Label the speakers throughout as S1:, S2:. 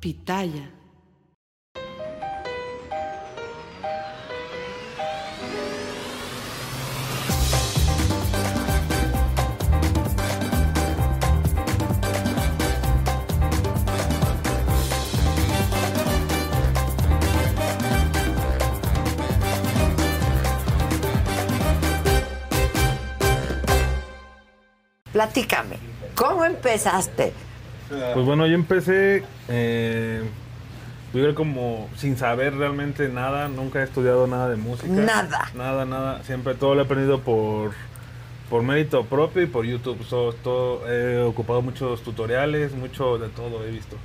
S1: Pitaya.
S2: Platícame, ¿cómo empezaste?
S3: Pues bueno, yo empecé, eh, yo creo como sin saber realmente nada, nunca he estudiado nada de música.
S2: Nada.
S3: Nada, nada. Siempre todo lo he aprendido por, por mérito propio y por YouTube. So, todo, he ocupado muchos tutoriales, mucho de todo he visto.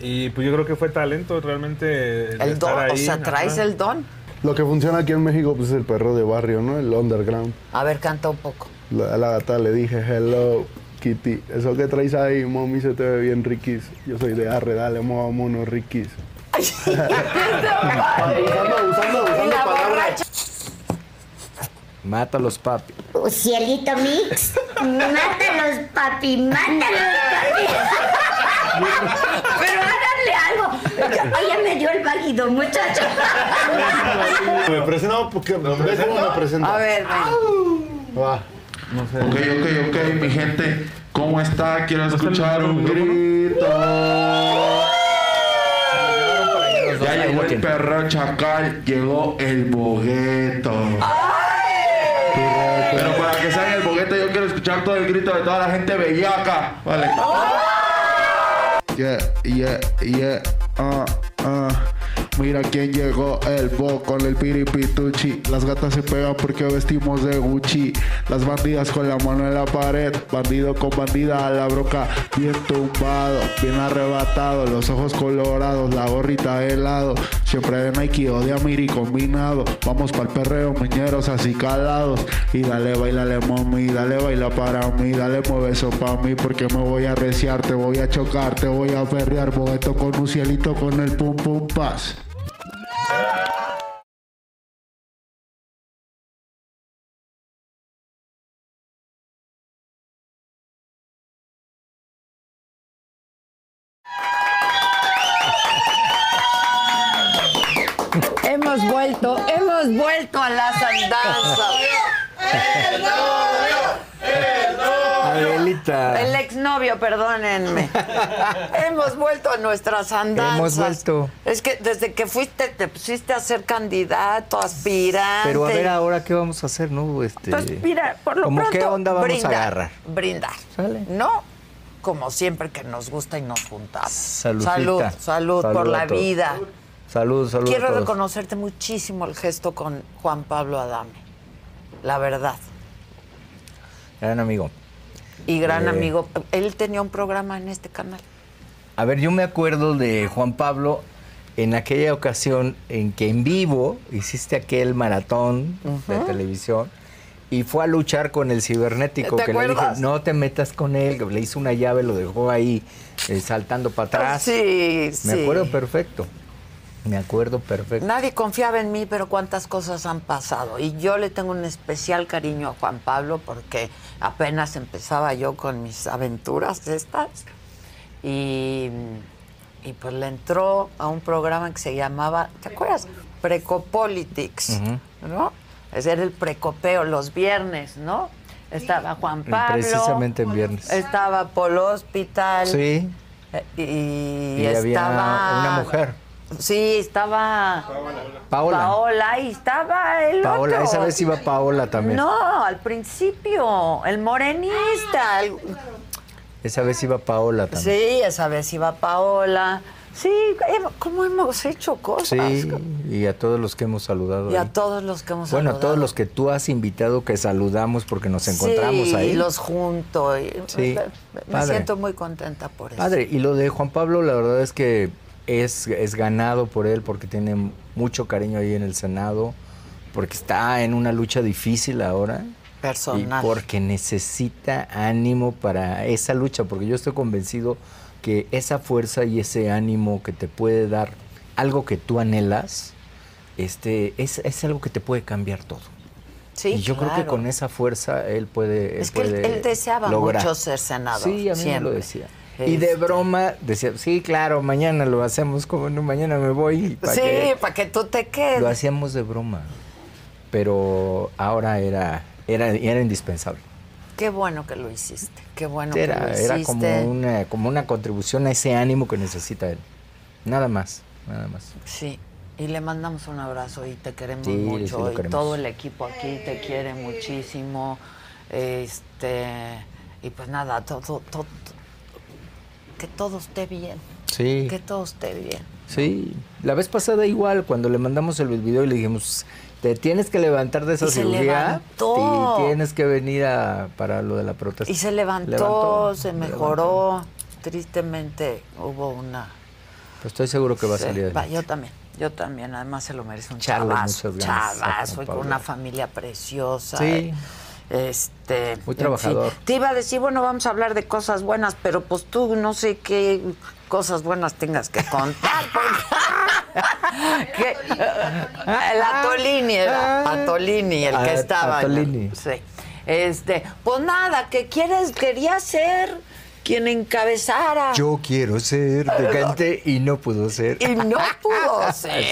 S3: Y pues yo creo que fue talento realmente.
S2: El don,
S3: estar
S2: o
S3: ahí,
S2: sea, traes
S3: ajá.
S2: el don.
S4: Lo que funciona aquí en México pues, es el perro de barrio, ¿no? El underground.
S2: A ver, canta un poco.
S4: La- A la gata le dije, hello, Kitty. Eso que traes ahí, mami, se te ve bien, Riquis. Yo soy de arre, dale, mo- vámonos, Riquis. usando, usando, usando palabras.
S5: Mata a los papi.
S6: Cielito Mix, mátalos, papi, mátalos, papi. Pero háganle algo. Oye, me dio el válido, muchacho.
S4: Me presento porque ¿ves cómo me presento?
S2: A ver, ven.
S4: Va.
S3: No sé.
S7: Ok, ok, ok, mi gente, ¿cómo está? Quiero escuchar un grito. Ya llegó el perro chacal, llegó el bogueto. Pero para que salga el bogueto, yo quiero escuchar todo el grito de toda la gente bellaca. Vale.
S4: Yeah, yeah, yeah, ah, ah. Mira quién llegó, el bo con el piripituchi. Las gatas se pegan porque vestimos de Gucci. Las bandidas con la mano en la pared. Bandido con bandida a la broca. Bien tumbado, bien arrebatado. Los ojos colorados, la gorrita de helado. Siempre de Nike o de Amiri combinado. Vamos pa'l perreo, miñeros así calados. Y dale, bailale, mami, dale, baila para mí. Dale, mueve eso pa' mí porque me voy a reciar. Te voy a chocar, te voy a perrear. Boeto con un cielito con el pum pum paz.
S2: Hemos vuelto, hemos vuelto a las andanzas.
S5: Adelita.
S2: El exnovio, perdónenme. Hemos vuelto a nuestras andanzas.
S5: Hemos vuelto.
S2: Es que desde que fuiste, te pusiste a ser candidato, aspirante.
S5: Pero a ver ahora qué vamos a hacer, ¿no? Este,
S2: Pues mira, por lo
S5: ¿Cómo
S2: pronto,
S5: qué onda vamos
S2: brindar,
S5: a agarrar?
S2: Brindar.
S5: Sale.
S2: No, como siempre que nos gusta y nos juntamos.
S5: Saludcita.
S2: Salud, salud,
S5: Salud
S2: por
S5: a
S2: la
S5: todos.
S2: vida.
S5: Salud, salud. a
S2: Quiero
S5: todos.
S2: reconocerte muchísimo el gesto con Juan Pablo Adame. La verdad.
S5: Gran amigo.
S2: Y gran
S5: Eh.
S2: amigo. Él tenía un programa en este canal.
S5: A ver, yo me acuerdo de Juan Pablo en aquella ocasión en que en vivo hiciste aquel maratón de televisión y fue a luchar con el cibernético
S2: ¿Te
S5: que le dije,
S2: acuerdas?
S5: no te metas con él, que le hizo una llave, lo dejó ahí eh, saltando para atrás.
S2: Sí, sí.
S5: Me acuerdo perfecto. Me acuerdo perfecto.
S2: Nadie confiaba en mí, pero cuántas cosas han pasado. Y yo le tengo un especial cariño a Juan Pablo porque apenas empezaba yo con mis aventuras estas. Y, y pues le entró a un programa que se llamaba, ¿te acuerdas? Precopolitics, ¿no? Ese era el precopeo los viernes, ¿no? Estaba Juan Pablo.
S5: Precisamente en viernes.
S2: Estaba Polo Hospital.
S5: Sí,
S2: eh, Y,
S5: y
S2: estaba.
S5: había una mujer,
S2: Sí, estaba
S5: Paola.
S2: Paola y estaba el
S5: Paola,
S2: otro.
S5: esa vez iba Paola también.
S2: No, al principio, el morenista. el-
S5: Esa vez iba Paola también.
S2: Sí, esa vez iba Paola. Sí, hem- ¿cómo hemos hecho cosas?
S5: y a todos los que hemos saludado.
S2: Y
S5: ahí.
S2: a todos los que hemos
S5: Bueno, a
S2: saludado.
S5: todos los que tú has invitado que saludamos porque nos encontramos
S2: sí,
S5: ahí.
S2: los junto. y-
S5: Sí,
S2: Me
S5: padre.
S2: siento muy contenta por eso.
S5: Padre, y lo de Juan Pablo, la verdad es que es, es ganado por él porque tiene mucho cariño ahí en el Senado, porque está en una lucha difícil ahora.
S2: Personal.
S5: Y porque necesita ánimo para esa lucha, porque yo estoy convencido que esa fuerza y ese ánimo que te puede dar algo que tú anhelas, este, es, es algo que te puede cambiar todo.
S2: Sí,
S5: y yo creo que
S2: claro.
S5: con esa fuerza él puede. él
S2: Es que él-
S5: puede
S2: él deseaba
S5: lograr.
S2: mucho ser senador,
S5: Sí, a mí me
S2: siempre.
S5: lo decía. Y de
S2: Este.
S5: broma decía, sí, claro, mañana lo hacemos, como no, mañana me voy. y pa'
S2: sí, pues.
S5: que-
S2: para que tú te quedes.
S5: Lo hacíamos de broma, pero ahora era, era, era indispensable.
S2: Qué bueno que lo hiciste. Qué bueno que lo
S5: Era,
S2: hiciste.
S5: era como, una, como una contribución a ese ánimo que necesita él. Nada más, nada más.
S2: Sí. Y le mandamos un abrazo y te queremos
S5: Sí,
S2: mucho.
S5: sí, lo
S2: y
S5: queremos.
S2: todo el equipo aquí te quiere muchísimo. Este, y pues nada, todo, todo, que todo esté bien.
S5: Sí.
S2: Que todo esté bien.
S5: Sí, la vez pasada igual, cuando le mandamos el video y le dijimos, te tienes que levantar de esa
S2: Y se
S5: cirugía
S2: levantó.
S5: y tienes que venir a, para lo de la protesta.
S2: Y se levantó,
S5: Pues Levantó,
S2: se
S5: levantó.
S2: mejoró. Tristemente hubo una.
S5: Pero Pues estoy seguro que va a
S2: Sí,
S5: salir.
S2: va,
S5: adelante.
S2: yo también, yo también. Además se lo merece un
S5: Charles,
S2: chavazo.
S5: muchas gracias,
S2: Chavazo, y con
S5: Juan Pablo.
S2: una familia preciosa.
S5: Sí.
S2: eh, Este, en fin.
S5: trabajador.
S2: Te iba a decir, bueno, vamos a hablar de cosas buenas, pero pues tú no sé qué cosas buenas tengas que contar. porque- que- el Atolini era, Atolini, el que
S5: Ah,
S2: estaba.
S5: Atolini.
S2: Sí. Este, pues nada, que quieres, quería ser quien encabezara.
S5: Yo quiero ser decante y no pudo ser.
S2: Y no pudo ser.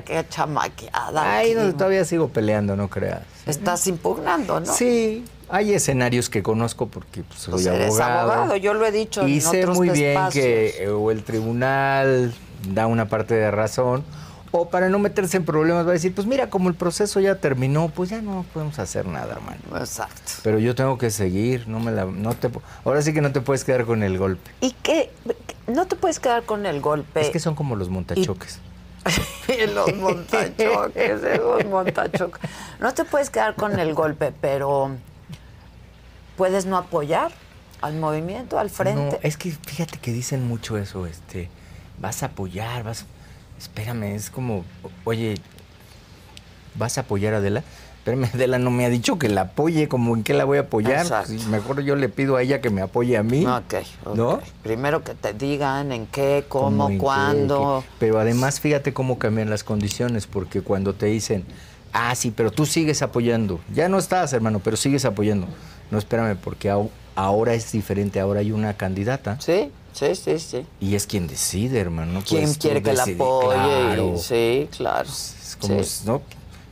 S5: Sí.
S2: Qué chamaqueada.
S5: Ay,
S2: Qué-
S5: no, todavía sigo peleando, no creas.
S2: Estás impugnando, ¿no?
S5: Sí, hay escenarios que conozco porque pues, soy
S2: Pues eres
S5: abogado.
S2: abogado, yo lo he dicho en
S5: Y sé
S2: otros
S5: muy bien
S2: espacios.
S5: que eh, o el tribunal da una parte de razón, o para no meterse en problemas va a decir, pues mira, como el proceso ya terminó, pues ya no podemos hacer nada, hermano.
S2: Exacto.
S5: Pero yo tengo que seguir, no me la, no te, pu- ahora sí que no te puedes quedar con el golpe.
S2: Y que no te puedes quedar con el golpe.
S5: Es que son como los montachoques.
S2: Y los montachoques, esos montachoques. No te puedes quedar con el golpe, pero puedes no apoyar al movimiento, al frente.
S5: No, es que fíjate que dicen mucho eso, este, vas a apoyar, vas, espérame, es como, o- oye, ¿vas a apoyar a Adela? Espérame, Adela no me ha dicho que la apoye, como en qué la voy a apoyar,
S2: Exacto.
S5: Pues, mejor yo le pido a ella que me apoye a mí.
S2: Ok, ok.
S5: ¿No?
S2: Primero que te digan en qué,
S5: Como
S2: cómo,
S5: en qué,
S2: cuándo.
S5: qué. Pero además fíjate cómo cambian las condiciones, porque cuando te dicen, ah, sí, pero tú sigues apoyando, ya no estás, hermano, pero sigues apoyando. No, espérame, porque au- ahora es diferente, ahora hay una candidata.
S2: Sí, sí, sí, sí.
S5: Y es quien decide, hermano. no
S2: ¿Quién
S5: puedes tú
S2: quiere que la
S5: decidir,
S2: apoye?
S5: claro.
S2: Y- Sí, claro.
S5: Es como,
S2: Sí.
S5: ¿no?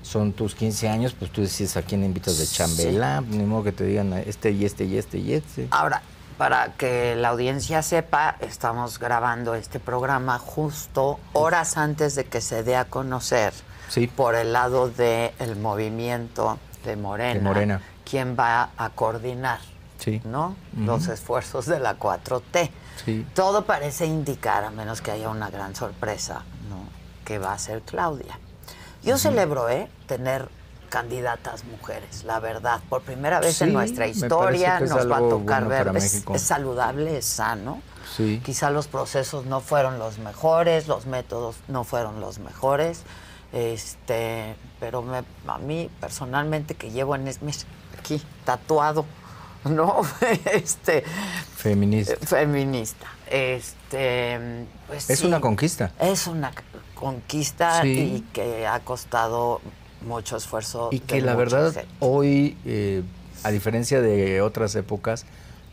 S5: Son tus 15 años, pues tú decides a quién invitas de chambelán, pues, ni modo que te digan a este y este y este y este.
S2: Ahora, para que la audiencia sepa, estamos grabando este programa justo horas antes de que se dé a conocer
S5: Sí.
S2: por el lado del movimiento de Morena,
S5: De Morena.
S2: quién va a coordinar
S5: Sí.
S2: ¿no? los esfuerzos de la 4T.
S5: Sí.
S2: Todo parece indicar, a menos que haya una gran sorpresa, ¿no? que va a ser Claudia. Yo celebro ¿eh? tener candidatas mujeres, la verdad. Por primera vez en
S5: Sí,
S2: nuestra
S5: me parece
S2: historia
S5: que es
S2: nos va a
S5: algo
S2: tocar
S5: bueno
S2: ver.
S5: para
S2: Es,
S5: México.
S2: es saludable, es sano.
S5: Sí.
S2: Quizá los procesos no fueron los mejores, los métodos no fueron los mejores. Este, pero me- a mí personalmente que llevo en es- mira, aquí tatuado, ¿no? Este Eh,
S5: Feminista.
S2: feminista. Este, pues
S5: Es
S2: sí,
S5: una conquista.
S2: Es una c- conquista
S5: Sí.
S2: y que ha costado Oh, mucho esfuerzo.
S5: Y
S2: de
S5: que la
S2: mucha
S5: verdad,
S2: gente.
S5: hoy, eh, a diferencia de otras épocas,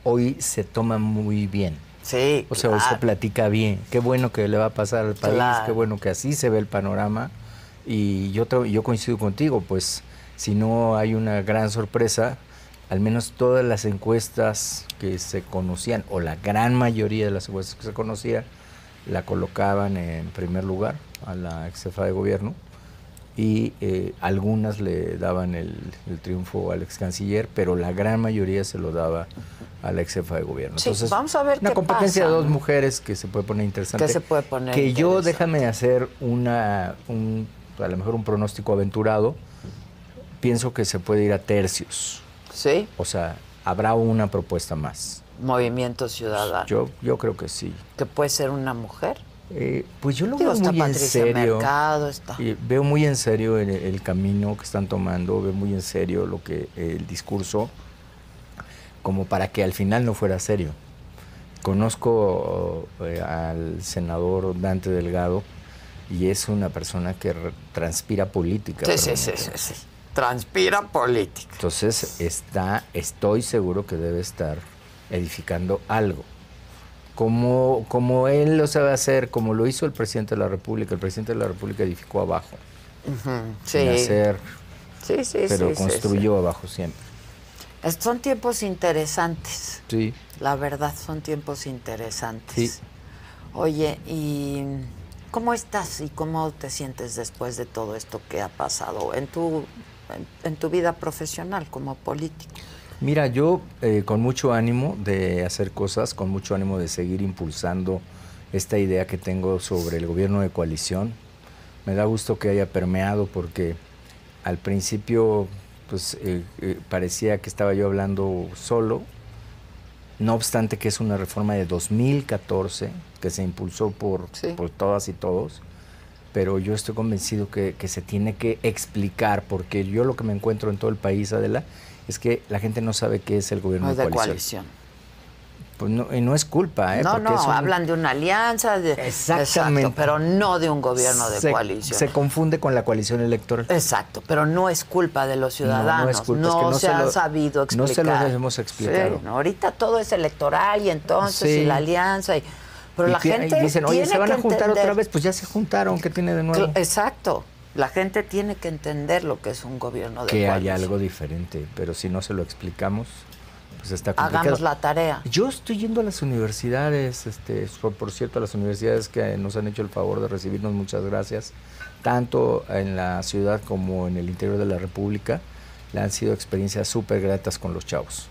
S5: hoy se toma muy bien.
S2: Sí.
S5: O sea, hoy se
S2: claro.
S5: platica bien. Qué bueno que le va a pasar al país,
S2: Claro.
S5: qué bueno que así se ve el panorama. Y yo, tra- yo coincido contigo, pues si no hay una gran sorpresa, al menos todas las encuestas que se conocían, o la gran mayoría de las encuestas que se conocían, la colocaban en primer lugar a la ex jefa de gobierno y eh, algunas le daban el, el triunfo al ex canciller, pero la gran mayoría se lo daba a la ex jefa de gobierno.
S2: Sí, vamos a ver
S5: una
S2: qué
S5: competencia
S2: pasa,
S5: de dos
S2: ¿no?
S5: mujeres que se puede poner interesante.
S2: Que se puede poner
S5: Que yo
S2: interesante.
S5: déjame hacer una, un, a lo mejor un pronóstico aventurado. Pienso que se puede ir a tercios.
S2: Sí,
S5: O sea, habrá una propuesta más.
S2: Movimiento Ciudadano.
S5: Yo, yo creo que sí.
S2: Que puede ser una mujer.
S5: Eh, pues yo lo
S2: Digo,
S5: veo
S2: está
S5: muy en
S2: Patricia
S5: serio.
S2: Mercado, está.
S5: Eh, veo muy en serio el, el camino que están tomando, veo muy en serio lo que el discurso, como para que al final no fuera serio. Conozco eh, al senador Dante Delgado y es una persona que re- transpira política.
S2: Sí, sí, sí,
S5: realmente.
S2: sí, sí. Transpira política.
S5: Entonces está, estoy seguro que debe estar edificando algo. Como, como él lo sabe hacer, como lo hizo el presidente de la República, el presidente de la República edificó abajo,
S2: Ujú,
S5: sin
S2: Sí, sí,
S5: hacer,
S2: sí, sí.
S5: pero
S2: sí, sí.
S5: construyó abajo siempre.
S2: Es- Son tiempos interesantes.
S5: Sí.
S2: La verdad, son tiempos interesantes.
S5: Sí.
S2: Oye, ¿y cómo estás y cómo te sientes después de todo esto que ha pasado en tu, en, en tu vida profesional como político?
S5: Mira, yo eh, con mucho ánimo de hacer cosas, con mucho ánimo de seguir impulsando esta idea que tengo sobre el gobierno de coalición. Me da gusto que haya permeado porque al principio pues eh, eh, parecía que estaba yo hablando solo, no obstante que es una reforma de 2014 que se impulsó por,
S2: Sí.
S5: por todas y todos, pero yo estoy convencido que, que se tiene que explicar, porque yo lo que me encuentro en todo el país, Adela, es que la gente no sabe qué es el gobierno
S2: No es
S5: de
S2: de
S5: coalición.
S2: coalición.
S5: Pues no, y no es culpa, ¿eh?
S2: No,
S5: porque
S2: no,
S5: es un-
S2: hablan de una alianza, de,
S5: Exactamente.
S2: exacto, pero no de un gobierno de
S5: se-
S2: coalición.
S5: Se confunde con la coalición electoral.
S2: Exacto, pero no es culpa de los ciudadanos, no,
S5: es culpa, es que no
S2: se,
S5: se
S2: han
S5: lo-
S2: sabido
S5: no
S2: explicar.
S5: se lo hemos explicado.
S2: Sí, no, ahorita todo es electoral y entonces
S5: Sí.
S2: y la alianza y pero
S5: Y
S2: la
S5: ti- y
S2: gente
S5: dicen, oye,
S2: tiene
S5: ¿se van
S2: que
S5: a juntar
S2: entender-
S5: otra vez? Pues ya se juntaron, ¿qué tiene de nuevo?
S2: Cl- Exacto. La gente tiene que entender lo que es un gobierno de
S5: que hay
S2: coalición.
S5: algo diferente, pero si no se lo explicamos, pues está complicado.
S2: Hagamos la tarea.
S5: Yo estoy yendo a las universidades, este, por, por cierto, a las universidades que nos han hecho el favor de recibirnos, muchas gracias, tanto en la ciudad como en el interior de la República, le han sido experiencias súper gratas con los chavos.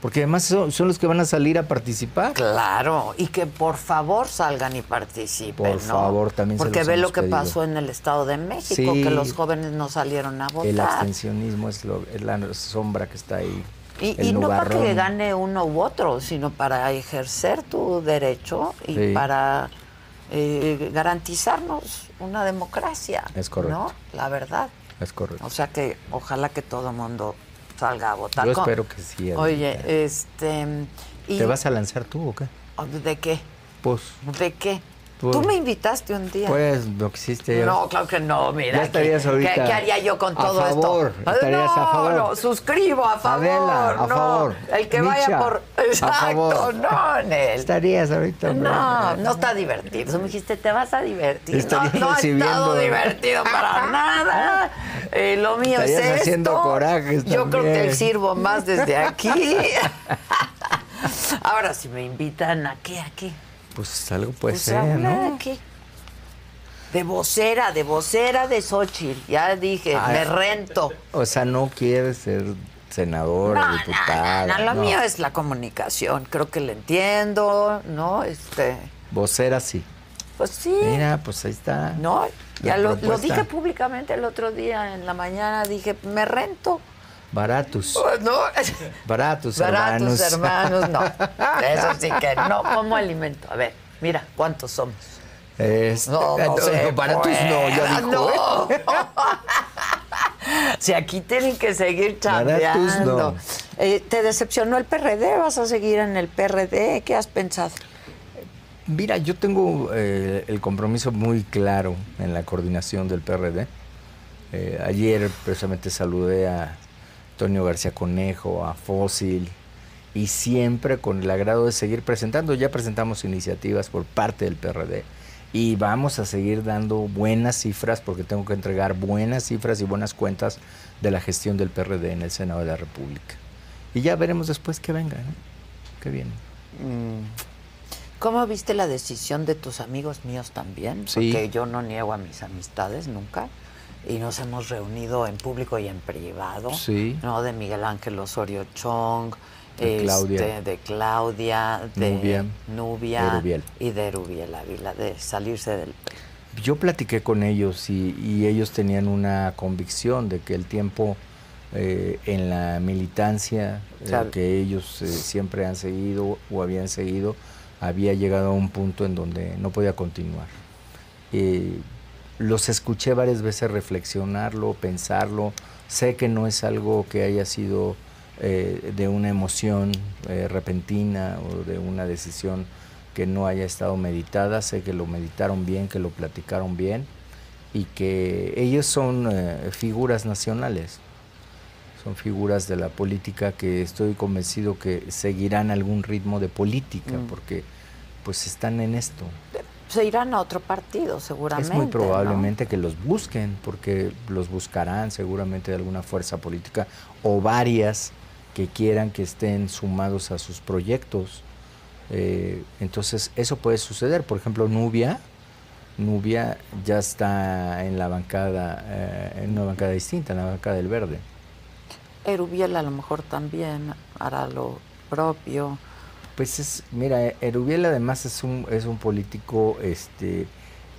S5: Porque además son, son los que van a salir a participar.
S2: Claro, y que por favor salgan y participen.
S5: Por
S2: ¿no?
S5: favor, también se
S2: Porque
S5: los
S2: ve
S5: hemos
S2: lo que
S5: pedido.
S2: pasó en el Estado de México,
S5: Sí.
S2: que los jóvenes no salieron a
S5: El
S2: votar.
S5: abstencionismo es, lo- es la sombra que está ahí.
S2: Y,
S5: el
S2: y no para que
S5: nubarrón.
S2: gane uno u otro, sino para ejercer tu derecho y
S5: Sí.
S2: para eh, garantizarnos una democracia.
S5: Es correcto.
S2: ¿no? La verdad.
S5: Es correcto.
S2: O sea que ojalá que todo mundo salga a votar.
S5: Yo
S2: Con-
S5: espero que sí. Adela.
S2: Oye, este... Y,
S5: ¿Te vas a lanzar tú o qué?
S2: ¿De qué?
S5: Pues,
S2: ¿De qué?
S5: Tú-
S2: Tú me invitaste un día.
S5: pues lo que hiciste ya-
S2: No, claro que no, mira.
S5: Ya estarías
S2: ¿qué-
S5: ahorita
S2: ¿Qué, qué haría yo con
S5: a
S2: todo
S5: favor,
S2: esto?
S5: estarías
S2: no,
S5: a favor.
S2: no, suscribo a favor.
S5: Adela, a
S2: no.
S5: favor.
S2: El que vaya
S5: Micha,
S2: por.
S5: a
S2: Exacto,
S5: favor.
S2: no, Nel.
S5: Estarías ahorita. hombre.
S2: No, no está divertido. Me dijiste, te vas a divertir.
S5: Estarías
S2: no, no ha estado
S5: recibiendo-
S2: divertido para nada. Eh, lo mío es
S5: Estarías
S2: esto.
S5: haciendo corajes
S2: Yo creo que
S5: también.
S2: sirvo más desde aquí. Ahora, si me invitan, ¿a qué? ¿A qué?
S5: Pues algo puede
S2: Pues
S5: ser,
S2: habla
S5: ¿no?
S2: de qué. De vocera, de vocera de Xochitl. Ya dije,
S5: Ay.
S2: me rento.
S5: O sea, no quieres ser senador,
S2: No, no,
S5: diputada.
S2: no, no, lo
S5: no.
S2: mío es la comunicación. Creo que le entiendo, ¿no? Este,
S5: Vocera sí.
S2: pues sí.
S5: Mira, pues ahí está.
S2: No, ya
S5: La
S2: lo, lo
S5: propuesta.
S2: dije públicamente el otro día en la mañana, dije, me rento.
S5: Baratus.
S2: Pues no,
S5: Baratus,
S2: para
S5: hermanos.
S2: tus hermanos, no. Eso sí que no, como alimento. A ver, mira, ¿cuántos somos?
S5: Este,
S2: No, no, sé,
S5: Baratus no, ya
S2: pues,
S5: dijo. ¿eh?
S2: no. si aquí tienen que seguir
S5: Baratus no.
S2: chambeando. Eh, ¿Te decepcionó el PRD? ¿Vas a seguir en el PRD? ¿Qué has pensado?
S5: Mira, yo tengo eh, el compromiso muy claro en la coordinación del PRD. Eh, ayer precisamente saludé a Antonio García Conejo, a Fósil, y siempre con el agrado de seguir presentando. Ya presentamos iniciativas por parte del PRD y vamos a seguir dando buenas cifras porque tengo que entregar buenas cifras y buenas cuentas de la gestión del PRD en el Senado de la República. Y ya veremos después qué venga, ¿no? Qué viene.
S2: ¿Cómo viste la decisión de tus amigos míos también?
S5: Sí.
S2: Porque yo no niego a mis amistades nunca. Y nos hemos reunido en público y en privado.
S5: Sí.
S2: ¿No? De Miguel Ángel Osorio Chong.
S5: De
S2: este,
S5: Claudia.
S2: de Claudia, de
S5: Nubia.
S2: Nubia
S5: De Rubiel.
S2: y de Rubiel Ávila, de salirse del
S5: Yo platiqué con ellos y, y ellos tenían una convicción de que el tiempo eh, en la militancia eh,
S2: Claro.
S5: que ellos eh, siempre han seguido o habían seguido había llegado a un punto en donde no podía continuar. Eh, los escuché varias veces reflexionarlo, pensarlo. Sé que no es algo que haya sido eh, de una emoción eh, repentina o de una decisión que no haya estado meditada. Sé que lo meditaron bien, que lo platicaron bien y que ellos son eh, figuras nacionales. Son figuras de la política que estoy convencido que seguirán algún ritmo de política porque pues están en esto.
S2: se irán a otro partido, seguramente.
S5: Es muy
S2: ¿no?
S5: probablemente que los busquen, porque los buscarán seguramente de alguna fuerza política o varias que quieran que estén sumados a sus proyectos. Eh, entonces, eso puede suceder. Por ejemplo, Nubia. Nubia ya está en la bancada, eh, en una bancada distinta, en la bancada del verde.
S2: Erubiel a lo mejor también hará lo propio.
S5: Pues es, mira, eh, Erubiel además es un, es un político este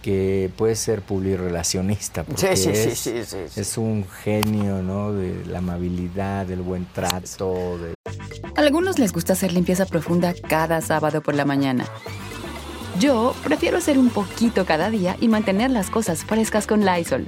S5: que puede ser publirrelacionista. porque es-
S2: sí, sí.
S5: Es un genio, ¿no? De la amabilidad, del buen trato, de...
S8: Algunos les gusta hacer limpieza profunda cada sábado por la mañana. Yo prefiero hacer un poquito cada día y mantener las cosas frescas con Lysol.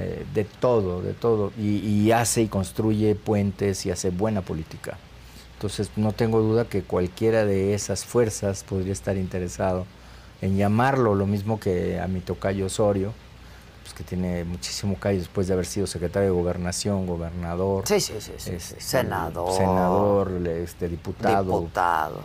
S5: eh, de todo, de todo. Y, y hace y construye puentes y hace buena política. Entonces no tengo duda que cualquiera de esas fuerzas podría estar interesado en llamarlo, lo mismo que a mi tocayo Osorio, pues que tiene muchísimo callo después de haber sido secretario de gobernación, gobernador,
S2: Sí, sí, sí, sí, sí.
S5: este,
S2: Senador.
S5: senador, este, diputado,
S2: Diputado.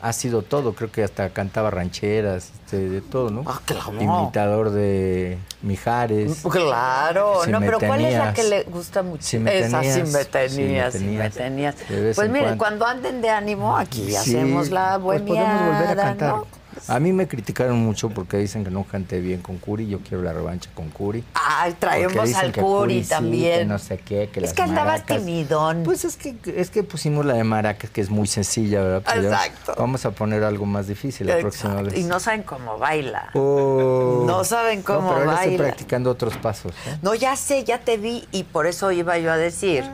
S5: ha sido todo, creo que hasta cantaba rancheras, este, de todo, ¿no?
S2: Ah, claro.
S5: Imitador de Mijares.
S2: Mm, Claro,
S5: Si
S2: no,
S5: me
S2: pero ¿cuál es la
S5: tenías.
S2: que le gusta mucho?
S5: Si me
S2: Esa, si
S5: tenías,
S2: me tenías,
S5: si
S2: si
S5: me
S2: me
S5: tenías.
S2: tenías.
S5: De vez
S2: Pues
S5: en
S2: miren,
S5: cuando.
S2: cuando anden de ánimo, aquí
S5: Sí,
S2: hacemos la
S5: pues
S2: bohemia.
S5: podemos volver a cantar. A mí me criticaron mucho porque dicen que no canté bien con Curi, yo quiero la revancha con Curi.
S2: Ay,
S5: porque
S2: traemos
S5: dicen
S2: al
S5: que
S2: Curi
S5: sí,
S2: también.
S5: que no sé qué, que
S2: es
S5: las
S2: que andabas
S5: maracas.
S2: timidón.
S5: Pues es que es que pusimos la de maracas que es muy sencilla, ¿verdad? Pero
S2: Exacto.
S5: Vamos a poner algo más difícil la próxima
S2: Exacto,
S5: vez.
S2: Y no saben cómo baila.
S5: Oh.
S2: No saben cómo
S5: pero ahora estoy
S2: baila.
S5: practicando otros pasos. ¿eh?
S2: No, ya sé, ya te vi y por eso iba yo a decir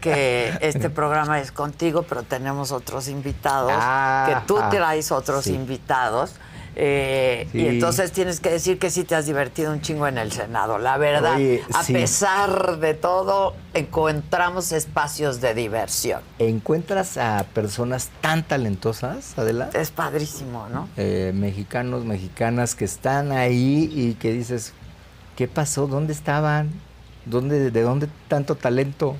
S2: que este programa es contigo, pero tenemos otros invitados,
S5: Ah,
S2: que tú
S5: ah,
S2: traes otros
S5: sí.
S2: invitados. eh, Y
S5: Sí.
S2: entonces tienes que decir que sí te has divertido un chingo en el Senado. La verdad,
S5: Oye,
S2: a
S5: sí.
S2: pesar de todo, encontramos espacios de diversión.
S5: Encuentras a personas tan talentosas, Adela,
S2: Es padrísimo, ¿no?
S5: eh, mexicanos, mexicanas que están ahí y que dices, ¿qué pasó? ¿Dónde estaban? ¿Dónde, ¿De dónde tanto talento?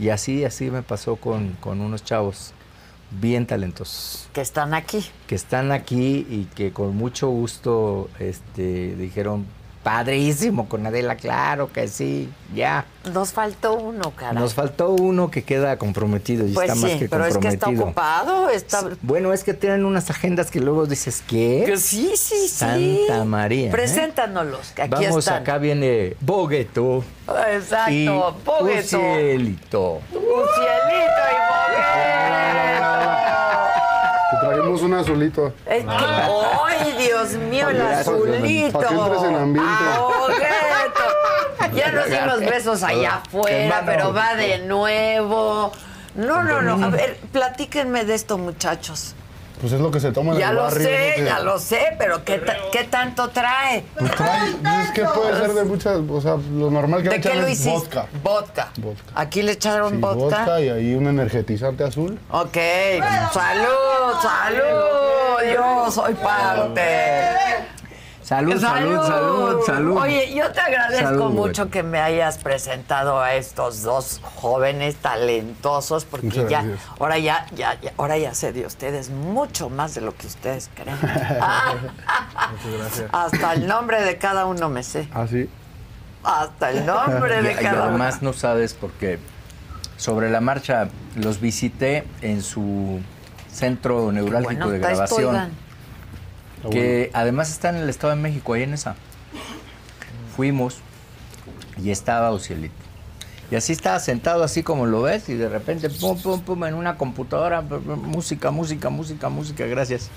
S5: Y así, así me pasó con, con unos chavos bien talentosos
S2: Que están aquí.
S5: que están aquí y que con mucho gusto este, dijeron, padrísimo, con Adela, claro que sí, ya.
S2: Nos faltó uno, caray.
S5: Nos faltó uno que queda comprometido y
S2: pues
S5: está más
S2: sí,
S5: que
S2: pero es que
S5: comprometido.
S2: está ocupado. Está...
S5: Bueno, es que tienen unas agendas que luego dices, ¿qué?
S2: Que sí, sí, sí.
S5: Santa María, ¿eh?
S2: Preséntanos, que aquí
S5: Vamos,
S2: están.
S5: acá viene Bogueto y
S2: Exacto, Bogueto. Ucielito
S5: Ucielito.
S2: y Bogueto.
S1: Te traemos un azulito.
S2: Es que- ¡Ay, Dios mío, el
S5: Gracias,
S1: Para que entres en
S2: azulito!
S1: ambiente.
S2: ¡Ah, Roberto. Ya nos dimos besos allá afuera, pero va de nuevo. No, no, no. A ver, platíquenme de esto, muchachos.
S1: Pues es lo que se toma en
S2: Ya
S1: el
S2: lo
S1: barrio.
S2: sé,
S1: es que-
S2: ya lo sé, pero ¿qué, ta- qué tanto trae?
S1: Pues trae, pues es que puede ser de muchas, o sea, lo normal que le
S2: ¿De qué
S1: echan
S2: lo
S1: es
S2: hiciste?
S1: vodka.
S2: Vodka.
S1: Vodka.
S2: Aquí le echaron
S1: Sí,
S2: vodka.
S1: y ahí un energetizante azul.
S2: Ok. Salud, salud. Yo soy parte.
S5: Salud, salud, salud, salud.
S2: Oye, yo te agradezco
S5: Salud,
S2: mucho
S5: güey.
S2: que me hayas presentado a estos dos jóvenes talentosos, porque
S1: Muchas
S2: ya
S1: gracias.
S2: ahora ya, ya, ya- ahora ya sé de ustedes mucho más de lo que ustedes creen.
S3: gracias.
S2: Hasta el nombre de cada uno me sé.
S1: Ah, sí.
S2: Hasta el nombre
S5: Y,
S2: de
S5: y
S2: cada uno.
S5: además no sabes porque sobre la marcha los visité en su centro neurálgico
S2: Bueno,
S5: de
S2: está esto,
S5: grabación.
S2: oigan.
S5: que además está en el Estado de México, ahí en esa. Fuimos y estaba Ucielito. Y así estaba sentado, así como lo ves, y de repente, pum, pum, pum, en una computadora, pum, pum, música, música, música, música, gracias.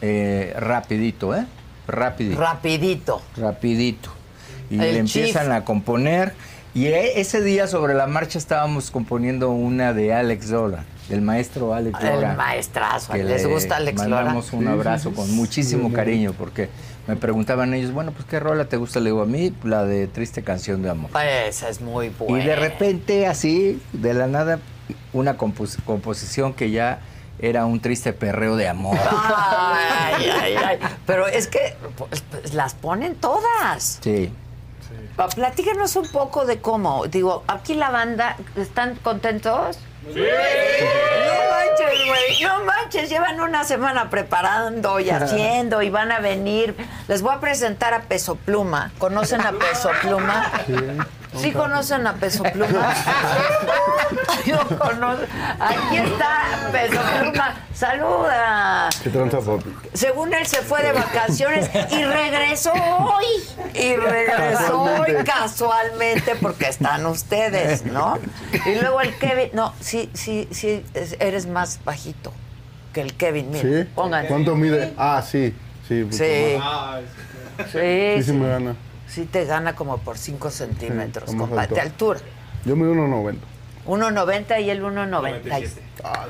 S5: Eh, rapidito, ¿eh? Rapidito.
S2: Rapidito.
S5: rapidito. Y
S2: El
S5: le
S2: Chief.
S5: empiezan a componer. Y e- ese día sobre la marcha estábamos componiendo una de Alex Lora, del maestro Alex Lora.
S2: El maestrazo.
S5: que
S2: ¿Les
S5: le
S2: gusta Alex Lora?
S5: mandamos un abrazo con muchísimo cariño porque me preguntaban ellos, bueno, pues qué rola te gusta, le digo a mí, la de Triste Canción de Amor.
S2: Esa Pues, es muy buena.
S5: Y de repente, así, de la nada, una compos- composición que ya era un triste perreo de amor.
S2: Ah. Ay, ay, ay. Pero es que pues, pues, las ponen todas.
S5: Sí.
S2: Pa- Platícanos un poco de cómo. Digo, aquí la banda, ¿están contentos? No manches, güey. No manches, llevan una semana preparando y haciendo y van a venir. Les voy a presentar a Peso Pluma. ¿Conocen a Peso Pluma? Sí, conocen a Peso Pluma. Yo conozco. Aquí está Peso Pluma. Saluda.
S1: ¿Qué tranza, papi?
S2: Según él se fue de vacaciones y regresó hoy. Y regresó hoy casualmente porque están ustedes, ¿no? Y luego el Kevin, no, sí, sí, sí, es- eres más bajito que el Kevin, mira.
S1: ¿Sí?
S2: Pónganse.
S1: ¿Cuánto mide? Ah, sí. Sí, pues,
S2: Sí.
S1: Sí,
S2: Sí,
S1: sí
S2: sí,
S1: me gana.
S2: sí te gana como por 5 centímetros,
S1: Sí, está más
S2: compadre, de
S1: alto.
S2: altura.
S1: Yo mido 1.90.
S2: 1,90 y el 1,97.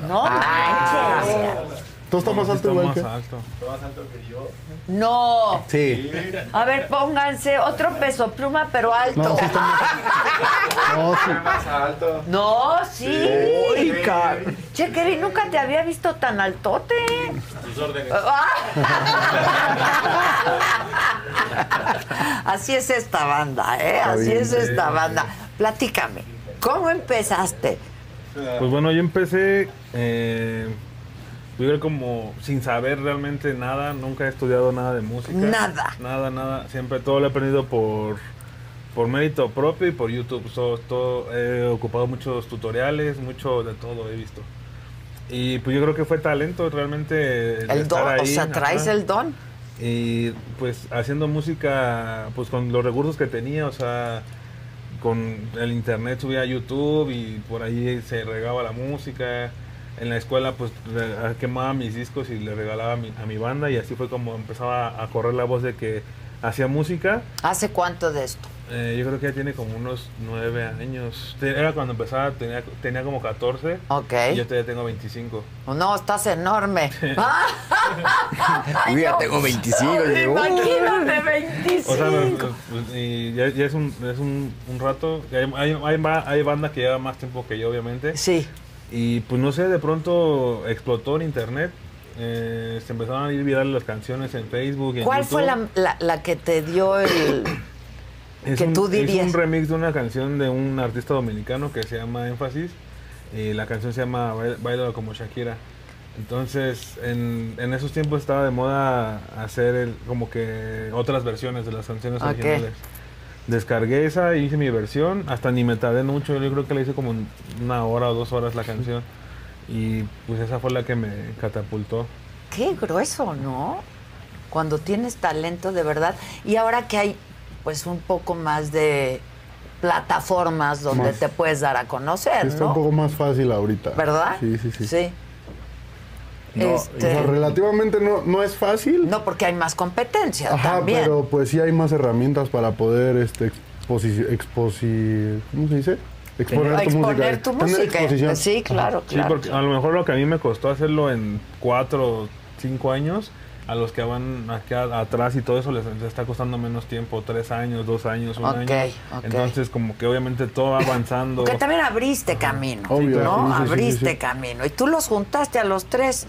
S2: No manches.
S1: ¿Tú estás más alto
S3: Está
S1: igual
S3: más
S1: que?
S3: alto.
S2: No.
S1: Sí.
S2: A ver, pónganse otro peso pluma, pero alto.
S1: No, sí está más No, sí.
S2: No, sí. Uy, car- Che, Kerry, nunca te había visto tan altote. Ah. Así es esta banda, ¿eh? Así
S1: bien,
S2: es esta banda. Platícame, ¿cómo empezaste?
S3: Pues bueno, yo empecé, eh, yo creo como sin saber realmente nada, nunca he estudiado nada de música.
S2: Nada.
S3: Nada, nada. Siempre todo lo he aprendido por, por mérito propio y por YouTube. So, todo, he ocupado muchos tutoriales, mucho de todo he visto. Y pues yo creo que fue talento realmente.
S2: El
S3: estar
S2: don, o
S3: ahí,
S2: sea, traes
S3: ajá.
S2: el don.
S3: Y pues haciendo música, pues con los recursos que tenía, o sea, con el internet subía a YouTube y por ahí se regaba la música. En la escuela pues re- quemaba mis discos y le regalaba a mi, a mi banda y así fue como empezaba a correr la voz de que hacía música.
S2: ¿Hace cuánto de esto?
S3: Eh, yo creo que ya tiene como unos nueve años. Te- Era cuando empezaba, tenía, tenía como 14.
S2: Ok.
S3: Y yo todavía tengo 25.
S2: No, estás enorme.
S5: Yo ya tengo 25, digo, "Uh".
S2: Imagínate,
S3: O sea,
S2: 25.
S3: pues, y ya, ya es, un, es un, un rato. y Hay, hay, hay ba- hay bandas que llevan más tiempo que yo, obviamente.
S2: Sí.
S3: Y pues no sé, de pronto explotó en internet. eh, se empezaron a ir virales las canciones en Facebook. y en
S2: ¿Cuál fue
S3: YouTube.
S2: la, la- la que te dio el...?
S3: Es
S2: que
S3: un,
S2: tú
S3: es
S2: dirías?
S3: un remix de una canción de un artista dominicano que se llama Énfasis. Y la canción se llama Baila Baila como Shakira. Entonces, en, en esos tiempos estaba de moda hacer el- como que otras versiones de las canciones
S2: Ok.
S3: originales. Descargué esa y hice mi versión. Hasta ni me tardé mucho. Yo creo que le hice como un- una hora o dos horas la canción. Y pues esa fue la que me catapultó.
S2: Qué grueso, ¿no? Cuando tienes talento de verdad. Y ahora que hay pues un poco más de plataformas donde
S1: Más.
S2: te puedes dar a conocer,
S1: Está un
S2: ¿no?
S1: poco más fácil ahorita.
S2: ¿Verdad?
S1: Sí, sí, sí.
S2: Sí.
S1: O
S2: Este,
S1: sea, relativamente no, no es fácil.
S2: no, porque hay más competencia
S1: Ajá,
S2: también.
S1: pero pues sí hay más herramientas para poder este exposi, exposi- ¿cómo se dice? Exponer tu música.
S2: Exponer tu
S1: Tener
S2: música.
S1: exposición.
S2: Sí, claro,
S3: Sí,
S2: claro.
S3: porque ah, a lo mejor lo que a mí me costó hacerlo en cuatro o cinco años, a los que van acá atrás y todo eso les, les está costando menos tiempo, tres años, dos años, un
S2: Ok,
S3: año.
S2: ok.
S3: Entonces como que obviamente todo va avanzando.
S2: Porque también abriste camino,
S1: Obvio,
S2: ¿no?
S1: sí, sí, sí,
S2: abriste
S1: sí.
S2: camino. Y tú los juntaste a los tres.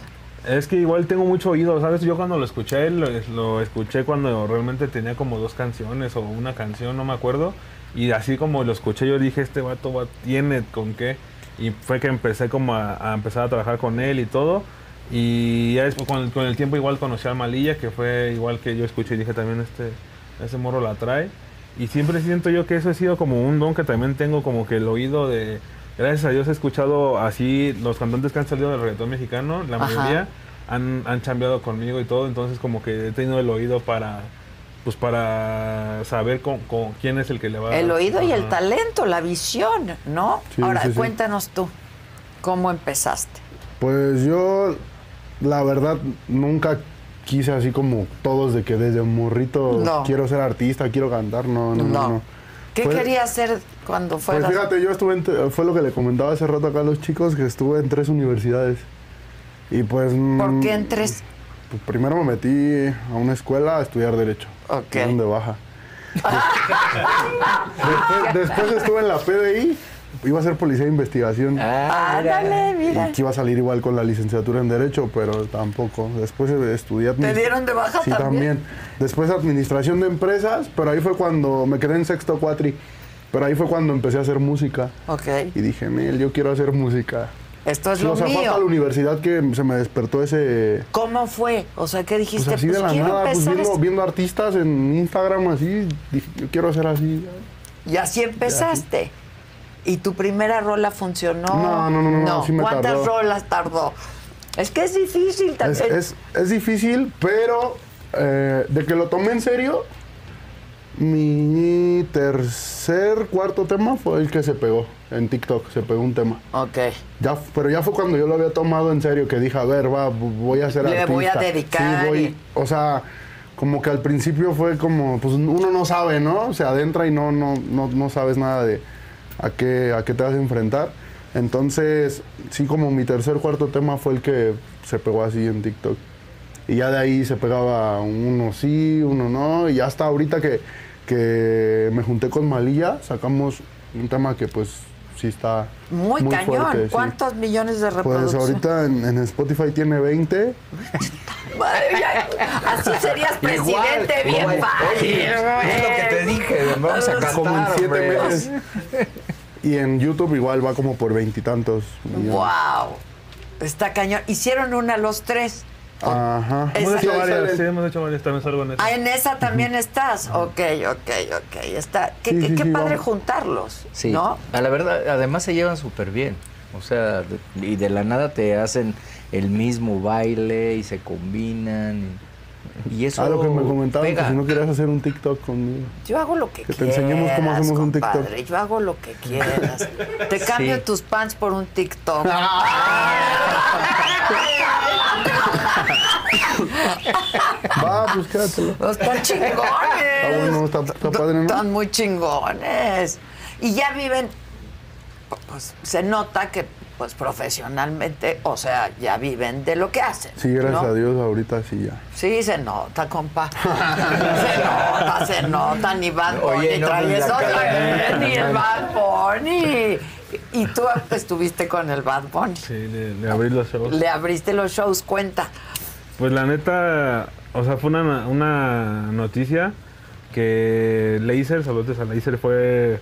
S3: Es que igual tengo mucho oído, ¿sabes? Yo cuando lo escuché, lo, lo escuché cuando realmente tenía como dos canciones o una canción, no me acuerdo. Y así como lo escuché, yo dije, este vato va- tiene con qué. Y fue que empecé como a, a empezar a trabajar con él y todo. Y ya después, con, con el tiempo igual conocí a Malilla, que fue igual que yo escuché y dije también, este, ese morro la trae. Y siempre siento yo que eso ha sido como un don que también tengo, como que el oído de... Gracias a Dios he escuchado así los cantantes que han salido del reggaetón mexicano, la
S2: Ajá.
S3: mayoría, han, han chambeado conmigo y todo, entonces como que he tenido el oído para... Pues para saber con, con quién es el que le va
S2: El oído y el
S3: Ajá.
S2: talento, la visión, ¿no?
S1: Sí,
S2: Ahora,
S1: sí, sí.
S2: cuéntanos tú, ¿cómo empezaste?
S1: Pues yo la verdad nunca quise así como todos de que desde morrito
S2: No.
S1: quiero ser artista, quiero cantar, no, no, no.
S2: No.
S1: no.
S2: ¿Qué
S1: Pues-
S2: querías hacer cuando
S1: Pues
S2: fueras?
S1: fíjate, yo estuve, en tre- fue lo que le comentaba hace rato acá a los chicos, que estuve en tres universidades. Y pues...
S2: ¿Por
S1: mm,
S2: qué en tres?
S1: Pues primero me metí a una escuela a estudiar Derecho.
S2: Ok.
S1: Dieron De baja. después, después estuve en la PDI, iba a ser policía de investigación.
S5: Ah, mira.
S2: Ándale, mira.
S1: Y que iba a salir igual con la licenciatura en Derecho, pero tampoco. Después eh, estudié
S2: ¿Te
S1: admi-
S2: dieron de baja
S1: Sí,
S2: también?
S1: también. Después administración de empresas, pero ahí fue cuando me quedé en sexto cuatri. Pero ahí fue cuando empecé a hacer música.
S2: Ok.
S1: Y dije, Nel, yo quiero hacer música.
S2: Esto es
S1: o
S2: Pues lo
S1: sea, fue hasta la
S2: mío.
S1: universidad que se me despertó ese...
S2: ¿Cómo fue? O sea, ¿qué
S1: Pues
S2: dijiste?
S1: así de la
S2: quiero
S1: nada, pues
S2: empezar este
S1: viendo,
S2: esto.
S1: viendo artistas en Instagram así, dije, yo quiero hacer así.
S2: Y así empezaste. ¿Y tu primera rola funcionó?
S1: No, no, no, no, sí me
S2: ¿Cuántas
S1: tardó.
S2: rolas tardó? Es que es difícil
S1: Es,
S2: también.
S1: es- es difícil, pero eh, de que lo tomé en serio, mi tercer, cuarto tema fue el que se pegó en TikTok, se pegó un tema.
S2: Ok.
S1: Ya, f- pero ya fue cuando yo lo había tomado en serio, que dije, a ver, va, v- voy a ser
S2: Le
S1: artista.
S2: voy a dedicar
S1: Sí, voy-
S2: y-
S1: O sea, como que al principio fue como, pues uno no sabe, ¿no? Se adentra y no, no, no, no sabes nada de a qué, a qué te vas a enfrentar. Entonces, sí, como mi tercer, cuarto tema fue el que se pegó así en TikTok. Y ya de ahí se pegaba uno sí, uno no. Y hasta ahorita que, que me junté con Malilla, sacamos un tema que pues sí está
S2: Muy, cañón.
S1: fuerte, sí.
S2: ¿Cuántos millones de
S1: Pues
S2: reproducciones?
S1: ahorita en, en Spotify tiene 20.
S2: Madre mía, así serías
S5: Igual,
S2: presidente bien
S5: igual.
S2: fácil. Eh,
S5: Oye, es lo que te dije, vamos a cantar.
S1: como en 7
S5: hombre.
S1: meses. Y en YouTube igual va como por veintitantos. millones.
S2: Wow. Está cañón. Hicieron una los tres.
S1: Ajá.
S2: Es-
S3: Hemos
S2: Sí,
S3: hecho
S2: ahí
S3: varias,
S1: sale.
S3: sí, hemos hecho varias, también salgo en eso.
S2: Ah, en esa también estás. Ok, ok, ok. Está. Qué,
S1: Sí,
S2: qué-
S1: sí,
S2: qué
S1: sí,
S2: padre
S1: vamos.
S2: juntarlos.
S5: Sí.
S2: ¿No?
S5: A la verdad, además se llevan súper bien. O sea, de- y de la nada te hacen el mismo baile y se combinan. Y, y eso.
S1: Ah, lo que me comentaban,
S5: pega.
S1: que si no querías hacer un TikTok conmigo.
S2: Yo hago lo que,
S1: Que te
S2: quieras.
S1: enseñemos cómo hacemos un TikTok.
S2: compadre. Yo hago lo que quieras. Te cambio
S5: Sí.
S2: tus pants por un TikTok. Ah,
S1: Va, pues quédatelo.
S2: No, están chingones.
S1: Está bueno, está, está padre, ¿no?
S2: Están muy chingones. Y ya viven, pues se nota que pues profesionalmente, o sea, ya viven de lo que hacen.
S1: Sí, gracias
S2: ¿no?
S1: a Dios, ahorita sí ya.
S2: Sí, se nota, compa. se nota, se nota, ni Bad Bunny
S5: Oye, no,
S2: trae
S5: pues,
S2: eso,
S5: la cara.
S2: ni el Bad Bunny. Y tú estuviste con el Bad Bunny.
S3: Sí, le, le abrí los shows.
S2: Le abriste los shows, cuenta.
S3: Pues la neta, o sea, fue una, una noticia que Leiser, saludos a Leiser, fue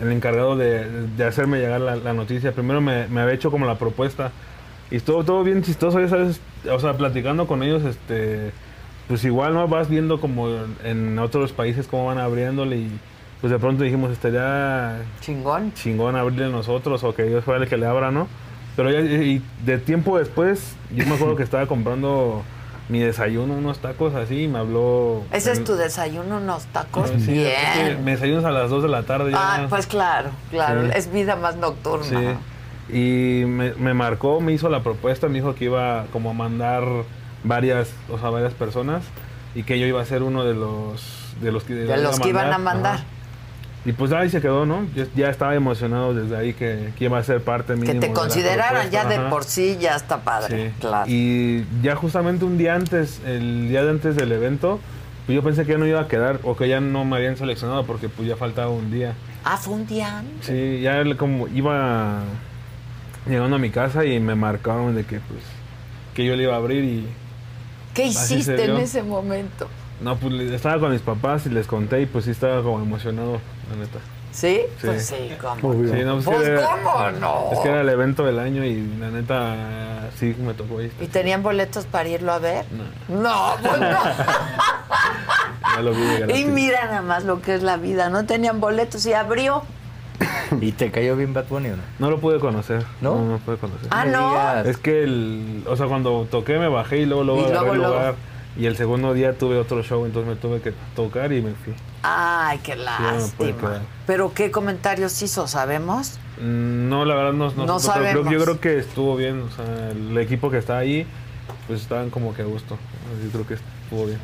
S3: el encargado de, de hacerme llegar la, la noticia. Primero me, me había hecho como la propuesta y estuvo todo bien chistoso, ya sabes, o sea, platicando con ellos, este, pues igual, ¿no? Vas viendo como en otros países cómo van abriéndole y pues de pronto dijimos, estaría
S2: Chingón.
S3: chingón abrirle nosotros o que Dios fuera el que le abra, ¿no? Pero ya, y de tiempo después, yo me acuerdo que estaba comprando mi desayuno, unos tacos así, y me habló.
S2: Ese es tu
S3: desayuno.
S2: desayuno, unos tacos.
S3: es que
S2: Bien.
S3: me desayunas a las 2 de la tarde. ya.
S2: Ah, pues Ah, claro, claro.
S3: Sí.
S2: Es vida más nocturna.
S3: Sí. Y me, me marcó, me hizo la propuesta, me dijo que iba como a mandar varias, o sea, varias personas y que yo iba a ser uno de los de los que,
S2: De los que iban a mandar.
S3: Ajá. Y pues ahí se quedó, ¿no? Yo ya estaba emocionado desde ahí que, que iba a ser parte
S2: Que
S3: mínimo de
S2: te
S3: la
S2: consideraran ya
S3: propuesta,
S2: de
S3: ajá.
S2: por sí, ya está padre.
S3: Sí.
S2: Claro.
S3: Y ya justamente un día antes, el día de antes del evento, pues yo pensé que ya no iba a quedar o que ya no me habían seleccionado porque pues ya faltaba un día.
S2: Ah, fue un día antes.
S3: Sí, ya le- como iba llegando a mi casa y me marcaron de que pues que yo le iba a abrir y
S2: ¿Qué
S3: Así
S2: hiciste
S3: se
S2: en
S3: dio.
S2: ese momento?
S3: no, pues le- estaba con mis papás y les conté y pues sí estaba como emocionado, la neta.
S2: ¿Sí?
S3: Sí.
S2: Pues sí, ¿cómo?
S1: Obvio.
S3: Sí, no, pues,
S2: Pues,
S3: que era-
S2: ¿cómo no?
S3: Es que era el evento del año y la neta sí me tocó ir.
S2: ¿Y tenían boletos para irlo a ver? No, pues no.
S3: Ya lo vi de
S2: y
S3: gratis.
S2: mira nada más lo que es la vida. No tenían boletos y abrió.
S5: ¿Y te cayó bien Bad Bunny o no?
S3: No lo pude conocer.
S5: ¿No?
S3: No, lo pude conocer.
S2: Ah,
S5: me
S2: no.
S5: digas.
S3: Es que el, o sea, cuando toqué me bajé y luego luego
S2: Y
S3: agarré
S2: luego,
S3: el
S2: luego.
S3: lugar y el segundo día tuve otro show, entonces me tuve que tocar y me fui.
S2: Ay, qué
S3: no pues, me puede
S2: lástima.
S3: quedar.
S2: Pero qué comentarios hizo, ¿sabemos?
S3: Mm, No, la verdad no, no,
S2: No
S3: sé, pero creo-
S2: sabemos.
S3: yo creo que estuvo bien, o sea, el equipo que está ahí pues estaban como que a gusto. Yo creo que estuvo bien.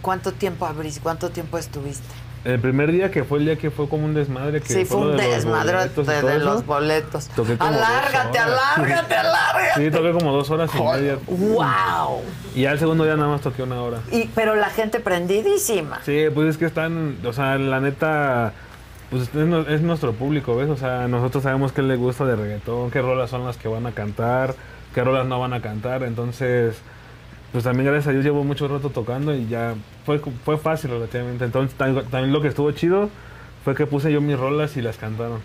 S2: ¿Cuánto tiempo abriste? ¿Cuánto tiempo estuviste?
S3: El primer día que fue el día que fue como un desmadre que
S2: Sí, fue
S3: lo
S2: un
S3: de los
S2: desmadre
S3: boletos y
S2: de,
S3: todo
S2: de
S3: eso.
S2: los boletos.
S3: Toqué como dos
S2: Alárgate,
S3: horas.
S2: alárgate, alárgate.
S3: Sí, toqué como dos horas y media.
S2: ¡Wow!
S3: Y ya el segundo día nada más toqué una hora.
S2: Y, pero la gente prendidísima.
S3: Sí, pues es que están, o sea, la neta, pues es, nu- es nuestro público, ¿ves? O sea, nosotros sabemos qué le gusta de reggaetón, qué rolas son las que van a cantar, qué rolas no van a cantar, entonces, pues también gracias a Dios llevo mucho rato tocando y ya fue, fue fácil relativamente. Entonces, tam- también lo que estuvo chido fue que puse yo mis rolas y las cantaron,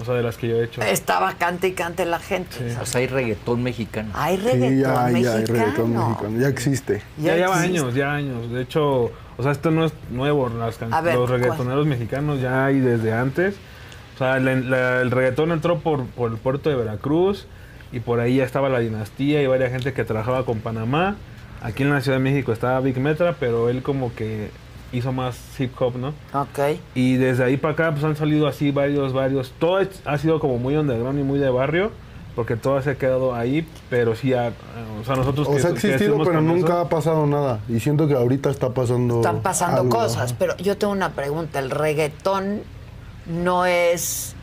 S3: o sea, de las que yo he hecho.
S2: Estaba cante y cante la gente.
S5: O sea, hay reggaetón mexicano.
S2: Hay reggaetón
S1: Sí, ya, ya, hay
S2: mexicano.
S1: reggaetón mexicano. Ya existe.
S3: Ya lleva
S2: existe.
S3: años, ya años. De hecho, o sea, esto no es nuevo. Las can-
S2: A ver,
S3: los
S2: ¿cuál?
S3: reggaetoneros mexicanos ya hay desde antes. O sea, la- la- el reggaetón entró por, por el puerto de Veracruz y por ahí ya estaba la dinastía y varias gente que trabajaba con Panamá. Aquí en la Ciudad de México estaba Big Metra, pero él como que hizo más hip hop, ¿no?
S2: Ok.
S3: Y desde ahí para acá pues han salido así varios, varios. Todo es- ha sido como muy underground y muy de barrio, porque todo se ha quedado ahí, pero sí, ha- o sea, nosotros...
S1: O
S3: Pues que-
S1: sea, ha
S3: que
S1: existido,
S3: estuvimos
S1: pero
S3: con
S1: nunca
S3: eso-
S1: ha pasado nada. Y siento que ahorita está pasando.
S2: Están pasando
S1: algo,
S2: cosas,
S1: ajá.
S2: pero yo tengo una pregunta. El reggaetón no es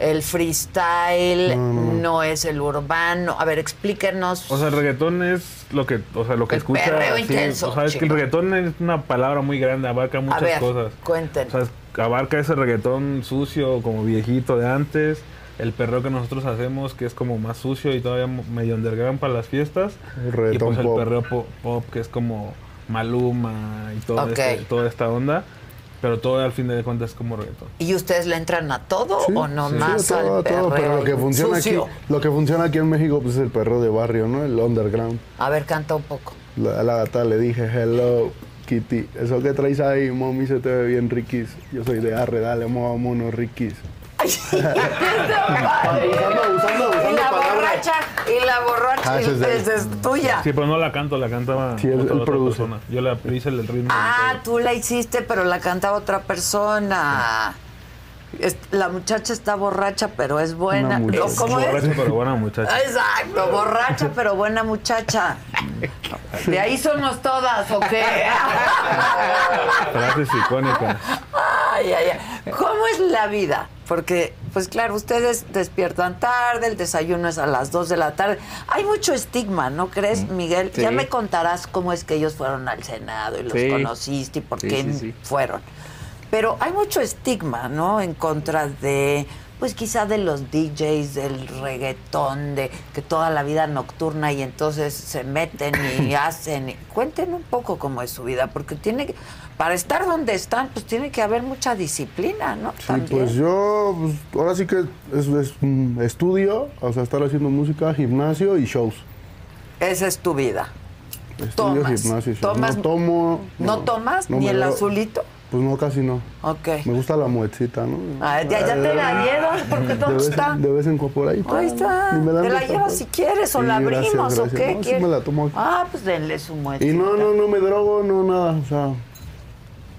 S2: el freestyle, no,
S1: No, no, no.
S2: es el urbano. A ver, explíquenos.
S3: O sea, el reggaetón es lo que, o sea, lo que
S2: El
S3: escucha.
S2: perreo
S3: sí,
S2: intenso,
S3: o sea, es que el
S2: chico.
S3: reggaetón es una palabra muy grande, abarca muchas
S2: ver,
S3: cosas.
S2: cuéntenos.
S3: O sea, es- abarca ese reggaetón sucio, como viejito de antes, el perreo que nosotros hacemos, que es como más sucio y todavía mo- medio underground para las fiestas.
S1: El reggaetón
S3: y pues
S1: pop.
S3: el perreo po- pop, que es como Maluma y todo
S2: Ok.
S3: este- toda esta onda. Pero todo al fin de cuentas es como reggaetón.
S2: ¿Y ustedes le entran a todo
S1: Sí,
S2: o no
S1: sí,
S2: más
S1: todo,
S2: al
S1: todo, pero
S2: perreo
S1: lo que funciona
S2: sucio?
S1: aquí, lo que funciona aquí en México pues, es el perro de barrio, ¿no? El underground.
S2: A ver, canta un poco.
S1: La, la gata le dije, hello, Kitty, eso que traes ahí, mommy, se te ve bien riquis. Yo soy de arre, dale, mono riquis. Usando, usando,
S2: Y
S1: usando
S2: la
S1: palabras.
S2: borracha, y la borracha
S1: Ah, ese es de él.
S2: esa es tuya.
S3: Sí, pero no la canto, la cantaba
S1: Sí, él-
S3: otra,
S1: él
S3: otra
S1: produce.
S3: persona. Yo la yo hice el ritmo. y
S2: Ah,
S3: todo.
S2: tú la hiciste, pero la cantaba otra persona. Es- la muchacha está borracha, pero es buena.
S1: Una muchacha.
S2: ¿O ¿Cómo es?
S3: Borracho, pero buena muchacha.
S2: Exacto, borracha, pero buena muchacha. De ahí somos todas, ¿o qué?
S3: Frases icónicas.
S2: Ay, ay, ay. ¿Cómo es la vida? Porque, pues claro, ustedes despiertan tarde, el desayuno es a las 2 de la tarde. Hay mucho estigma, ¿no crees, Miguel? Ya
S5: Mm. sí.
S2: me contarás cómo es que ellos fueron al Senado y los
S5: Sí.
S2: conociste y por
S5: Sí,
S2: qué
S5: sí, sí.
S2: fueron. Pero hay mucho estigma, ¿no? En contra de, pues quizá de los DJs, del reggaetón, de que toda la vida nocturna y entonces se meten y hacen. y- Cuenten un poco cómo es su vida, porque tiene que, para estar donde están, pues tiene que haber mucha disciplina, ¿no?
S1: Sí,
S2: También.
S1: pues yo, pues, ahora sí que es, es, mm, estudio, o sea, estar haciendo música, gimnasio y shows.
S2: Esa es tu vida.
S1: Estudio,
S2: Tomas.
S1: gimnasio y shows.
S2: Tomas-
S1: no tomo.
S2: ¿No, tomas
S1: no
S2: ni
S1: me
S2: el
S1: veo-
S2: azulito?
S1: Pues no, casi no.
S2: Ok.
S1: Me gusta la muetcita, ¿no? Eh,
S2: Ah, ya, ya te la dieron, porque
S1: de
S2: ¿dónde
S1: vez,
S2: está?
S1: de vez en cuando por ahí.
S2: Ahí está.
S1: Ni me dan
S2: Te la
S1: de
S2: llevas
S1: tapar.
S2: si quieres o
S1: Sí,
S2: la abrimos
S1: gracias,
S2: o
S1: gracias.
S2: qué.
S1: No, sí
S2: quieres?
S1: me la tomo aquí.
S2: Ah, pues denle su muerte.
S1: Y no, no, no me drogo, no nada. O sea,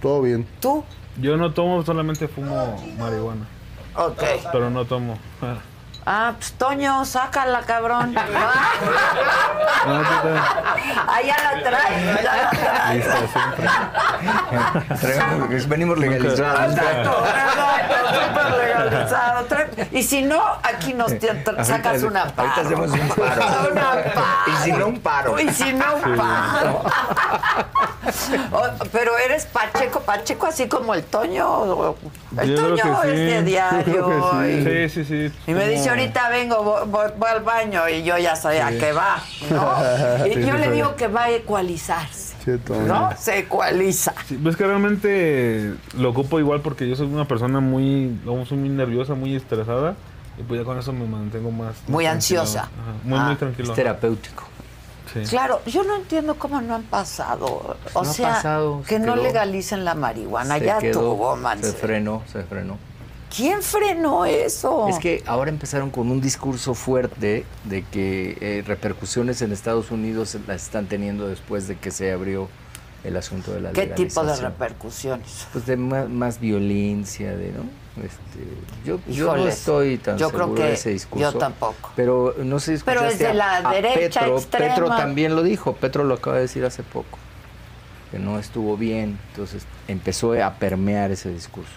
S1: todo bien.
S2: Tú,
S3: Yo no tomo, solamente fumo marihuana.
S2: ok.
S3: Pero no tomo.
S2: Ah, pues Toño, sácala, cabrón. Allá Ah, la trae. ya la trae.
S3: Listo, siempre.
S5: Traemos- Venimos legalizados.
S2: Exacto, exacto, súper legalizado. Trae- Y si no, aquí nos te- te- sacas
S5: Ahorita-
S2: un amparo.
S5: ahorita hacemos un paro.
S2: Un amparo.
S5: Y si no, un paro.
S2: Y si no, un paro. O- Pero eres Pacheco, Pacheco así como el Toño. o- El
S3: Yo creo
S2: Toño
S3: que
S2: es
S3: sí.
S2: de
S1: Yo creo
S2: diario.
S1: que
S2: y-
S3: Sí, sí, sí.
S2: y me dice,
S3: Como-
S2: ahorita vengo, vo- vo- voy, al baño y yo ya sé a qué va. ¿no? Y
S1: Sí,
S2: yo
S1: sí,
S2: le
S1: sí.
S2: digo que va a ecualizarse.
S1: Sí, Toño.
S2: ¿No? Se ecualiza.
S3: Sí, pues que realmente lo ocupo igual porque yo soy una persona muy, vamos, muy nerviosa, muy estresada. Y pues ya con eso me mantengo más. más
S2: Muy
S3: tranquilo.
S2: ansiosa.
S3: Ajá, Muy,
S2: Ah,
S3: muy tranquilo.
S5: Es terapéutico.
S3: Sí.
S2: Claro, yo no entiendo cómo no han pasado. O
S5: No ha
S2: sea,
S5: pasado,
S2: que
S5: se
S2: no
S5: quedó.
S2: legalicen la marihuana.
S5: Se
S2: ya
S5: quedó,
S2: tuvo, man.
S5: Se frenó, se frenó.
S2: ¿Quién frenó eso?
S5: Es que ahora empezaron con un discurso fuerte de que eh, repercusiones en Estados Unidos las están teniendo después de que se abrió el asunto de la
S2: ¿Qué tipo de
S5: legalización.
S2: repercusiones?
S5: Pues de más, más violencia, de no. Este, yo, yo no
S2: Híjoles,
S5: estoy tan
S2: yo creo
S5: seguro
S2: que
S5: de ese discurso.
S2: yo tampoco.
S5: Pero no sé si
S2: Pero es
S5: escuchaste
S2: de la derecha
S5: Petro.
S2: extrema.
S5: Petro también lo dijo. Petro lo acaba de decir hace poco. Que no estuvo bien. Entonces empezó a permear ese discurso.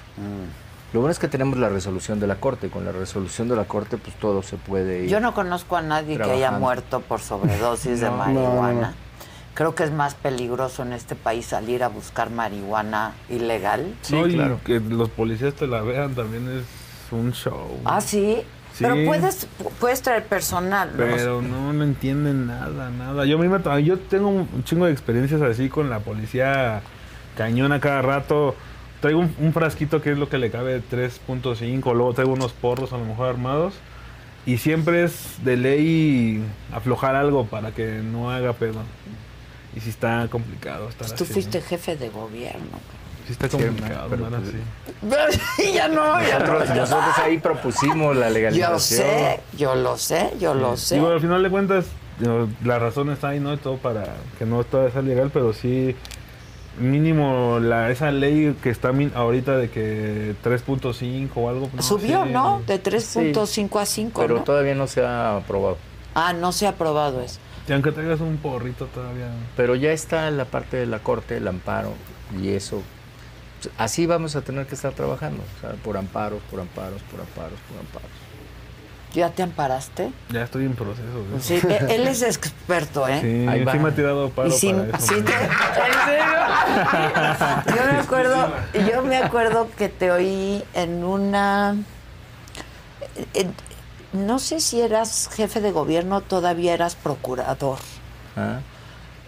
S5: Lo bueno es que tenemos la resolución de la Corte. y Con la resolución de la Corte, pues todo se puede ir.
S2: Yo no conozco a nadie que haya
S5: Trabajando.
S2: muerto por sobredosis de
S5: No.
S2: marihuana.
S1: No, no, no.
S2: Creo que es más peligroso en este país salir a buscar marihuana ilegal.
S3: No, y
S5: claro.
S3: que los policías te la vean también es un show.
S2: Ah, sí.
S3: Sí.
S2: Pero puedes, pu- puedes traer personal. ¿no?
S3: Pero no, no entienden nada, nada. Yo misma ta- yo tengo un chingo de experiencias así con la policía cañona cada rato. Traigo un, un frasquito que es lo que le cabe 3.5, luego traigo unos porros a lo mejor armados. Y siempre es de ley aflojar algo para que no haga pedo. Y si está complicado estar
S2: Pues tú
S3: así,
S2: fuiste
S3: ¿no?
S2: jefe de gobierno.
S3: Sí está complicado,
S5: pero
S3: andar
S5: pues-
S3: así.
S2: ya no, ya no.
S5: Nosotros, nosotros ahí propusimos la legalización.
S2: Yo sé, yo lo sé, yo lo sé.
S3: Eh, Digo, al final de cuentas, digo, la razón está ahí, ¿no? Todo para que no todo sea legal, pero sí, mínimo, la, esa ley que está min- ahorita de que 3.5 o algo. pues, no,
S2: Subió,
S3: sí.
S2: ¿no? De 3.5 a 5.
S5: Pero
S2: ¿no?
S5: todavía no se ha aprobado.
S2: Ah, no se ha aprobado eso.
S3: Y aunque traigas un porrito todavía.
S5: Pero ya está la parte de la corte, el amparo y eso. Pues, Así vamos a tener que estar trabajando, o sea, por amparos, por amparos, por amparos, por amparos.
S2: ¿Ya te amparaste?
S3: Ya estoy en proceso. de eso.
S2: Sí, e- él es experto, ¿eh?
S3: Pues Sí,
S5: Ahí
S3: sí
S5: va.
S3: me ha tirado paro
S2: Y sí,
S3: para eso.
S2: sí
S3: ¿no?
S2: te- ¿En serio? Yo me acuerdo, yo me acuerdo que te oí en una en- no sé si eras jefe de gobierno o todavía eras procurador
S5: Ah,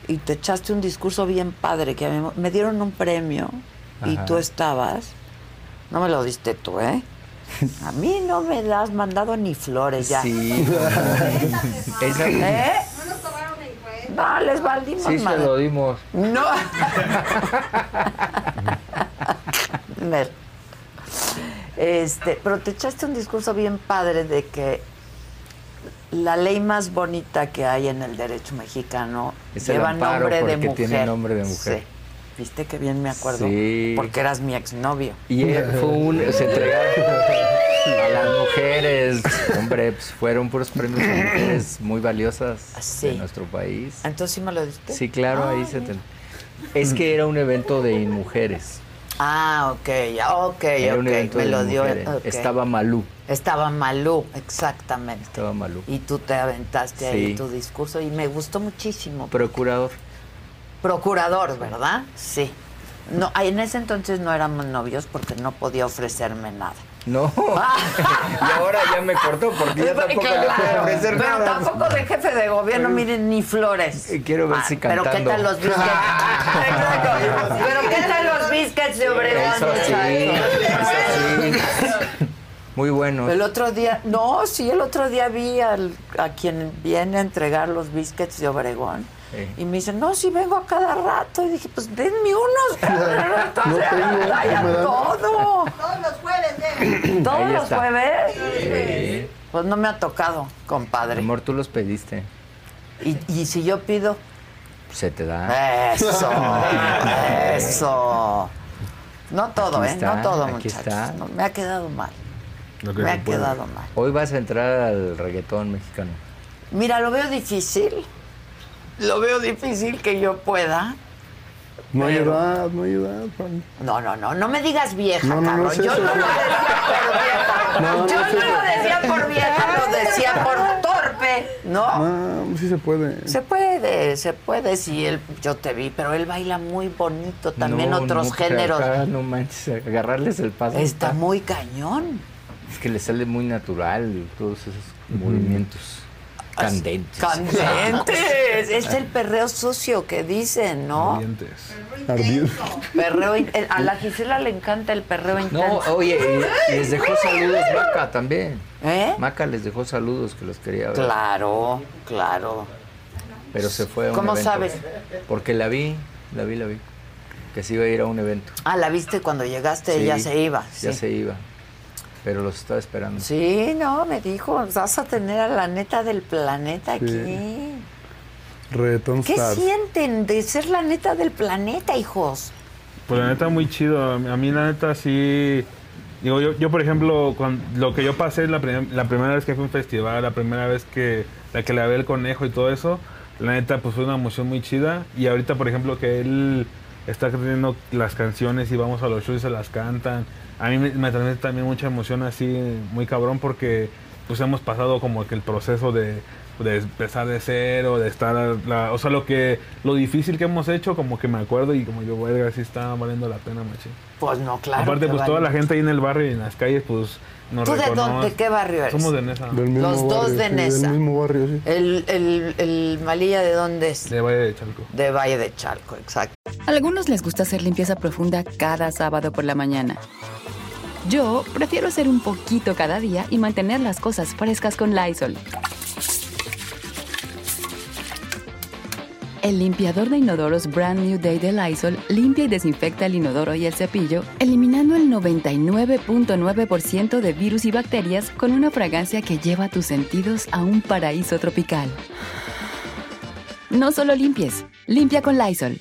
S2: y te echaste un discurso bien padre que a mí me dieron un premio y
S5: Ajá.
S2: tú estabas no me lo diste tú, ¿eh? A mí no me has mandado ni flores ya.
S5: Sí. Esa-
S2: ¿Eh?
S9: No nos tomaron en cuenta.
S2: No, les valdimos
S5: sí se
S2: madre.
S5: lo dimos.
S2: No. Mer. Este, pero te echaste un discurso bien padre de que la ley más bonita que hay en el derecho mexicano
S5: Es el
S2: lleva
S5: amparo
S2: nombre de
S5: porque
S2: mujer.
S5: tiene nombre de mujer.
S2: Sí. ¿Viste que bien me acuerdo?
S5: Sí.
S2: Porque eras mi exnovio.
S5: Y eh, fue un, se entregaron a las mujeres. Hombre, pues fueron puros premios a mujeres muy valiosas
S2: Ah, Sí. ¿Ah,
S5: de nuestro país.
S2: Entonces sí me lo diste.
S5: Sí, claro, ahí se te- Es que era un evento de mujeres.
S2: Ah, ok, ya, ok,
S5: Era
S2: ok.
S5: un evento
S2: Me
S5: de
S2: lo dio.
S5: mujeres.
S2: ok.
S5: Estaba Malú.
S2: Estaba Malú, exactamente.
S5: Estaba Malú.
S2: Y tú te aventaste ahí
S5: Sí.
S2: tu discurso y me gustó muchísimo.
S5: Procurador.
S2: Procurador, ¿verdad? Sí. No, en ese entonces no éramos novios porque no podía ofrecerme nada.
S5: No. y ahora ya me cortó porque ya tampoco le puedo
S2: Claro,
S5: ofrecer
S2: pero
S5: nada.
S2: tampoco de jefe de gobierno, miren, ni flores. Ah,
S5: Eh, quiero ver si
S2: Pero ¿qué
S5: cantando.
S2: tal los biscuits? Exacto. Pero ¿qué tal los biscuits de Obregón?
S5: Eso sí,
S2: muchachos?
S5: eso sí. Muy bueno.
S2: El otro día, no, sí, el otro día vi al- a quien viene a entregar los biscuits de Obregón.
S5: Sí.
S2: Y me dice, no, si vengo a cada rato. Y dije, pues denme unos. cabrón,
S1: No
S2: entonces,
S1: tengo, no
S2: traigan
S1: me dan.
S2: todo.
S9: Todos los jueves, ¿eh?
S2: Todos
S5: Ahí
S2: los
S5: está.
S2: jueves.
S5: Sí.
S2: Pues no me ha tocado, compadre.
S5: Amor, tú los pediste.
S2: Y, y si yo pido,
S5: Se te
S2: Ah,
S5: da.
S2: eso, eso. No todo,
S5: Aquí
S2: ¿eh?
S5: está,
S2: no todo,
S5: aquí
S2: muchachos.
S5: está.
S2: No, me ha quedado mal.
S3: Lo que
S2: Me
S3: se
S2: ha
S3: puede.
S2: quedado mal.
S5: Hoy vas a entrar al reggaetón mexicano.
S2: Mira, lo veo difícil. Lo veo difícil que yo pueda.
S1: No hay
S2: Pero-
S1: edad, no hay edad. Juan.
S2: No, no, no, no me digas vieja,
S1: No, no, no
S2: cabrón.
S1: es
S2: yo
S1: eso,
S2: no lo
S1: no.
S2: decía por vieja.
S1: No, no
S2: yo
S1: es
S2: no
S1: eso.
S2: lo decía por vieja, lo decía por torpe, ¿no?
S1: Ah, sí se puede.
S2: Se puede, se puede, sí, él, yo te vi, pero él baila muy bonito, también
S5: No,
S2: otros
S5: no,
S2: géneros.
S5: acá, no manches, agarrarles el paso.
S2: Está muy cañón.
S5: Es que le sale muy natural todos esos movimientos candentes.
S2: Candentes. Es el perreo sucio que dicen, ¿no?
S3: Dientes.
S1: Ardido.
S2: Perreo in- el- a la Gisela le encanta el perreo
S5: No,
S2: intenso.
S5: oye, y les dejó saludos Maca también.
S2: ¿Eh?
S5: Maca les dejó saludos que los quería ver.
S2: Claro, claro.
S5: Pero se fue a un
S2: ¿Cómo
S5: evento.
S2: sabes?
S5: Porque la vi, la vi, la vi. Que se iba a ir a un evento.
S2: Ah, la viste cuando llegaste,
S5: Sí,
S2: ella se iba.
S5: Ya
S2: sí.
S5: se iba. Pero los estaba esperando.
S2: Sí, no, me dijo, vas a tener a la neta del planeta aquí.
S1: Reggaeton
S2: ¿Qué
S1: Stars.
S2: sienten de ser la neta del planeta, hijos?
S3: Pues la neta, muy chido. A mí, la neta, sí. Digo, yo, yo, por ejemplo, cuando, lo que yo pasé la, prim- la primera vez que fui a un festival, la primera vez que la que la ve el conejo y todo eso, la neta, pues fue una emoción muy chida. Y ahorita, por ejemplo, que él está teniendo las canciones y vamos a los shows y se las cantan. A mí me, me transmite también mucha emoción así, muy cabrón, porque pues hemos pasado como que el proceso de, de empezar de cero, de estar, a la- o sea, lo que, lo difícil que hemos hecho, como que me acuerdo y como yo, verga, sí está valiendo la pena, machín.
S2: Pues no, claro.
S3: Aparte,
S2: que
S3: pues toda
S2: vale.
S3: la gente ahí en el barrio y en las calles, pues nos
S2: ¿Tú de
S3: reconoce.
S2: dónde? ¿De qué barrio eres?
S3: Somos de Nesa,
S1: Del mismo
S2: Los dos
S1: barrio,
S2: de
S1: sí,
S2: Nesa.
S1: Del mismo barrio, sí.
S2: El, el, el Malilla, ¿de dónde es?
S3: de Valle de Chalco.
S2: De Valle de Chalco, exacto.
S8: Algunos les gusta hacer limpieza profunda cada sábado por la mañana. Yo prefiero hacer un poquito cada día y mantener las cosas frescas con Lysol. El limpiador de inodoros Brand New Day de Lysol limpia y desinfecta el inodoro y el cepillo, eliminando el 99.9% de virus y bacterias con una fragancia que lleva tus sentidos a un paraíso tropical. No solo limpies, limpia con Lysol.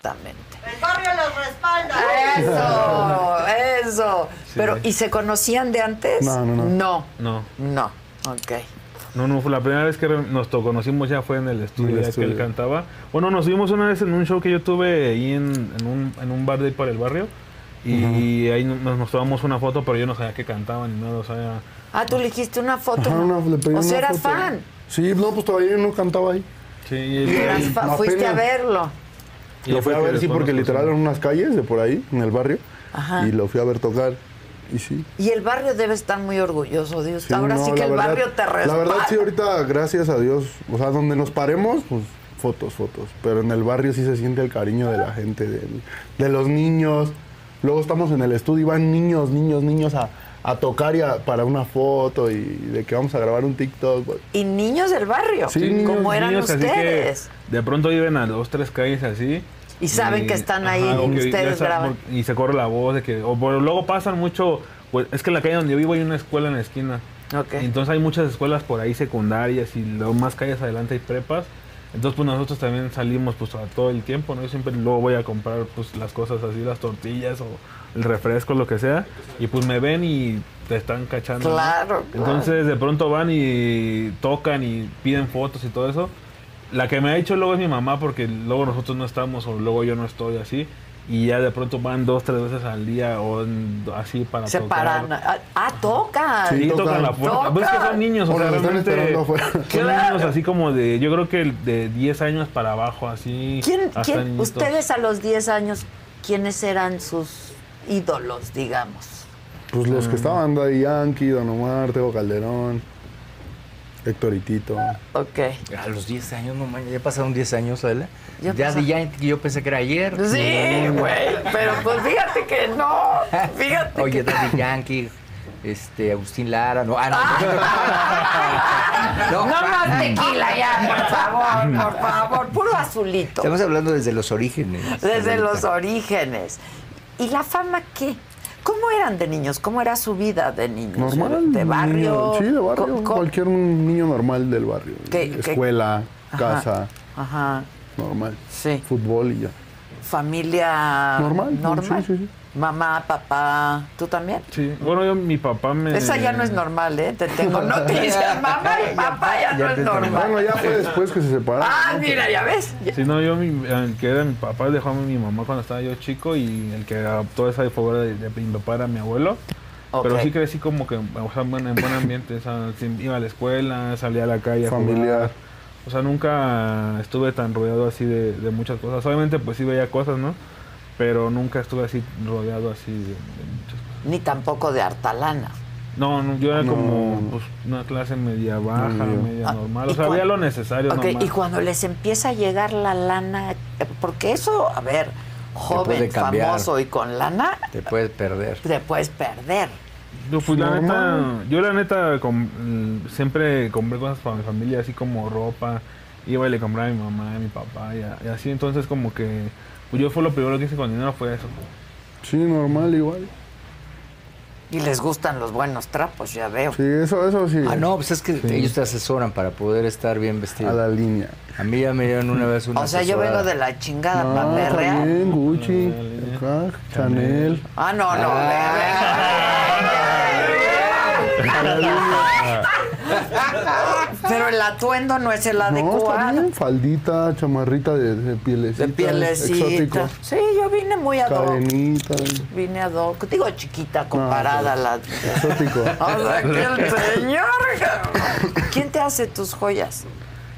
S2: Exactamente.
S9: El barrio los respalda.
S2: Eso, eso.
S3: Sí.
S2: Pero, ¿y se conocían de antes?
S1: No, no, no.
S2: No,
S3: No,
S2: no. Ok.
S3: no, no, fue la primera vez que re- nos to- conocimos ya fue en el estudio,
S1: En el
S3: ya que
S1: estudio.
S3: él cantaba. Bueno, nos vimos una vez en un show que yo tuve ahí en, en un, en un bar de ahí para el barrio. Y ahí nos, nos tomamos una foto, pero yo no sabía que cantaban ni nada, o sea...
S2: Ah, tú le dijiste una foto.
S1: Ajá,
S2: ¿no?
S1: una- le pedí
S2: o sea,
S1: una
S2: eras
S1: foto.
S2: fan.
S1: Sí, no, pues todavía yo no cantaba ahí.
S3: Sí, y-
S2: Eras
S3: y-
S2: fa-
S1: no,
S2: fuiste a
S1: apenas.
S2: verlo.
S3: y
S1: lo fui a
S3: fue que
S1: ver, sí,
S3: después
S1: porque
S3: nos
S1: literal en
S3: conocimos.
S1: unas calles de por ahí, en el barrio.
S2: Ajá.
S1: Y lo fui a ver tocar. Y sí.
S2: Y el barrio debe estar muy orgulloso de usted.
S1: sí,
S2: Ahora
S1: no,
S2: sí que
S1: la
S2: el
S1: verdad-
S2: barrio te respalda.
S1: La verdad, sí, ahorita, gracias a Dios. O sea, donde nos paremos, pues fotos, fotos. Pero en el barrio sí se siente el cariño de la gente, del- de, los niños. Luego estamos en el estudio y van niños, niños, niños a, a tocar y a- para una foto y de que vamos a grabar un TikTok. pues.
S2: Y niños del barrio,
S1: Sí, niños,
S2: como eran
S3: Niños, así que
S2: ustedes.
S3: de pronto viven a dos, tres calles así.
S2: Y saben que están ahí,
S3: o que
S2: ustedes
S3: sa-
S2: graban.
S3: por- Y se corre la voz de que. O, por- luego pasan mucho. pues, es que en la calle donde yo vivo hay una escuela en la esquina.
S2: Ok.
S3: Entonces hay muchas escuelas por ahí secundarias y luego más calles adelante hay prepas. Entonces pues nosotros también salimos pues a todo el tiempo, ¿no? Yo siempre luego voy a comprar pues las cosas así, las tortillas o el refresco, lo que sea. Y pues me ven y te están cachando. ¿no?
S2: Claro, claro.
S3: Entonces de pronto van y tocan y piden fotos y todo eso. La que me ha hecho luego es mi mamá porque luego nosotros no estamos o luego yo no estoy así. Y ya de pronto van dos, tres veces al día o en- así para
S2: Se
S3: tocar.
S2: paran. Ah, ah, tocan.
S3: Sí,
S1: Sí,
S3: tocan,
S1: tocan.
S3: la puerta. Pues es que son niños, o
S1: O
S3: sea,
S1: los están
S3: realmente
S1: esperando afuera.
S3: son niños así como de, yo creo que de 10 años para abajo, así.
S2: ¿Quién,
S3: hasta
S2: quién-
S3: niñitos.
S2: ustedes a los 10 años, ¿quiénes eran sus ídolos, digamos? Mm.
S1: Pues los que estaban, Daddy Yankee, Don Omar, Tego Calderón. Héctor y Tito.
S2: Ok.
S5: A los 10 años, no manches, ya pasaron 10 años, Adela.
S2: Ya
S5: Ya,
S2: pasaron.
S5: ya yo pensé que era ayer.
S2: Sí, güey. Pero pues fíjate que no. Fíjate
S5: Oye,
S2: que.
S5: Daddy Yankee, este, Agustín Lara, no, ah, no.
S2: No más
S5: ah,
S2: tequila ya, por favor, por favor. Puro azulito.
S5: Estamos hablando desde los orígenes.
S2: Desde
S5: Adelita.
S2: los orígenes. ¿Y la fama qué? ¿Cómo eran de niños? ¿Cómo era su vida de niños?
S1: Normal.
S2: ¿De
S1: niño-
S2: barrio?
S1: Sí, de
S2: Co-
S1: barrio.
S2: co-
S1: Cualquier un niño normal del barrio.
S2: ¿Qué- qué-
S1: Escuela,
S2: Ajá.
S1: casa,
S2: Ajá,
S1: normal.
S2: sí.
S1: Fútbol y ya.
S2: Familia
S1: Normal,
S2: normal.
S1: sí, sí,
S2: Mamá, papá, ¿tú también?
S3: Sí. Bueno, yo, mi papá
S1: Eh.
S3: me.
S2: Esa ya no es normal, ¿eh? Te tengo noticias. Mamá y papá ya no es
S1: Bueno,
S2: normal.
S1: ya fue después que se separaron.
S2: Ah,
S1: ¿no?
S2: mira, ya ves. Ya-
S3: Sí, no, yo, mi- el que era mi papá, dejó a mi mamá cuando estaba yo chico y el que adoptó esa figura de, de mi papá era mi abuelo.
S2: Ok.
S3: Pero sí crecí como que o sea, en buen en buen ambiente, o sea, sí, iba a la escuela, salía a la calle. a jugar.
S1: Familiar.
S3: O sea, nunca estuve tan rodeado así de, de muchas cosas. Obviamente, pues sí veía cosas, ¿no? Pero nunca estuve así rodeado así de, de muchas cosas.
S2: Ni tampoco de Artalana.
S3: No, no, yo era
S1: No.
S3: como pues, una clase media baja,
S1: No.
S3: media
S2: Ah,
S3: normal.
S2: ¿y
S3: O sea,
S2: cuál?
S3: había lo necesario.
S2: Ok,
S3: nomás.
S2: y cuando les empieza a llegar la lana, eh, porque eso, a ver,
S5: puede
S2: joven,
S5: cambiar.
S2: famoso y con lana,
S5: Te puedes perder.
S2: te puedes perder.
S3: Yo fui la
S1: Normal.
S3: neta, yo la neta com- mm, siempre compré cosas para mi familia, así como ropa, iba y le compraba a mi mamá, a mi papá y, a- y así, entonces como que pues, yo fue lo primero que hice con dinero fue eso.
S1: Sí, normal igual.
S2: Y les gustan los buenos trapos, ya veo.
S1: Sí, eso, eso sí.
S5: Ah, no, pues es que ellos te asesoran para poder estar bien
S1: A
S5: vestido.
S1: la línea.
S5: A mí ya me dieron una vez una
S2: o sea, yo vengo
S5: asesorada.
S2: de la chingada
S1: No,
S2: para perrear.
S1: también Gucci,
S3: La línea.
S1: acá, Chanel.
S2: Ah, no, no. ve, ve, ve. Pero el atuendo no es el
S1: No, está
S2: adecuado.
S1: bien. Faldita, chamarrita de, de pielecita.
S2: De pielecita.
S1: Exótico.
S2: Sí, yo vine muy ad hoc.
S1: Cadenita.
S2: Vine ad hoc. Digo chiquita comparada a la...
S1: Exótico.
S2: O sea, que el señor... cabrón. ¿Quién te hace tus joyas?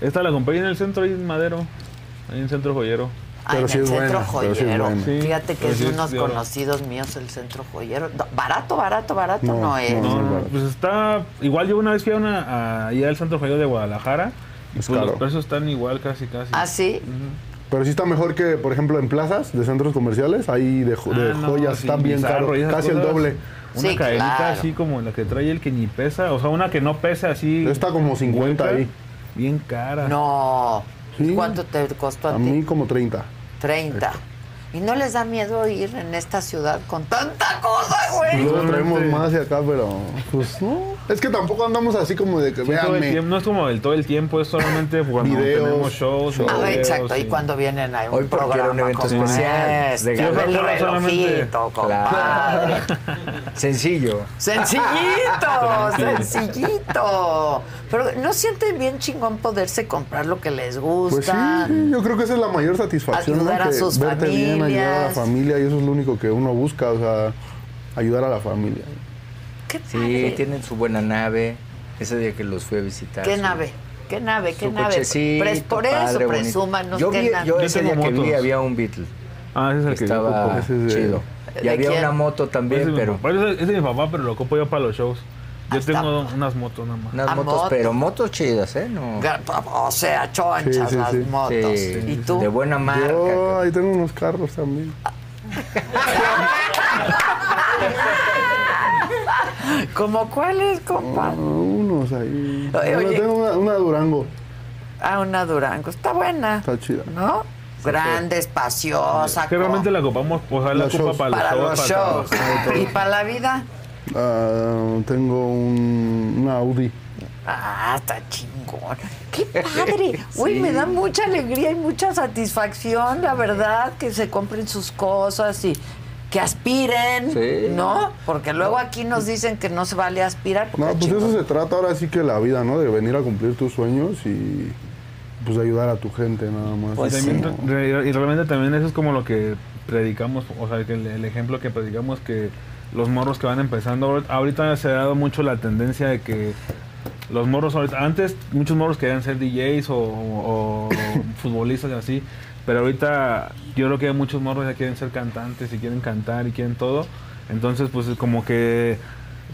S3: Esta la compré ahí en el centro, ahí en Madero, ahí en el centro joyero.
S2: Ah,
S1: Pero
S2: en
S1: sí
S2: el
S1: es
S2: centro
S1: buena, pero sí es
S2: joyero.
S1: buena.
S3: Sí,
S2: Fíjate que
S3: pero
S2: es
S3: sí es
S2: unos
S3: de oro.
S2: conocidos míos el centro joyero. No, Barato, barato, barato no,
S1: No,
S2: es.
S1: no.
S3: No,
S1: muy
S3: no,
S1: barato.
S3: pues está, igual yo una vez fui a una, a- allá al centro joyero de Guadalajara y
S1: Es
S3: pues los
S1: caro.
S3: precios están igual casi casi.
S2: ¿Ah, sí?
S1: Pero sí está mejor que, por ejemplo, en plazas de centros comerciales. Ahí de, jo- de
S3: Ah, no,
S1: joyas
S3: sí,
S1: está bien
S3: bizarro,
S1: caro.
S3: y esas
S1: Casi el
S3: cosas.
S1: doble.
S3: Una
S2: Sí,
S3: cadenita
S2: claro.
S3: así como la que trae el que ni pesa, o sea, una que no pesa así.
S1: Está como 50 ahí.
S3: Bien cara.
S2: No.
S1: Sí.
S2: ¿Cuánto te costó a,
S1: A
S2: ti?
S1: mí como 30.
S2: 30. ¿Y no les da miedo ir en esta ciudad con tanta cosa, güey?
S1: Luego
S3: Seguramente.
S1: traemos más de acá, pero pues no. Es que tampoco andamos así como de que
S3: Sí, todo el tiempo-
S1: véanme.
S3: no es como el todo el tiempo, es solamente cuando
S1: Videos,
S3: tenemos shows.
S1: shows.
S2: Ah,
S3: videos,
S2: exacto.
S3: sí.
S2: Y cuando vienen a un
S5: Hoy porque
S2: programa
S5: era un evento
S2: como
S5: especial,
S2: este,
S5: de gala.
S2: el
S3: Yo creo que
S2: relojito,
S3: solamente-
S2: compadre.
S5: Sencillo.
S2: Ah, Sencillito, sencillito. Pero ¿no sienten bien chingón poderse comprar lo que les
S1: Pues sí,
S2: gusta?
S1: sí, yo creo que esa es la mayor satisfacción. ¿no?
S2: Ayudar a
S1: Que
S2: sus
S1: verte bien, ayudar a la
S2: familias.
S1: familia, y eso es lo único que uno busca, o sea, ayudar a la familia.
S2: ¿Qué
S5: Sí,
S2: padre.
S5: tienen su buena nave. Ese día que los fui a visitar.
S2: ¿Qué
S5: su-
S2: nave? ¿Qué nave? ¿Qué
S5: su
S2: nave?
S5: cochecito,
S2: Pres- por eso,
S5: padre, bonito.
S2: presúmanos
S5: Yo,
S2: qué
S5: vi,
S2: nave.
S5: yo
S3: Yo
S5: ese
S3: tengo
S5: día que vi
S3: motos.
S5: había un Beatle.
S3: Ah, ese es el que yo ocupo.
S5: Estaba
S1: ese es de-
S5: chido. Y
S2: ¿De
S5: había
S2: quién?
S5: una moto
S3: Ese es,
S5: también,
S3: mi
S5: pero
S3: papá, ese- ese es mi papá, pero lo ocupo yo para los shows. Yo
S2: Hasta-
S3: tengo unas motos nada más.
S5: unas
S2: Ah,
S5: motos,
S2: moto.
S5: pero motos chidas, ¿eh? No.
S2: Ga- O sea, chonchas
S1: Sí, sí,
S2: las
S1: sí.
S2: motos.
S5: Sí,
S2: ¿Y tú?
S5: De buena marca.
S1: Yo
S5: cabrón.
S1: ahí tengo unos carros también.
S2: ¿Cómo cuáles, compadre?
S1: Ah, unos ahí.
S2: Oye,
S1: Bueno,
S2: oye.
S1: tengo una, una Durango,
S2: Ah, una Durango. Está buena.
S1: está chida.
S2: ¿No? Grande, espaciosa.
S3: que realmente
S2: con-
S3: la ocupamos, o sea, la
S1: Los
S3: ocupa
S1: shows.
S3: para los
S2: para
S3: shows.
S2: los
S3: para
S2: shows.
S3: trabajar y todo.
S2: ¿Y para la vida?
S1: Ah, tengo un, una Audi.
S2: Ah, está chingón. ¡Qué padre! Uy, me da mucha alegría y mucha satisfacción, la verdad, que se compren sus cosas y que aspiren,
S5: Sí.
S2: ¿no? Porque luego aquí nos dicen que no se vale aspirar.
S1: No,
S2: Porque
S1: pues de
S2: chingón.
S1: eso se trata ahora sí que la vida, ¿no? De venir a cumplir tus sueños y pues ayudar a tu gente nada más.
S2: Pues
S3: Y,
S1: Así
S3: también,
S1: como-
S3: re- y realmente también eso es como lo que predicamos, o sea, que el, el ejemplo que predicamos que los morros que van empezando, ahor- ahorita se ha dado mucho la tendencia de que los morros, ahorita- antes muchos morros querían ser DJs o, o futbolistas y así, pero ahorita yo creo que muchos morros ya quieren ser cantantes y quieren cantar y quieren todo, entonces pues es como que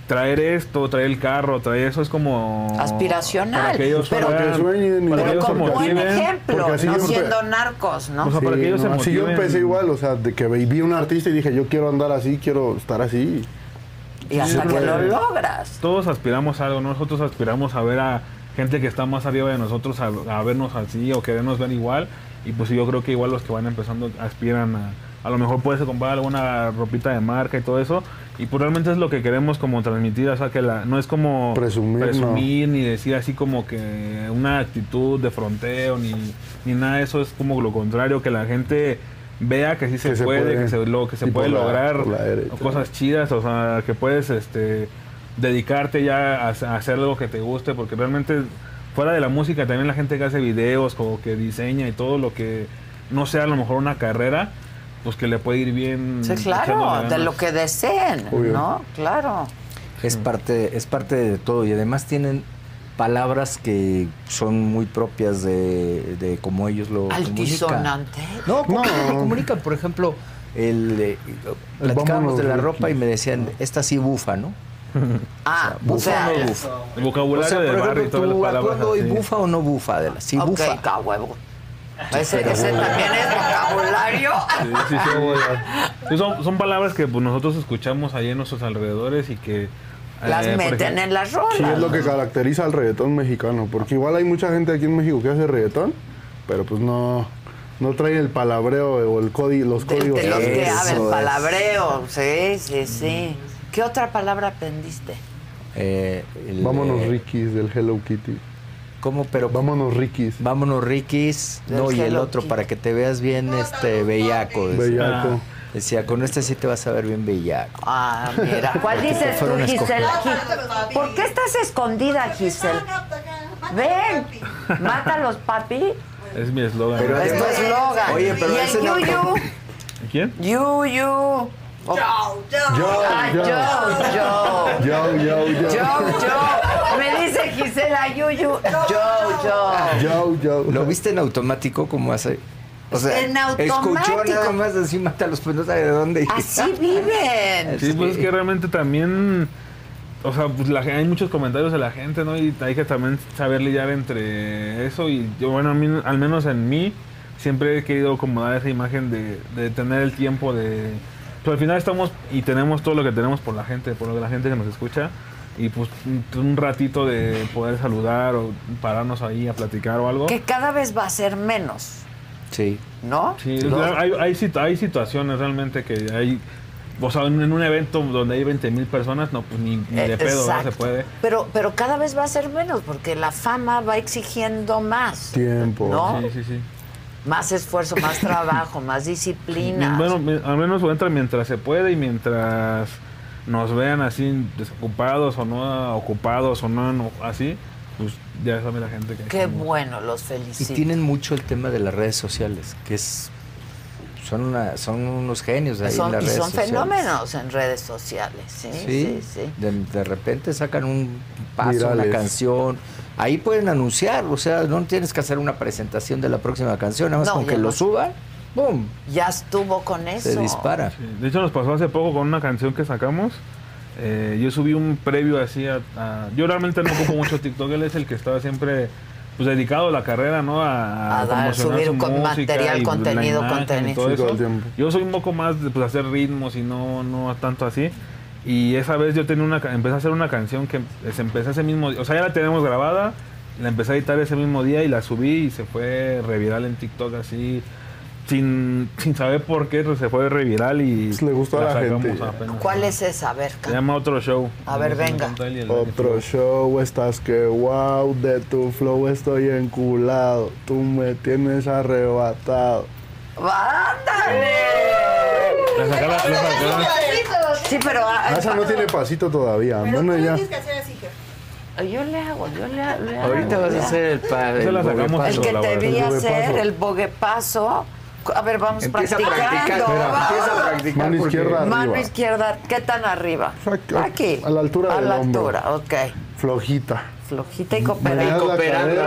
S3: traer esto, traer el carro, traer eso es como...
S2: Aspiracional,
S3: Para que ellos
S2: pero-
S3: puedan-
S1: Para que sueñen y-
S3: para que
S2: Pero
S3: ellos se
S2: con buen
S3: motiven.
S2: ejemplo,
S1: porque así
S2: no
S1: yo empe-
S2: siendo narcos, ¿no?
S3: O sea, para que ellos se
S1: así yo
S3: motiven.
S1: empecé igual, o sea, de que vi un artista y dije, yo quiero andar así, quiero estar así.
S2: Y hasta
S3: sí,
S2: que
S3: sí.
S2: lo logras.
S3: Todos aspiramos a algo, ¿no? nosotros aspiramos a ver a gente que está más arriba de nosotros, a, a vernos así o querernos ver igual. Y pues yo creo que igual los que van empezando aspiran a, a lo mejor puedes comprar alguna ropita de marca y todo eso. Y pues realmente es lo que queremos como transmitir, o sea, que la, no es como
S1: Presumir, no.
S3: presumir, ni decir así como que una actitud de fronteo, ni, ni nada de eso, es como lo contrario, que la gente vea que sí se,
S1: Que se
S3: puede,
S1: puede.
S3: que se, lo, que se
S1: Y
S3: puede
S1: por la-
S3: lograr
S1: por la derecha.
S3: cosas chidas, o sea, que puedes este, dedicarte ya a, a hacer algo que te guste, porque realmente fuera de la música también la gente que hace videos, como que diseña y todo lo que no sea a lo mejor una carrera, pues que le puede ir bien.
S2: Sí,
S3: echándole
S2: claro, de
S3: ganas.
S2: lo que deseen,
S1: Obvio.
S2: ¿no? Claro.
S5: Es parte, es parte de todo y además tienen palabras que son muy propias de, de cómo ellos lo comunican.
S2: Altisonante.
S5: No, ¿cómo
S1: No.
S5: ellos lo comunican? Por ejemplo, el, eh, platicábamos
S1: vámonos,
S5: de la
S1: Ricky.
S5: ropa y me decían, esta sí bufa, ¿no?
S2: Ah, o
S5: ¿Bufa
S2: sea,
S5: o no bufa?
S3: El
S5: O
S3: vocabulario
S5: sea, por
S3: de barrio y
S5: ejemplo,
S3: todas las
S5: tu
S3: palabras.
S5: acuerdo hoy
S3: así.
S5: bufa o no bufa, de la sí
S2: ok,
S5: bufa.
S2: ca huevo. Ese, ese también es vocabulario.
S3: Sí, sí, sí. Sí, son, son palabras que pues, nosotros escuchamos ahí en nuestros alrededores y que...
S2: Las
S3: eh, por
S2: meten
S3: ejemplo-
S2: en las
S1: Sí, es
S2: rolas.
S1: lo que caracteriza al reggaetón mexicano, porque igual hay mucha gente aquí en México que hace reggaetón, pero pues no, no trae el palabreo o el código, los
S2: De,
S1: códigos.
S2: de los que
S5: Eso
S2: hablan
S5: es. Mm.
S2: palabreo. Sí, sí, sí. ¿Qué otra palabra aprendiste?
S5: Eh, el,
S1: Vámonos
S5: eh,
S1: Rikis del Hello Kitty.
S5: ¿Cómo? Pero
S1: Vámonos Rikis.
S5: vámonos Rikis.
S2: Del
S5: No, y el
S2: Hello
S5: otro,
S2: Kitty.
S5: para que te veas bien este bellaco. decía.
S1: Bellaco.
S5: Decía, con este sí te vas a ver bien bellaco.
S2: Ah, mira. ¿Cuál
S5: Porque
S2: dices tú,
S5: fueron a escoger.
S2: Gisela? Gi- ¿Por qué estás escondida, Gisela? Ven, mata a los papi.
S3: Es mi eslogan.
S5: Pero-
S2: Es tu eslogan.
S5: Oye, pero
S2: y
S5: ese
S2: el
S5: no-
S2: yuyu,
S3: ¿Quién?
S2: yuyu.
S9: Yo, yo.
S1: Yo,
S2: Ah, yo, yo.
S1: yo, yo, yo,
S2: Yo, yo. Me dice Gisela Yuyu. Yo, yo.
S1: yo, yo.
S5: ¿Lo viste en automático como hace? O sea,
S2: En automático. Ah,
S5: escuchó nada más así, mata los pues no sabe de dónde.
S2: Así viven.
S3: Sí, pues es que realmente también, o sea, pues la gen- hay muchos comentarios de la gente, ¿no? Y hay que también saber lidiar entre eso. Y yo, bueno, a mí- al menos en mí, siempre he querido como dar esa imagen de, de tener el tiempo de... Pues al final estamos y tenemos todo lo que tenemos por la gente, por lo que la gente que nos escucha. Y pues un- un ratito de poder saludar o pararnos ahí a platicar o algo.
S2: Que cada vez va a ser menos,
S5: Sí.
S2: ¿no?
S3: Sí, hay, hay, situ- hay situaciones realmente que hay... O sea, en en un evento donde hay 20 mil personas, no, pues ni, ni de
S2: Eh,
S3: pedo ¿verdad?
S2: exacto.
S3: se puede.
S2: Pero, pero cada vez va a ser menos porque la fama va exigiendo más.
S1: Tiempo.
S2: ¿No?
S3: Sí, sí, sí.
S2: Más esfuerzo, más trabajo, más disciplina.
S3: Bueno, mi- al menos entra mientras se puede y mientras nos vean así desocupados o no ocupados o no, no- así, pues ya sabe la gente que...
S2: Qué
S3: como-
S2: bueno, los
S5: Y
S2: felicito.
S5: tienen mucho el tema de las redes sociales, que es son una, son unos genios ahí en
S2: Son,
S5: las
S2: y
S5: redes
S2: son
S5: sociales.
S2: fenómenos en redes sociales, sí, sí,
S5: Sí,
S2: sí.
S5: De, de repente sacan un paso,
S1: Virales.
S5: una canción. Ahí pueden anunciar, o sea, no tienes que hacer una presentación de la próxima canción, nada más
S2: No,
S5: con
S2: ya
S5: que
S2: no.
S5: lo suban, ¡boom!
S2: Ya estuvo con eso.
S5: Se dispara.
S3: Sí, De hecho, nos pasó hace poco con una canción que sacamos. Eh, yo subí un previo así a, a- Yo realmente no ocupo mucho TikTok, él es el que estaba siempre pues dedicado a la carrera, ¿no? A,
S2: A dar,
S3: promocionar
S2: subir
S3: su
S2: con
S3: música
S2: material,
S3: y pues, la
S2: contenido,
S3: imagen y
S2: contenido.
S3: todo
S1: Sí, todo
S3: eso.
S1: el tiempo.
S3: Yo soy un poco más de pues, hacer ritmos y no, no tanto así. Y esa vez yo tenía una, ca- empecé a hacer una canción que se empecé ese mismo día. O sea, ya la tenemos grabada, la empecé a editar ese mismo día y la subí y se fue reviral en TikTok así. Sin, sin saber por qué pues, se fue reviral y
S1: Pues le gustó a la
S3: sacamos
S1: gente.
S3: apenas.
S2: ¿Cuál es esa? A ver,
S3: Se
S2: can-
S3: llama Otro Show.
S2: A ver,
S3: Vamos
S2: venga.
S3: contar y el-
S1: Otro show, estás que wow, de tu flow estoy enculado, tú me tienes arrebatado.
S2: ¡Ándale!
S3: La sacaron- la sacaron-
S2: Sí, pero ah,
S1: Ah, esa no tiene pasito todavía. Bueno, ya.
S2: yo le hago, yo le hago. le
S5: Ahorita
S2: hago,
S5: vas
S2: le
S5: a
S2: hago.
S5: hacer el pa-
S3: Esa la
S5: el
S3: sacamos
S5: boguepazo.
S2: El que te
S3: El
S2: vi
S1: boguepaso.
S2: hacer, el boguepaso. A ver, vamos
S5: Empieza a practicar.
S2: practicando.
S5: espera,
S2: vamos.
S5: empieza a practicar.
S1: Mano
S5: porque-
S1: izquierda.
S2: Mano
S1: Arriba.
S2: izquierda, ¿qué tan arriba?
S1: O sea, que-
S2: Aquí.
S1: a la altura
S2: A
S1: del
S2: la
S1: hombro.
S2: altura, ok.
S1: Flojita.
S2: Flojita y
S1: Me das
S2: cooperada.
S1: la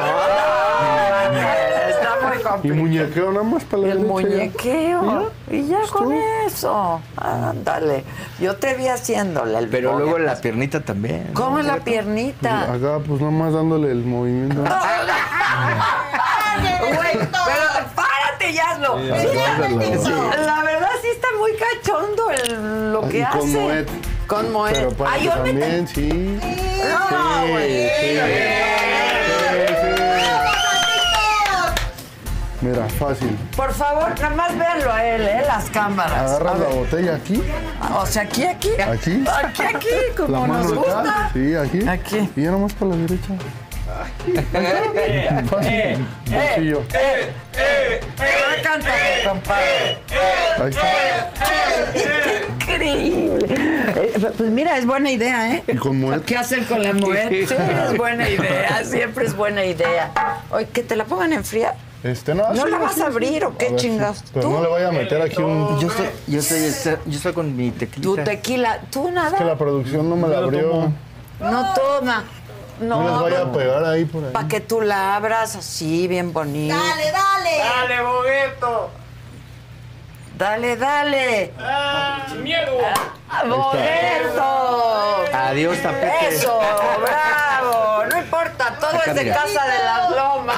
S1: cadera.
S2: Está me
S1: Y
S2: compliqué.
S1: muñequeo nada más para la
S2: El
S1: derecha.
S2: muñequeo. Y ya
S1: Pues
S2: con
S1: tú.
S2: eso. Ándale. Yo te vi haciéndole el
S5: Pero
S2: bogue.
S5: luego la piernita también.
S2: ¿Cómo es la piernita?
S1: Acá, pues nada más dándole el movimiento.
S2: Ah, Güey, pero párate y hazlo.
S3: Sí,
S2: La verdad sí está muy cachondo el- lo
S1: Ah,
S2: que
S1: y con
S2: hace.
S1: Moet.
S2: Con Moet.
S1: Pero para
S2: Ay, yo me-
S1: también, sí.
S2: No, güey.
S1: Mira, fácil.
S2: Por favor, nada más véanlo a él, ¿eh? Las cámaras.
S1: Agarras
S2: A
S1: la
S2: ver.
S1: botella aquí,
S2: O sea, aquí, aquí.
S1: Aquí.
S2: Aquí, aquí,
S1: la
S2: como nos
S1: mano acá.
S2: gusta.
S1: Sí, aquí.
S2: Aquí.
S1: Y ya nomás para la derecha. Fácil. Bolsillo.
S2: Ahora cántale, compadre.
S1: Ahí está.
S2: Increíble. Eh, Pues mira, es buena idea, ¿eh?
S1: Y con Moet.
S2: ¿Qué hacer con la mujer? Sí, es buena idea, siempre es buena idea. Oye, que te la pongan a enfriar.
S1: Este, no,
S2: ¿No
S1: sí,
S2: la vas a abrir o qué
S1: ver, sí.
S2: chingas?
S1: Pero
S2: ¿Tú?
S1: no le voy a meter aquí un...
S5: Yo estoy, yo estoy, yo estoy con mi tequila.
S2: Tu tequila, tú nada.
S1: Que la producción no me la
S3: lo
S1: abrió.
S3: tomo.
S2: No toma.
S1: No les
S2: No,
S1: vaya a pegar ahí por ahí.
S2: para que tú la abras así, bien bonito.
S9: Dale, dale.
S3: Bogueto!
S2: Dale, dale.
S3: Ah,
S2: Ah,
S3: ¡Miedo!
S2: ¡Bogueto!
S5: Adiós, tapete.
S2: Eso, bravo. No importa, todo es de
S5: mira.
S2: casa de las lomas.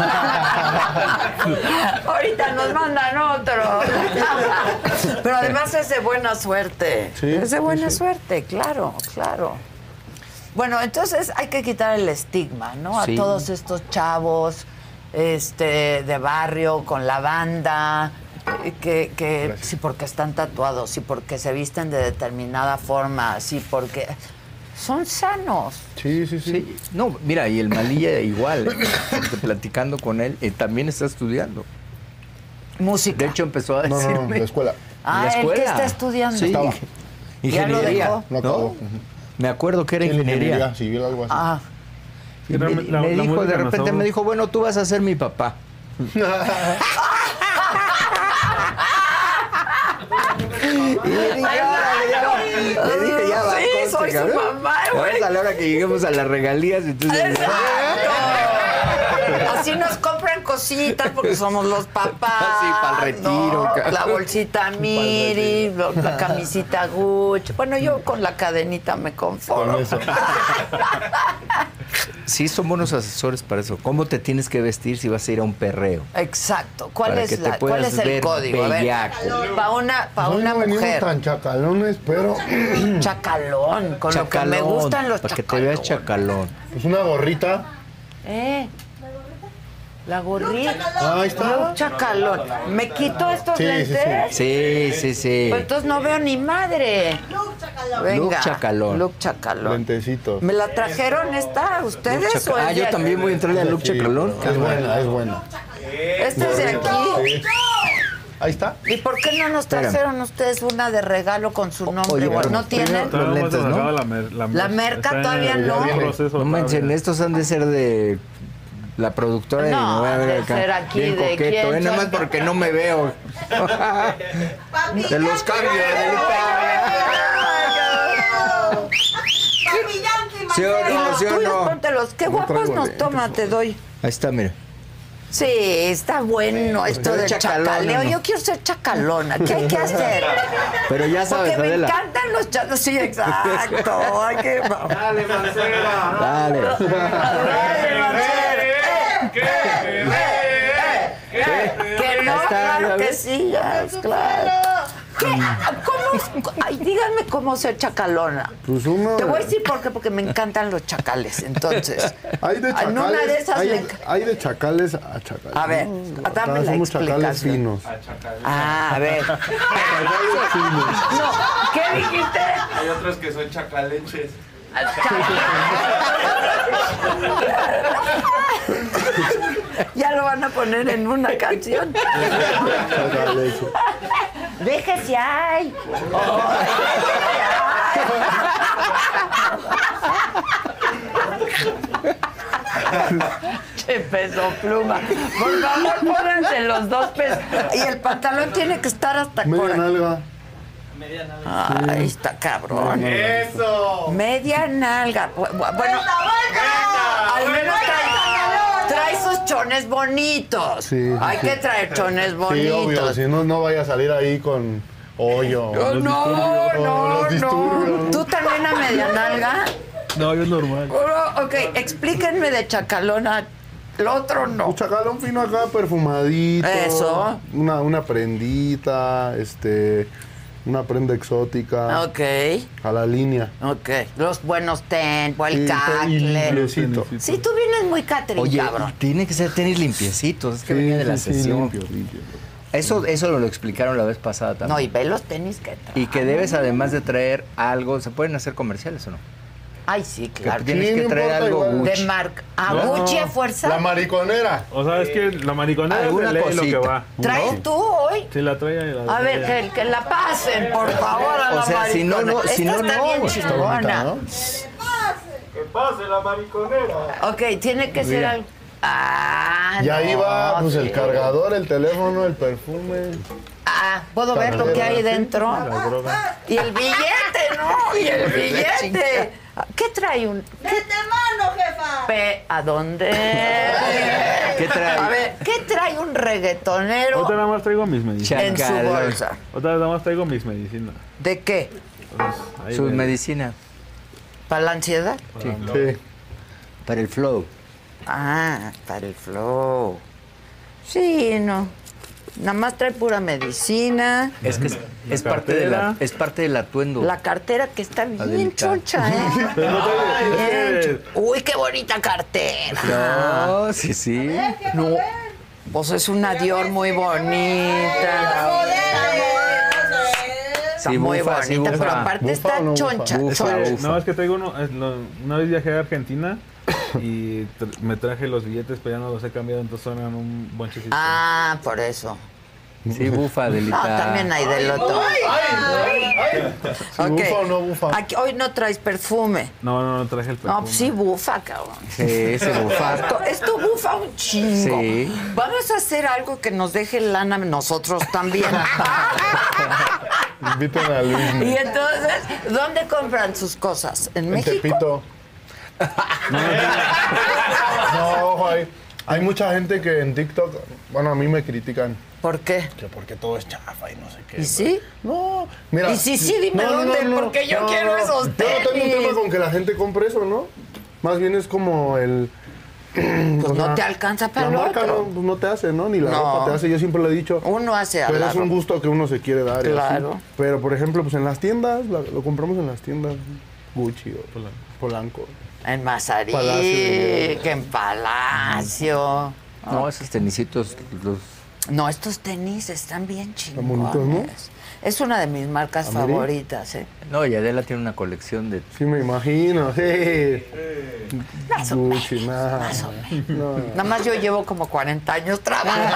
S2: Ahorita nos mandan otro. Pero además es de buena suerte.
S1: Sí,
S2: es de
S1: sí,
S2: buena
S1: sí.
S2: suerte, claro, claro. Bueno, entonces hay que quitar el estigma, ¿no?
S5: Sí.
S2: A todos estos chavos este, de barrio, con la banda, eh, que, que sí porque están tatuados, sí porque se visten de determinada forma, sí porque son sanos.
S1: Sí, sí, sí.
S5: Sí, no, mira, y el Malilla igual, ¿eh? Porque platicando con él, eh, también está estudiando.
S2: Música.
S5: De hecho, empezó a
S1: No,
S5: decirme...
S1: no, no, la escuela.
S2: Ah, ¿el que está estudiando?
S5: Sí,
S1: Estaba.
S5: dije,
S2: Ya lo
S5: ingeniería,
S2: dejó.
S1: Lo acabó.
S5: ¿no? Me acuerdo que era ingeniería.
S1: civil, algo así.
S2: Ah,
S5: Y me,
S3: La-
S5: me
S3: la
S5: dijo, de
S3: música nos
S5: repente
S3: ahorra.
S5: me dijo, bueno, tú vas a ser mi papá. Y le dije, "Órale, ya va". Le dije, ya va,
S2: Sí,
S5: corte,
S2: soy su
S5: cabrón.
S2: mamá, güey.
S5: Ahorita a la hora que lleguemos a las regalías, entonces...
S2: Exacto. Así nos compran cositas porque somos los papás.
S5: Sí, pa'l retiro,
S2: ¿no?
S5: cabrón.
S2: La bolsita Miri, lo- la camisita Gucci. Bueno, yo con la cadenita me conformo.
S5: Sí, son buenos asesores para eso. ¿Cómo te tienes que vestir si vas a ir a un perreo?
S2: Exacto. ¿Cuál
S5: Para
S2: es,
S5: que te
S2: la- cuál
S5: puedas
S2: es el
S5: ver
S2: código?
S5: bellaco.
S2: Para una, pa'
S1: Hoy
S2: una
S1: Pues no venimos
S2: mujer.
S1: tan chacalones, pero
S2: Chacalón, con lo que me gustan los
S5: para que te
S2: chacalones.
S5: veas chacalón.
S1: pues una gorrita.
S2: Eh. La gorrita.
S1: Ah, ahí
S2: Un
S1: está.
S2: chacalón. Me quito estos
S1: Sí, sí, sí.
S2: lentes.
S5: Sí, sí, sí.
S2: Pues entonces no veo ni madre.
S9: Look, chacalón.
S2: Venga.
S5: Look chacalón.
S2: Look chacalón.
S1: Lentecitos.
S2: ¿Me la trajeron esta ustedes
S5: Chaca-
S2: o es
S5: ah, yo
S2: de-
S5: también voy a entrarle a Luke
S1: Sí,
S5: Chacalón.
S1: Es buena, es buena.
S2: Esta es de aquí.
S1: Sí. Ahí está.
S2: ¿Y por qué no nos
S5: Espérame.
S2: trajeron ustedes una de regalo con su nombre?
S5: oye,
S2: Igual,
S5: pero-
S2: ¿No tienen?
S5: Los
S3: Todavía
S5: lentes,
S3: no hemos
S5: ¿no?
S3: sacado La, mer- la,
S2: La merca todavía no.
S5: No manchen,
S3: esto.
S5: estos han de ser de la productora de
S2: No,
S5: me voy a
S2: han
S5: ver
S2: de
S5: acá.
S2: ser aquí
S5: Bien
S2: de
S5: coqueto,
S2: quién
S5: eh, nada más
S2: son.
S5: porque no me veo.
S9: Papi,
S5: De
S9: Yankee
S5: los cambios,
S9: Manero. Papi, Yankee
S5: Sí, o
S2: Y
S9: Manero.
S5: no,
S2: los
S5: sí o
S2: tuyos,
S5: no.
S2: póntelos. Qué
S1: No
S2: guapos
S1: traigo
S2: nos
S1: lentes,
S2: toma, te doy.
S5: Ahí está, mira.
S2: Sí, está bueno esto
S5: Soy
S2: de
S5: chacalona,
S2: chacaleo.
S5: ¿no?
S2: Yo quiero ser chacalona. ¿Qué hay que hacer?
S5: Pero ya sabes,
S2: Porque me
S5: Adela.
S2: encantan los chacalones. Sí, exacto. Ay, qué
S3: Dale, Mancera.
S2: Ah,
S5: Dale.
S2: Que no,
S5: Ahí está,
S2: claro
S5: ya
S2: que
S5: ves. Mm.
S2: sí, ya es claro. ¿Qué? ¿Cómo es? Ay, díganme cómo ser chacalona.
S1: Pues uno.
S2: Te voy a decir por qué, porque me encantan los chacales, entonces.
S1: Hay de
S2: En
S1: chacales.
S2: una de esas
S1: hay,
S2: le enc-
S1: hay de chacales a chacales.
S2: A ver,
S1: Acá
S2: dame la
S1: somos chacales
S2: explicación.
S1: finos.
S2: Ah, a ver. No, ¿qué dijiste?
S10: Hay otros que son chacaleches.
S2: Ya lo van a poner en una canción.
S1: Chacales.
S2: Deje si hay. Che, peso pluma. Por favor, pónganse los dos pesos. Y el pantalón tiene que estar hasta
S1: Media
S2: por
S1: nalga.
S2: aquí. Ahí está, cabrón.
S10: ¡Eso!
S2: Media nalga. Bu- bu- Bueno, al menos trae, trae sus chones bonitos.
S1: Sí, sí,
S2: Hay
S1: sí.
S2: que traer chones
S1: Sí, obvio,
S2: bonitos.
S1: si no, no vaya a salir ahí con
S5: Oh,
S1: hoyo.
S2: No,
S1: los
S2: Oh, no,
S1: disturbios,
S2: no,
S1: los disturbios.
S2: ¿Tú también a media nalga?
S3: No, yo es normal.
S2: Oro, Oh, ok, explíquenme de chacalona. El otro no.
S1: Un chacalón fino acá perfumadito.
S2: Eso.
S1: Una, una prendita, este, una prenda exótica.
S2: Ah. Ok,
S1: A la línea.
S2: ok. Los buenos tempos, el
S1: Y- Y
S2: cacle.
S1: blusito.
S2: Sí, tú vienes muy catrín,
S5: Oye,
S2: cabrón.
S5: tiene que ser tenis limpiecitos, es que venía de la
S1: sí, sí,
S5: sesión.
S1: limpio, limpio.
S5: Eso, eso lo explicaron la vez pasada también.
S2: No, y ve los tenis que trae.
S5: Y que debes además de traer algo, ¿se pueden hacer comerciales o no?
S2: Ay, sí,
S5: Que
S2: claro.
S5: tienes
S1: Sí,
S5: que
S1: no
S5: traer
S1: importa,
S5: algo
S1: igual.
S2: De
S5: Gucci.
S2: marca. ¿A
S3: No.
S2: Gucci a fuerza?
S1: La mariconera.
S3: O sea, es
S10: Eh,
S3: que la mariconera es
S5: Alguna
S3: de ley lo que
S5: cosita.
S3: va.
S2: ¿Traes tú hoy?
S3: Si la trae, la
S2: A ver, eh. que, que la pasen, por favor, a
S5: O
S2: la
S5: sea, si no, no,
S2: maricona.
S5: si
S2: Esta
S5: no,
S2: está
S5: no,
S2: bien
S5: güey.
S1: Está bonita,
S2: chingona.
S1: ¿no?
S10: ¡Que pase la mariconera!
S2: Ok, tiene que ser
S1: Mira.
S2: algo... Ah,
S1: Y ahí
S2: no,
S1: va pues,
S2: sí.
S1: el cargador, el teléfono, el perfume.
S2: Ah, ¿puedo ver lo que hay dentro? Y el billete, ¿no? Y el billete. ¿Qué trae un
S9: ¡Mete mano, jefa!
S2: pe? ¿A dónde? ¿Qué
S5: trae?
S2: A ver, ¿qué trae un reggaetonero
S3: Otra nada más traigo mis medicinas.
S2: en su
S5: Chacalón.
S2: bolsa?
S3: Otra nada más traigo mis medicinas.
S2: ¿De qué?
S3: Entonces, ahí
S5: Su
S3: ven.
S5: medicina
S2: ¿Para la ansiedad?
S1: Sí.
S5: para el flow.
S2: Ah, para el flow. Sí, no. Nada más trae pura medicina.
S5: Es que es, es
S3: La
S5: parte de la,
S3: cartera.
S5: es parte del atuendo.
S2: La cartera que está bien
S5: delicada.
S2: choncha, ¿eh?
S3: Pero no traigo-
S2: Bien
S3: es que-
S2: chon- Uy, qué bonita cartera.
S5: No, sí, sí.
S2: No. Pues es una Dior muy bonita. Está
S5: Sí,
S2: muy
S5: bufa, sí,
S2: bonita,
S5: bufa.
S2: pero aparte
S1: ¿Bufa
S2: está
S1: o no bufa?
S2: choncha.
S5: Bufa,
S2: choncha.
S5: ufa.
S3: No, es que traigo uno. es lo- una vez viajé a Argentina y tr- me traje los billetes, pero ya no los he cambiado, entonces eran un bonchecito.
S2: Ah, por eso.
S5: Sí, bufa,
S2: No,
S5: Delita.
S2: también hay del otro.
S1: Si
S2: Ok.
S1: bufa o no bufa.
S2: Aquí- hoy no traes perfume.
S3: No, no, no traje el perfume.
S2: No, pues sí, bufa, cabrón.
S5: Sí, sí, bufa.
S2: Esto, esto bufa un chingo.
S5: Sí.
S2: Vamos a hacer algo que nos deje lana nosotros también.
S1: Inviten a Luis.
S2: y entonces, ¿dónde compran sus cosas? ¿En
S1: En
S2: México?
S1: Tepito. No, ojo ahí. Hay mucha gente que en TikTok, bueno, a mí me critican.
S2: ¿Por qué?
S1: Que porque todo es chafa y no sé qué.
S2: ¿Y sí?
S1: No, mira.
S2: Y sí, sí, dime dónde, porque yo quiero esos
S1: Yo no tengo un
S2: tenis.
S1: tema con que la gente compre eso, ¿no? Más bien es como el...
S2: Pues
S1: o
S2: no
S1: sea,
S2: te alcanza para
S1: La
S2: el
S1: marca no,
S2: otro.
S1: pues no te hace, ¿no? Ni la
S2: No.
S1: ropa te hace. Yo siempre lo he dicho.
S2: Uno hace
S1: Pero es
S2: algo.
S1: un gusto que uno se quiere dar. y así.
S2: Claro.
S1: Pero, por ejemplo, pues en las tiendas, la- lo compramos en las tiendas Gucci o Polanco.
S2: En Mazarí,
S1: Palacio de-
S2: que en Palacio.
S5: No, esos tenisitos los
S2: No, estos tenis están bien chingones.
S1: bonitos, ¿no?
S2: Es una de mis marcas
S1: ¿A mí?
S2: favoritas, ¿eh?
S5: No, y Adela tiene una colección de
S1: Sí, me imagino, sí. Gucci, nada. No.
S2: Nada más yo llevo como 40 años trabajando.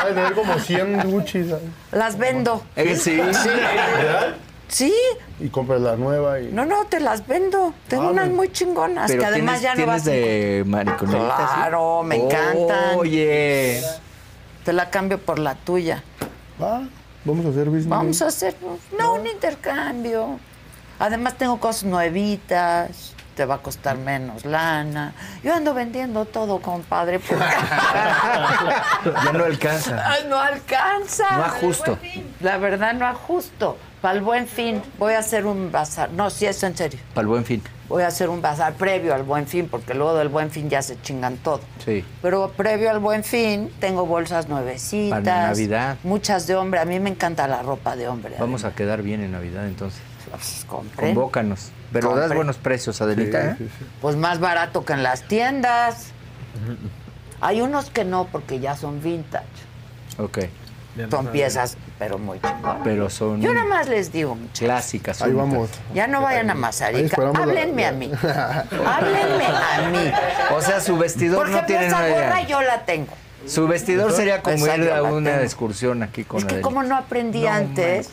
S1: Ha de tener como 100 Gucci, ¿sabes?
S2: Las vendo.
S5: Eh, sí.
S2: Sí,
S1: Y compras la nueva y...
S2: no, no, te las vendo. Tengo
S1: Ah,
S2: unas
S1: no.
S2: muy chingonas
S5: Pero
S2: que además
S5: tienes,
S2: ya no
S5: tienes
S2: vas.
S5: de mariconeta. sí?
S2: Claro, me encantan.
S5: Oye.
S2: Te la cambio por la tuya.
S1: Va, vamos a hacer business.
S2: Vamos a hacer no, un intercambio. Además tengo cosas nuevitas, te va a costar menos lana. Yo ando vendiendo todo, compadre. porque-
S5: Ya no alcanza.
S2: Ay, no alcanza.
S5: No a justo.
S2: La verdad no a justo. Para el buen fin voy a hacer un bazar. No, sí, es en serio.
S5: Para el buen fin.
S2: Voy a hacer un bazar previo al buen fin, porque luego del buen fin ya se chingan todo.
S5: Sí.
S2: Pero previo al buen fin tengo bolsas nuevecitas.
S5: Para Navidad.
S2: Muchas de hombre. A mí me encanta la ropa de hombre.
S5: Vamos a quedar bien en Navidad entonces.
S2: Pues, compren.
S5: Convócanos. Pero das
S2: Compre.
S5: buenos precios, Adelita. ¿eh?
S2: Pues más barato que en las tiendas. Hay unos que no, porque ya son vintage.
S5: Ok.
S3: Ya no
S2: Son
S3: sabe.
S2: piezas, pero muy chingonas.
S5: Pero son
S2: Yo nada más les digo,
S5: clásicas.
S1: Ahí
S5: únicas.
S1: vamos.
S2: Ya no vayan a Mazarica.
S1: esperamos la-
S2: Háblenme
S1: la-
S2: a mí. Háblenme a mí.
S5: O sea, su vestidor
S2: Por
S5: no
S2: ejemplo,
S5: tiene
S2: esa
S5: una
S2: gorra
S5: idea.
S2: yo la tengo.
S5: Su vestidor sería como
S2: Esa
S5: ir
S2: yo
S5: a
S2: la
S5: una
S2: tengo.
S5: excursión aquí con
S2: es que
S5: Adelita.
S2: como no aprendí
S5: No
S2: antes,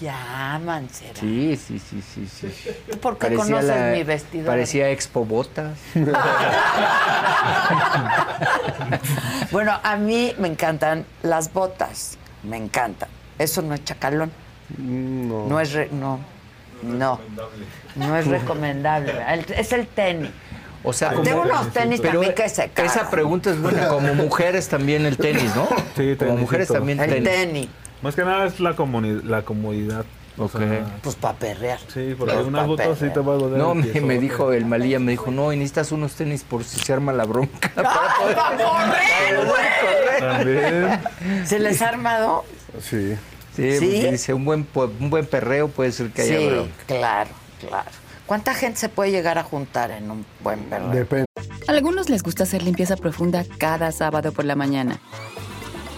S2: ya, Mancera.
S5: Sí, sí, sí, sí, sí.
S2: ¿Tú por qué conoces
S5: la-
S2: mi vestidor?
S5: Parecía Expo Botas.
S2: Bueno, a mí me encantan las botas. Me encantan. Eso no es chacalón.
S1: No.
S2: No es re- no. No. No es recomendable. ¿verdad? El- Es el tenis.
S5: O sea,
S2: Tengo unos tenis
S5: pero
S2: también que se cagan.
S5: Esa pregunta es buena. Como mujeres también el tenis, ¿no?
S3: Sí,
S5: Como
S3: tenisito.
S5: mujeres también
S2: El
S5: tenis.
S2: tenis.
S3: Más que nada es la, comuni- la comodidad. O
S5: Ok.
S3: sea,
S2: Pues para perrear. Pues
S3: sí, porque
S2: Los
S3: unas botas sí
S2: papeles.
S3: te va a doler.
S5: No,
S3: el
S5: me,
S3: piezote.
S5: me dijo el malilla, me dijo, no, y necesitas unos tenis por si se arma la bronca.
S2: ¡Ay, para correr, güey!
S3: También.
S2: ¿Se les ha armado?
S1: Sí.
S5: Sí,
S2: ¿Sí?
S5: porque dice, un buen, po- un buen perreo puede ser que haya
S2: Sí,
S5: bronca.
S2: claro, claro. ¿Cuánta gente se puede llegar a juntar en un buen perreo?
S1: Depende.
S8: Algunos les gusta hacer limpieza profunda cada sábado por la mañana.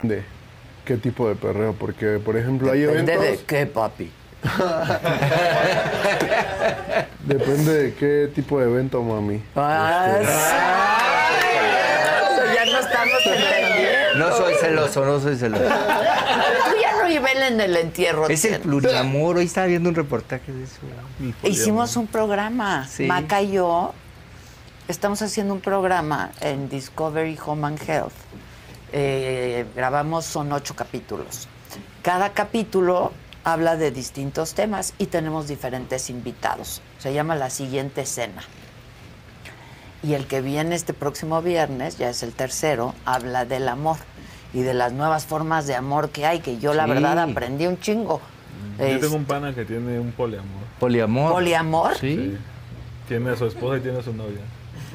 S1: de qué tipo de perreo, porque por ejemplo hay
S2: Depende
S1: eventos,
S2: de qué, papi.
S1: depende de qué tipo de evento, mami.
S2: Ah, sí. Eso ya no estamos entendiendo.
S5: No soy celoso, no soy celoso.
S2: Tú ya no nivel en el entierro.
S5: Es
S2: tienes.
S5: el pluramor. Hoy estaba viendo un reportaje de eso.
S2: Hicimos un programa.
S5: Sí.
S2: Maca y yo estamos haciendo un programa en Discovery Home and Health. Eh, grabamos, son ocho capítulos. Cada capítulo habla de distintos temas y tenemos diferentes invitados. Se llama La siguiente cena. Y el que viene este próximo viernes, ya es el tercero, habla del amor y de las nuevas formas de amor que hay, que yo la
S5: Sí.
S2: verdad aprendí un chingo.
S3: Yo tengo
S2: Este,
S3: un pana que tiene un poliamor.
S5: Poliamor.
S2: ¿Poliamor?
S5: Sí.
S3: Tiene a su esposa y tiene a su novia.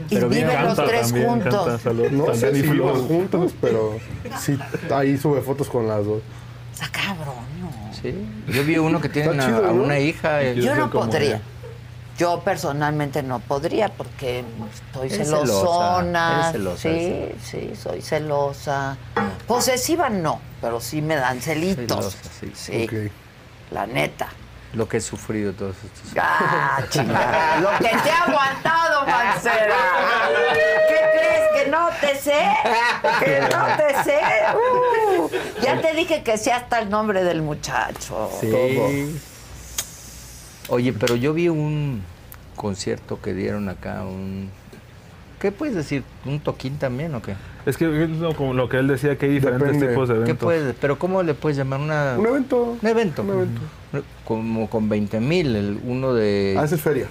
S2: Y
S5: Pero bien
S2: viven los
S3: Canta
S2: tres
S3: también,
S2: juntos.
S3: canta, salud-
S1: No sé
S3: también
S1: si
S3: y
S1: vivan
S3: flor.
S1: juntos, pero sí, ahí sube fotos con las dos.
S2: Está cabrón, no.
S5: Sí. Yo vi uno que tiene
S1: Está
S5: una,
S1: chido,
S5: a
S1: ¿no?
S5: una hija. eh,
S3: Yo
S2: Yo no
S3: soy como
S2: podría.
S3: ella.
S2: Yo personalmente no podría porque estoy
S5: Eres
S2: celosona.
S5: celosa, eres celosa,
S2: sí, sí, soy celosa. Posesiva no, pero sí me dan celitos.
S5: Celosa, sí.
S2: sí.
S1: Ok.
S2: La neta.
S5: Lo que he sufrido todos estos años.
S2: Ah, chingada. Lo que te ha aguantado, Mancera. ¿Qué crees? ¿Que no te sé? ¿Que no te sé? Uh, ya te dije que sea hasta el nombre del muchacho.
S5: Sí. Oye, pero yo vi un concierto que dieron acá, un... ¿Qué puedes decir? ¿Un toquín también o qué?
S3: Es que es lo, como lo que él decía, que hay diferentes
S1: Depende.
S3: tipos de
S5: ¿Qué
S3: eventos.
S5: puedes? ¿Pero cómo le puedes llamar una...
S1: Un evento.
S5: Un evento. Como con 20 mil, uno de...
S1: Ah, esa es feria.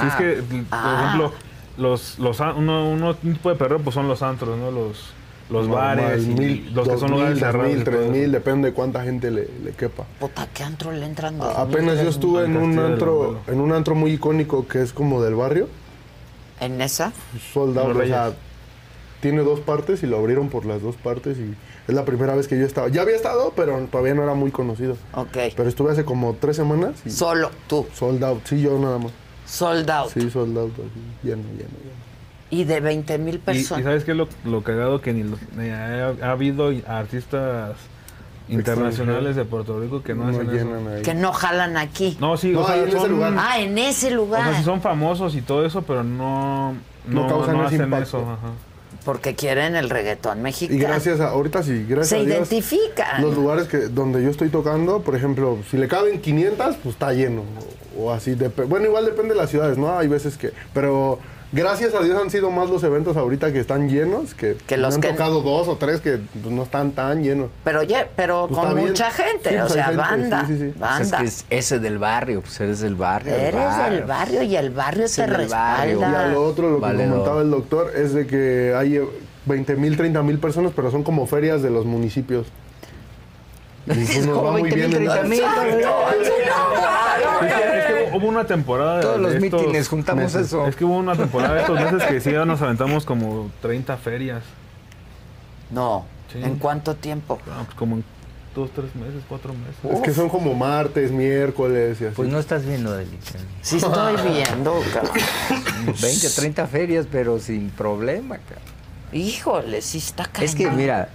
S3: Sí, es que, por
S1: Ah.
S3: ejemplo, los, los, an- uno, uno un tipo de perro pues son los antros, ¿no? Los, los bares, y los que son lugares cerrados. y
S1: mil,
S3: todo
S1: tres
S3: eso.
S1: mil, depende de cuánta gente le, le quepa.
S2: Puta, ¿qué antro le entran dos
S1: A- Apenas yo estuve en un
S3: Castillo del
S1: antro,
S3: Abuelo.
S1: en un antro muy icónico que es como del barrio,
S2: ¿En esa?
S1: soldado,
S3: Los
S1: o sea,
S3: Reyes.
S1: tiene dos partes y lo abrieron por las dos partes y es la primera vez que yo estaba. Ya había estado, pero todavía no era muy conocido.
S2: Ok.
S1: Pero estuve hace como tres semanas y
S2: Solo tú,
S1: sold out. Sí, yo nada más.
S2: sold out.
S1: Sí, sold out. así, Lleno, lleno, lleno.
S2: Y de 20 mil
S3: Y, y
S2: personas.
S3: sabes qué es lo, lo cagado que ni, los- ni ha, ha habido artistas internacionales de Puerto Rico que no,
S1: No
S3: hacen
S1: llenan
S3: eso.
S1: ahí.
S2: que no jalan aquí.
S3: No, sí,
S1: No,
S3: o sea,
S1: ahí en ese
S3: son-
S1: lugar.
S2: Ah, en ese
S3: O
S2: lugar.
S3: sea, sí son famosos y todo eso, pero no,
S1: No
S3: no,
S1: causan
S3: no
S1: ese
S3: hacen
S1: impacto.
S3: eso. ajá.
S2: Porque quieren el reggaetón
S1: Y
S2: mexicano.
S1: gracias a, ahorita sí, gracias
S2: Se
S1: a Dios,
S2: identifican.
S1: Los lugares que, donde yo estoy tocando, por ejemplo, si le caben 500, pues está lleno. O, o así, dep- bueno, igual depende de las ciudades, ¿no? Hay veces que, pero gracias a Dios han sido más los eventos ahorita que están llenos, que,
S2: Que los
S1: me han
S2: que-
S1: tocado dos o tres que pues, no están tan llenos.
S2: Pero, ya, pero
S1: Pues
S2: con
S1: está bien.
S2: mucha gente,
S1: Sí,
S2: o
S1: pues hay
S2: sea,
S1: gente,
S2: banda.
S1: sí, sí, sí.
S5: Pues
S2: Banda.
S5: es que es ese del barrio, pues eres del barrio.
S2: Eres del barrio y el barrio
S5: Es
S2: te
S5: el del barrio.
S1: Y
S2: respalda.
S1: a lo otro, lo que
S5: Valedor.
S1: comentaba el doctor, es de que hay 20 mil, 30 mil personas, pero son como ferias de los municipios.
S5: Es
S1: Ninguno
S5: como
S1: va muy
S5: 20 mil,
S1: bien en-
S5: 30 mil.
S2: ¡Exacto! ¡Sí, no,
S3: Es
S2: claro!
S3: que- es que hubo una temporada de
S5: Todos los
S3: estos
S5: mítines juntamos
S3: meses.
S5: eso.
S3: Es que hubo una temporada de estos meses que sí nos aventamos como 30 ferias.
S2: No.
S3: Sí.
S2: ¿En cuánto tiempo?
S3: Ah, pues como en dos, tres meses, cuatro meses.
S1: Es que son como martes, miércoles y así.
S5: Pues no estás viendo, Delicia.
S2: Sí estoy viendo, cabrón.
S5: 20, 30 ferias, pero sin problema, cabrón.
S2: Híjole, sí está cañón.
S5: Es que, mira.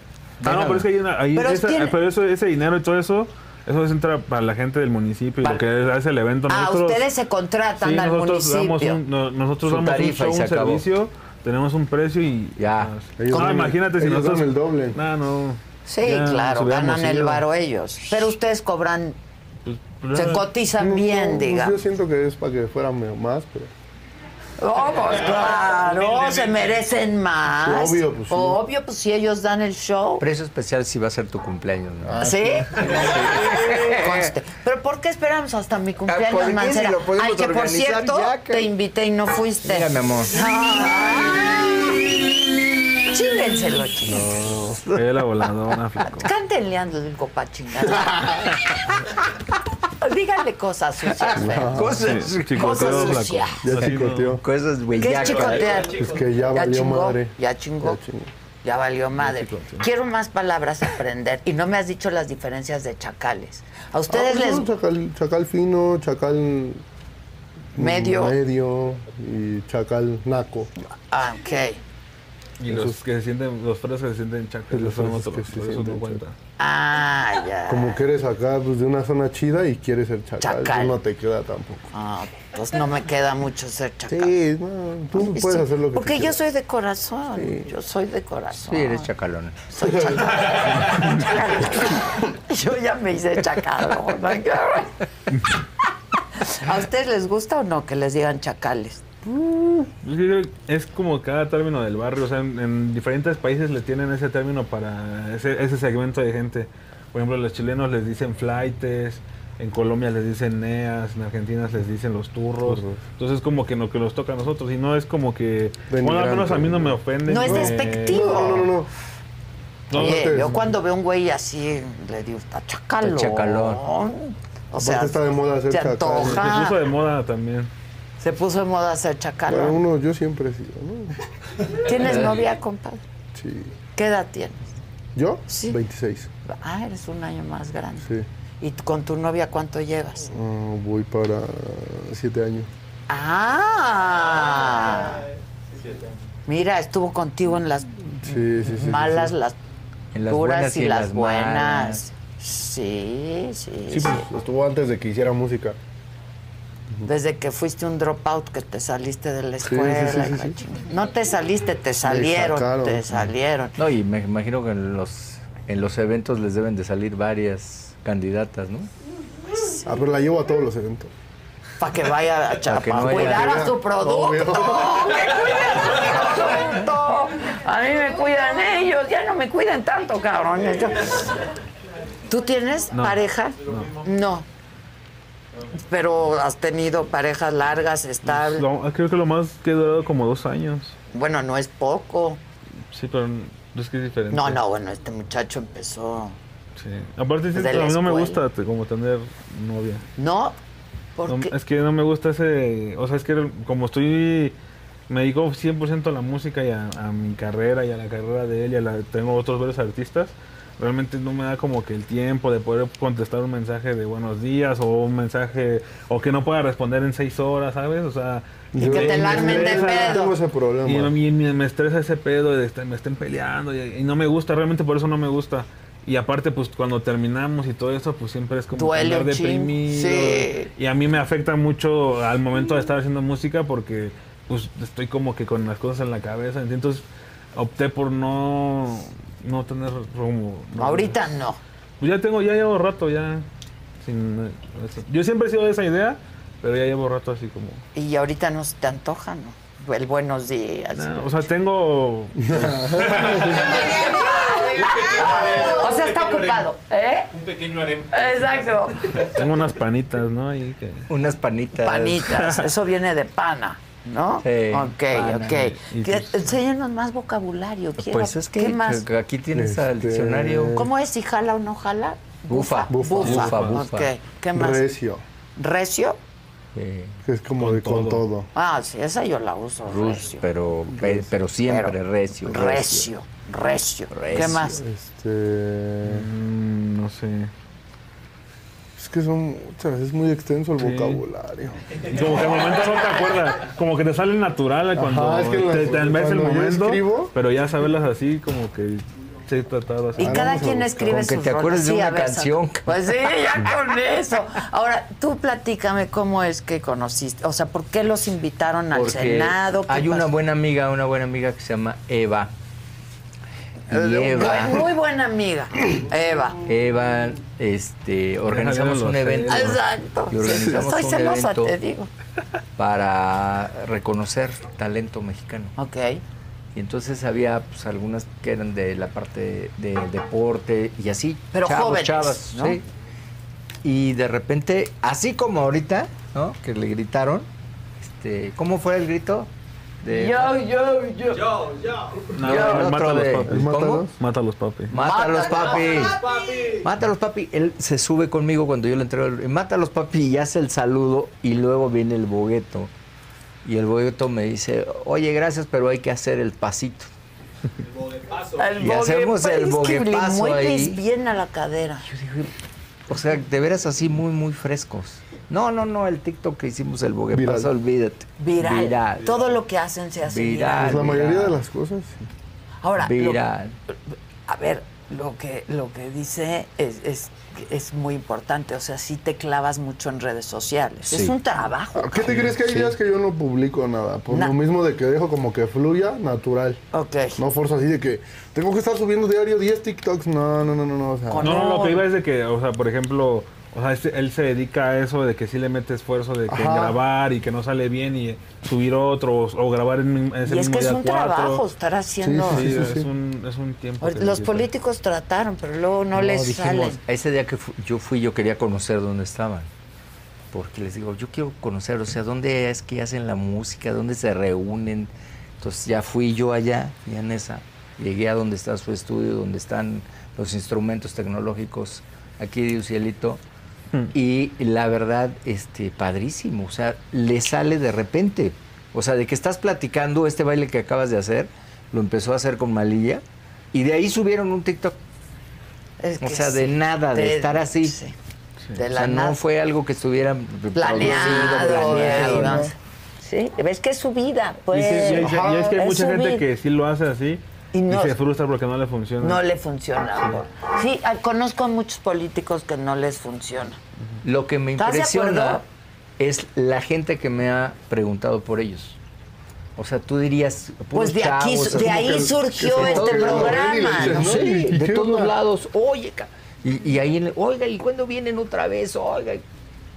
S3: Ah, no,
S5: ven a-
S3: pero es que hay una- ahí
S2: Pero
S3: esa-
S2: tiene-
S3: pero eso, ese dinero y todo eso, eso es entra para la gente del municipio y lo que hace el evento.
S2: Ah,
S3: Nosotros-
S2: ustedes se contratan
S3: sí,
S2: al
S3: nosotros damos
S2: municipio.
S3: un, no- nosotros
S5: Su
S3: damos un,
S5: tarifa y
S3: show,
S5: se
S3: un
S5: acabó.
S3: servicio, tenemos un precio y
S5: Ya.
S3: Ah, no,
S1: Ellos dan-
S3: imagínate si
S1: ellos
S3: nosotros
S1: dan el doble.
S3: Nah, no.
S2: Sí,
S3: Ya nos
S2: claro, ganan
S3: hubiéramos
S2: el
S3: ido.
S2: varo ellos. Pero ustedes cobran,
S3: Pues,
S2: se
S3: ya-
S2: cotizan bien,
S1: No, pues
S2: digamos.
S1: yo siento que es para que fuera me- más, pero.
S2: Oh, pues claro, se merecen más.
S1: Obvio, pues, sí.
S2: Obvio, pues si ellos dan el show.
S5: Precio especial si va a ser tu cumpleaños, ¿no?
S2: ¿Sí? Conste. Pero ¿por qué esperamos hasta mi
S5: Ah, ¿por
S2: cumpleaños,
S5: qué
S2: Mancera?
S5: si lo podemos
S2: Ay, que por
S5: organizar
S2: cierto,
S5: ya, que-
S2: te invité y no fuiste.
S5: Mira, mi amor.
S2: Ay. Chíngenselo, chíngenselo.
S3: Eh, la voladora, flaco.
S2: Cántenle algo pa' chingar. Díganle cosas sucias, feo.
S5: Cosas,
S3: Sí,
S2: cosas
S3: chicoteo, flaco.
S2: sucias.
S1: Ya
S3: Así
S1: se
S3: no.
S1: corteó.
S5: cosas
S2: ¿Qué es
S5: bellacas.
S2: chicotear?
S1: Es que ya
S2: ya
S1: valió
S2: chingó,
S1: madre.
S2: ya chingó.
S1: Ya chingó.
S2: Ya valió madre. Quiero más palabras aprender. Y no me has dicho las diferencias de chacales. A
S1: Ah,
S2: ustedes
S1: pues,
S2: les
S1: no, chacal, chacal fino, chacal.
S2: medio.
S1: Medio y chacal naco.
S2: Ah, ok.
S3: Y los que se sienten, los frescos que se sienten chacos,
S1: Y
S3: los
S1: los
S3: son
S1: frescos
S3: otros,
S1: que se
S3: por eso
S1: sienten
S3: no cuenta.
S2: Ah, ya.
S1: Como que eres acá pues, de una zona chida y quieres ser chacal.
S2: Chacal.
S1: eso no te queda tampoco.
S2: Ah, pues no me queda mucho ser chacal.
S1: Sí, no, tú
S2: Ah. Sí,
S1: puedes hacer lo que
S2: Porque
S1: tú
S2: yo
S1: quieras.
S2: soy de corazón. Yo soy de corazón.
S5: Sí, eres chacalón.
S2: Soy chacal. yo ya me hice chacalona. ¿A ustedes les gusta o no que les digan chacales?
S3: Yo creo que Pues Es como cada término del barrio, o sea, en, en diferentes países le tienen ese término para ese, ese segmento de gente. Por ejemplo, los chilenos les dicen flaites, en Colombia les dicen neas, en Argentina les dicen los turros.
S1: Turros.
S3: Entonces, como que lo que nos toca a nosotros, y no es como que. Bueno, al
S1: Denigrante.
S3: menos a mí no me ofende. Eh,
S2: No es
S3: me-
S2: despectivo.
S1: No, no, no.
S3: No,
S2: Oye,
S1: no te-
S2: yo cuando veo un güey así, le digo, está chacalón.
S5: Está chacalón.
S2: O sea,
S1: está de moda ser
S2: se
S1: chacal.
S3: Se
S2: antoja.
S3: puso de moda también.
S2: Se puso de moda ser chacalón.
S1: Bueno, uno, yo siempre he sido, ¿no?
S2: ¿Tienes novia, compadre?
S1: Sí.
S2: ¿Qué edad tienes?
S1: ¿Yo?
S2: Sí.
S1: 26.
S2: Ah, eres un año más grande.
S1: Sí.
S2: ¿Y t- con tu novia cuánto llevas?
S1: Ah, voy para 7 años.
S2: Ah. Mira, estuvo contigo en las
S1: Sí, sí, sí, sí.
S2: malas, las
S5: En las
S2: duras
S5: buenas
S2: y,
S5: y en
S2: las
S5: las
S2: buenas.
S5: malas.
S2: Sí, sí,
S1: Sí,
S2: sí.
S1: pues estuvo antes de que hiciera música.
S2: Desde que fuiste un dropout que te saliste de la
S1: sí, sí,
S2: escuela.
S1: sí,
S2: y la
S1: sí.
S2: chingada. No te saliste, te salieron,
S1: sacaron.
S2: te salieron.
S5: No, y me imagino que en los, en los eventos les deben de salir varias candidatas, ¿no?
S1: Ah, pero la llevo a todos los eventos.
S2: Para que vaya a
S5: Pa' que
S2: Chapa,
S5: no haya-
S2: cuidar a su producto.
S1: Obvio.
S2: producto. A mí me cuidan ellos, ya no me cuidan tanto, cabrones. Yo- ¿Tú tienes
S3: No.
S2: pareja? No. Pero has tenido parejas largas, estables.
S3: Lo- creo que lo más que he durado como dos años.
S2: Bueno, no es poco.
S3: Sí, pero es que es diferente.
S2: No, no, bueno, este muchacho empezó.
S3: Sí. Aparte, sí,
S2: Desde la
S3: a mí no me
S2: escuela.
S3: gusta te- como tener novia.
S2: ¿No?
S3: No,
S2: Porque
S3: es que no me gusta ese... O sea, es que como estoy... Me dedico 100% a la música y a, a mi carrera y a la carrera de él y a la, tengo otros varios artistas. Realmente no me da como que el tiempo de poder contestar un mensaje de buenos días o un mensaje... O que no pueda responder en seis horas, ¿sabes? O sea...
S2: Y que te
S3: me
S2: la armen de
S3: estresa-
S2: pedo.
S1: tengo ese
S3: y a
S1: problema.
S3: mí me, me estresa ese pedo de estar- me estén peleando y, y no me gusta, realmente por eso no me gusta. Y aparte, pues cuando terminamos y todo eso, pues siempre es como que
S2: Duele
S3: andar
S2: un chin.
S3: deprimido.
S2: Sí.
S3: Y a mí me afecta mucho al momento de estar haciendo música porque pues estoy como que con las cosas en la cabeza. Entonces opté por no, no tener como... no-
S2: ahorita no.
S3: Pues ya tengo, ya llevo rato ya. sin eso. Yo siempre he sido de esa idea, pero ya llevo rato así como...
S2: Y ahorita no se te antoja, ¿no? El buenos días.
S3: nah, o sea, tengo...
S10: Ah,
S2: O sea, está ocupado, ¿eh?
S10: Un pequeño harem.
S2: Exacto.
S3: Tengo unas panitas, ¿no? Ahí que...
S5: Unas panitas.
S2: Panitas, eso viene de pana, ¿no?
S5: Sí,
S2: Ok,
S5: pana.
S2: ok.
S3: Y
S2: Que-
S3: pues-
S2: enséñanos más vocabulario, quiero.
S5: Pues es que
S2: ¿Qué más?
S5: que aquí tienes al
S1: Este,
S5: diccionario.
S2: ¿Cómo es si jala o no jala?
S5: Bufa.
S2: Bufa.
S1: Bufa.
S2: Bufa.
S5: Bufa, bufa.
S2: Ok, ¿qué más?
S1: Recio.
S2: Recio.
S5: Sí.
S1: Es como de con todo.
S2: Ah, sí, esa yo la uso.
S5: Rus,
S2: recio.
S5: pero, pe- pero siempre
S2: Pero-
S5: recio,
S2: Recio, recio. ¿Qué
S5: Recio.
S2: más?
S1: Este.
S3: Mm, no sé.
S1: Es que son muchas, es muy extenso el
S3: Sí.
S1: vocabulario.
S3: Como que al momento no te acuerdas. Como que te sale natural cuando
S1: Ajá, es que
S3: te,
S1: la-
S3: te ves el
S1: cuando yo
S3: momento.
S1: escribo-
S3: pero ya saberlas así, como que se trataba así.
S2: Y cada quien escribe
S5: Con que
S2: sus
S5: te
S2: rolas.
S5: acuerdes de una
S2: a ver,
S5: canción.
S2: Pues sí, ya con eso. Ahora, tú platícame cómo es que conociste, o sea, ¿por qué los invitaron al
S5: Porque
S2: Senado? ¿Qué
S5: hay una
S2: pasó?
S5: buena amiga, una buena amiga que se llama Eva. Y Eva,
S2: Muy buena amiga, Eva.
S5: Eva, este, organizamos
S3: Déjalo
S5: un
S3: ser.
S5: evento.
S2: Exacto.
S5: Y organizamos
S2: Estoy
S5: un
S2: celosa,
S5: evento.
S2: te digo.
S5: para reconocer talento mexicano.
S2: Ok.
S5: Y entonces había pues, algunas que eran de la parte de deporte y así.
S2: Pero jóvenes, ¿no?
S5: sí. Y de repente, así como ahorita, ¿no? Que le gritaron, este, ¿cómo fue el grito? De,
S2: Yo, yo, yo.
S3: No,
S5: Yo, el
S3: el
S5: otro
S3: mata a los
S5: de-
S3: papis.
S5: ¿Cómo?
S1: Mátalos.
S3: Mata a los papis.
S5: Mátalos, papi.
S10: Papi.
S5: Mátalos, papi. Él se sube conmigo cuando yo le entrego el... eh, Mátalos, papi, y hace el saludo y luego viene el bogueto. Y el bogueto me dice, oye, gracias, pero hay que hacer el pasito.
S2: El
S5: Y hacemos
S2: bogue-
S5: el
S2: es que le
S5: boguepazo
S2: mueves
S5: ahí.
S2: bien a la cadera.
S5: O sea, de veras así muy, muy frescos. No, no, no, el TikTok que hicimos, el boguepazo,
S1: Viral.
S5: olvídate.
S2: Viral. Todo lo que hacen se hace viral.
S5: Viral.
S1: Pues la mayoría
S5: viral,
S1: de las cosas. sí.
S2: Ahora, lo-
S5: Viral.
S2: a ver, lo que, lo que dice es, es, es muy importante. O sea, sí te clavas mucho en redes sociales.
S5: Sí.
S2: Es un trabajo.
S1: ¿Qué te crees que hay días que yo no publico nada? Por
S2: Na-
S1: lo mismo de que dejo como que fluya natural.
S2: Ok.
S1: No forzo así de que tengo que estar subiendo diario 10 TikToks. No, no, no, no, no. O sea,
S2: Con-
S3: No,
S2: No.
S3: lo que iba es de que, o sea, por ejemplo, o sea, este- él se dedica a eso de que sí le mete esfuerzo de que
S1: Ajá.
S3: grabar y que no sale bien y subir otro o, o grabar en, mi- ese
S2: Y es
S3: mismo
S2: que es
S3: día
S2: un
S3: cuatro.
S2: trabajo estar haciendo.
S3: Sí,
S1: Sí, sí,
S3: es,
S1: sí.
S3: Un, es un tiempo. que
S2: Ahorita,
S3: se
S2: Los
S3: dedica.
S2: políticos trataron, pero luego no, les
S5: dijimos,
S2: salen.
S5: ese día que fu- yo fui, yo quería conocer dónde estaban. Porque les digo, yo quiero conocer, o sea, dónde es que hacen la música, dónde se reúnen. Entonces ya fui yo allá, fui a Nesa, llegué a donde está su estudio, donde están los instrumentos tecnológicos aquí de Ucielito. Y la verdad, este, padrísimo, o sea, le sale de repente. O sea, de que estás platicando este baile que acabas de hacer, lo empezó a hacer con Malilla, y de ahí subieron un TikTok.
S2: Es
S5: O
S2: que
S5: sea, de
S2: sí,
S5: nada, de estar así.
S2: sí, De
S5: O
S2: la
S5: sea,
S2: nada.
S5: no fue algo que estuviera
S2: planeado,
S5: producido,
S2: planeado,
S5: planeado,
S2: ¿no? Sí, ves que es su vida,
S3: Y,
S2: pues.
S3: sí, y- y- y es que hay
S2: Es
S3: mucha
S2: su
S3: gente
S2: vida.
S3: que sí lo hace así
S2: Y
S3: y,
S2: no-
S3: se frustra porque no le funciona.
S2: No le funciona. Sí, ah, conozco a muchos políticos que no les funciona.
S5: Lo que me
S2: ¿Estás de acuerdo?
S5: impresiona es la gente que me ha preguntado por ellos. O sea, tú dirías.
S2: Pues
S5: puros
S2: de aquí,
S5: chavos,
S2: de
S5: así.
S2: ahí
S1: que-
S2: surgió
S1: que se
S2: este
S1: toque la
S2: programa.
S1: orilla,
S2: ¿no?
S1: ¿no?
S5: Sí,
S1: ¿Y
S5: de
S1: qué
S5: todos
S1: onda?
S5: lados. Oye, ca- y, y ahí, en el, oiga, ¿y cuándo vienen otra vez? Oiga. y-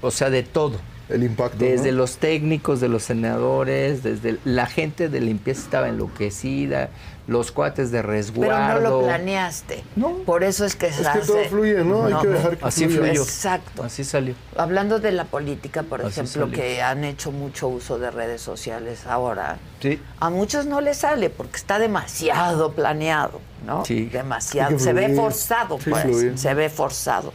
S5: O sea, de todo.
S1: el impacto.
S5: Desde
S1: ¿no?
S5: los técnicos, de los senadores, desde el- la gente de limpieza estaba enloquecida, los cuates de resguardo.
S2: Pero no lo planeaste. Por eso es que se
S1: Es que todo
S2: hace-
S1: fluye, ¿no? Hay que dejar que
S5: Así
S1: fluya.
S5: fluyó.
S2: Exacto.
S5: Así salió.
S2: Hablando de la política, por
S5: Así
S2: ejemplo,
S5: salió.
S2: que han hecho mucho uso de redes sociales ahora,
S5: Sí.
S2: a muchos no les sale porque está demasiado planeado, ¿no?
S5: Sí.
S2: Demasiado.
S1: Hay que
S2: Se ve
S1: fluir.
S2: forzado,
S1: Sí,
S2: pues.
S1: fluir.
S2: Se ve forzado.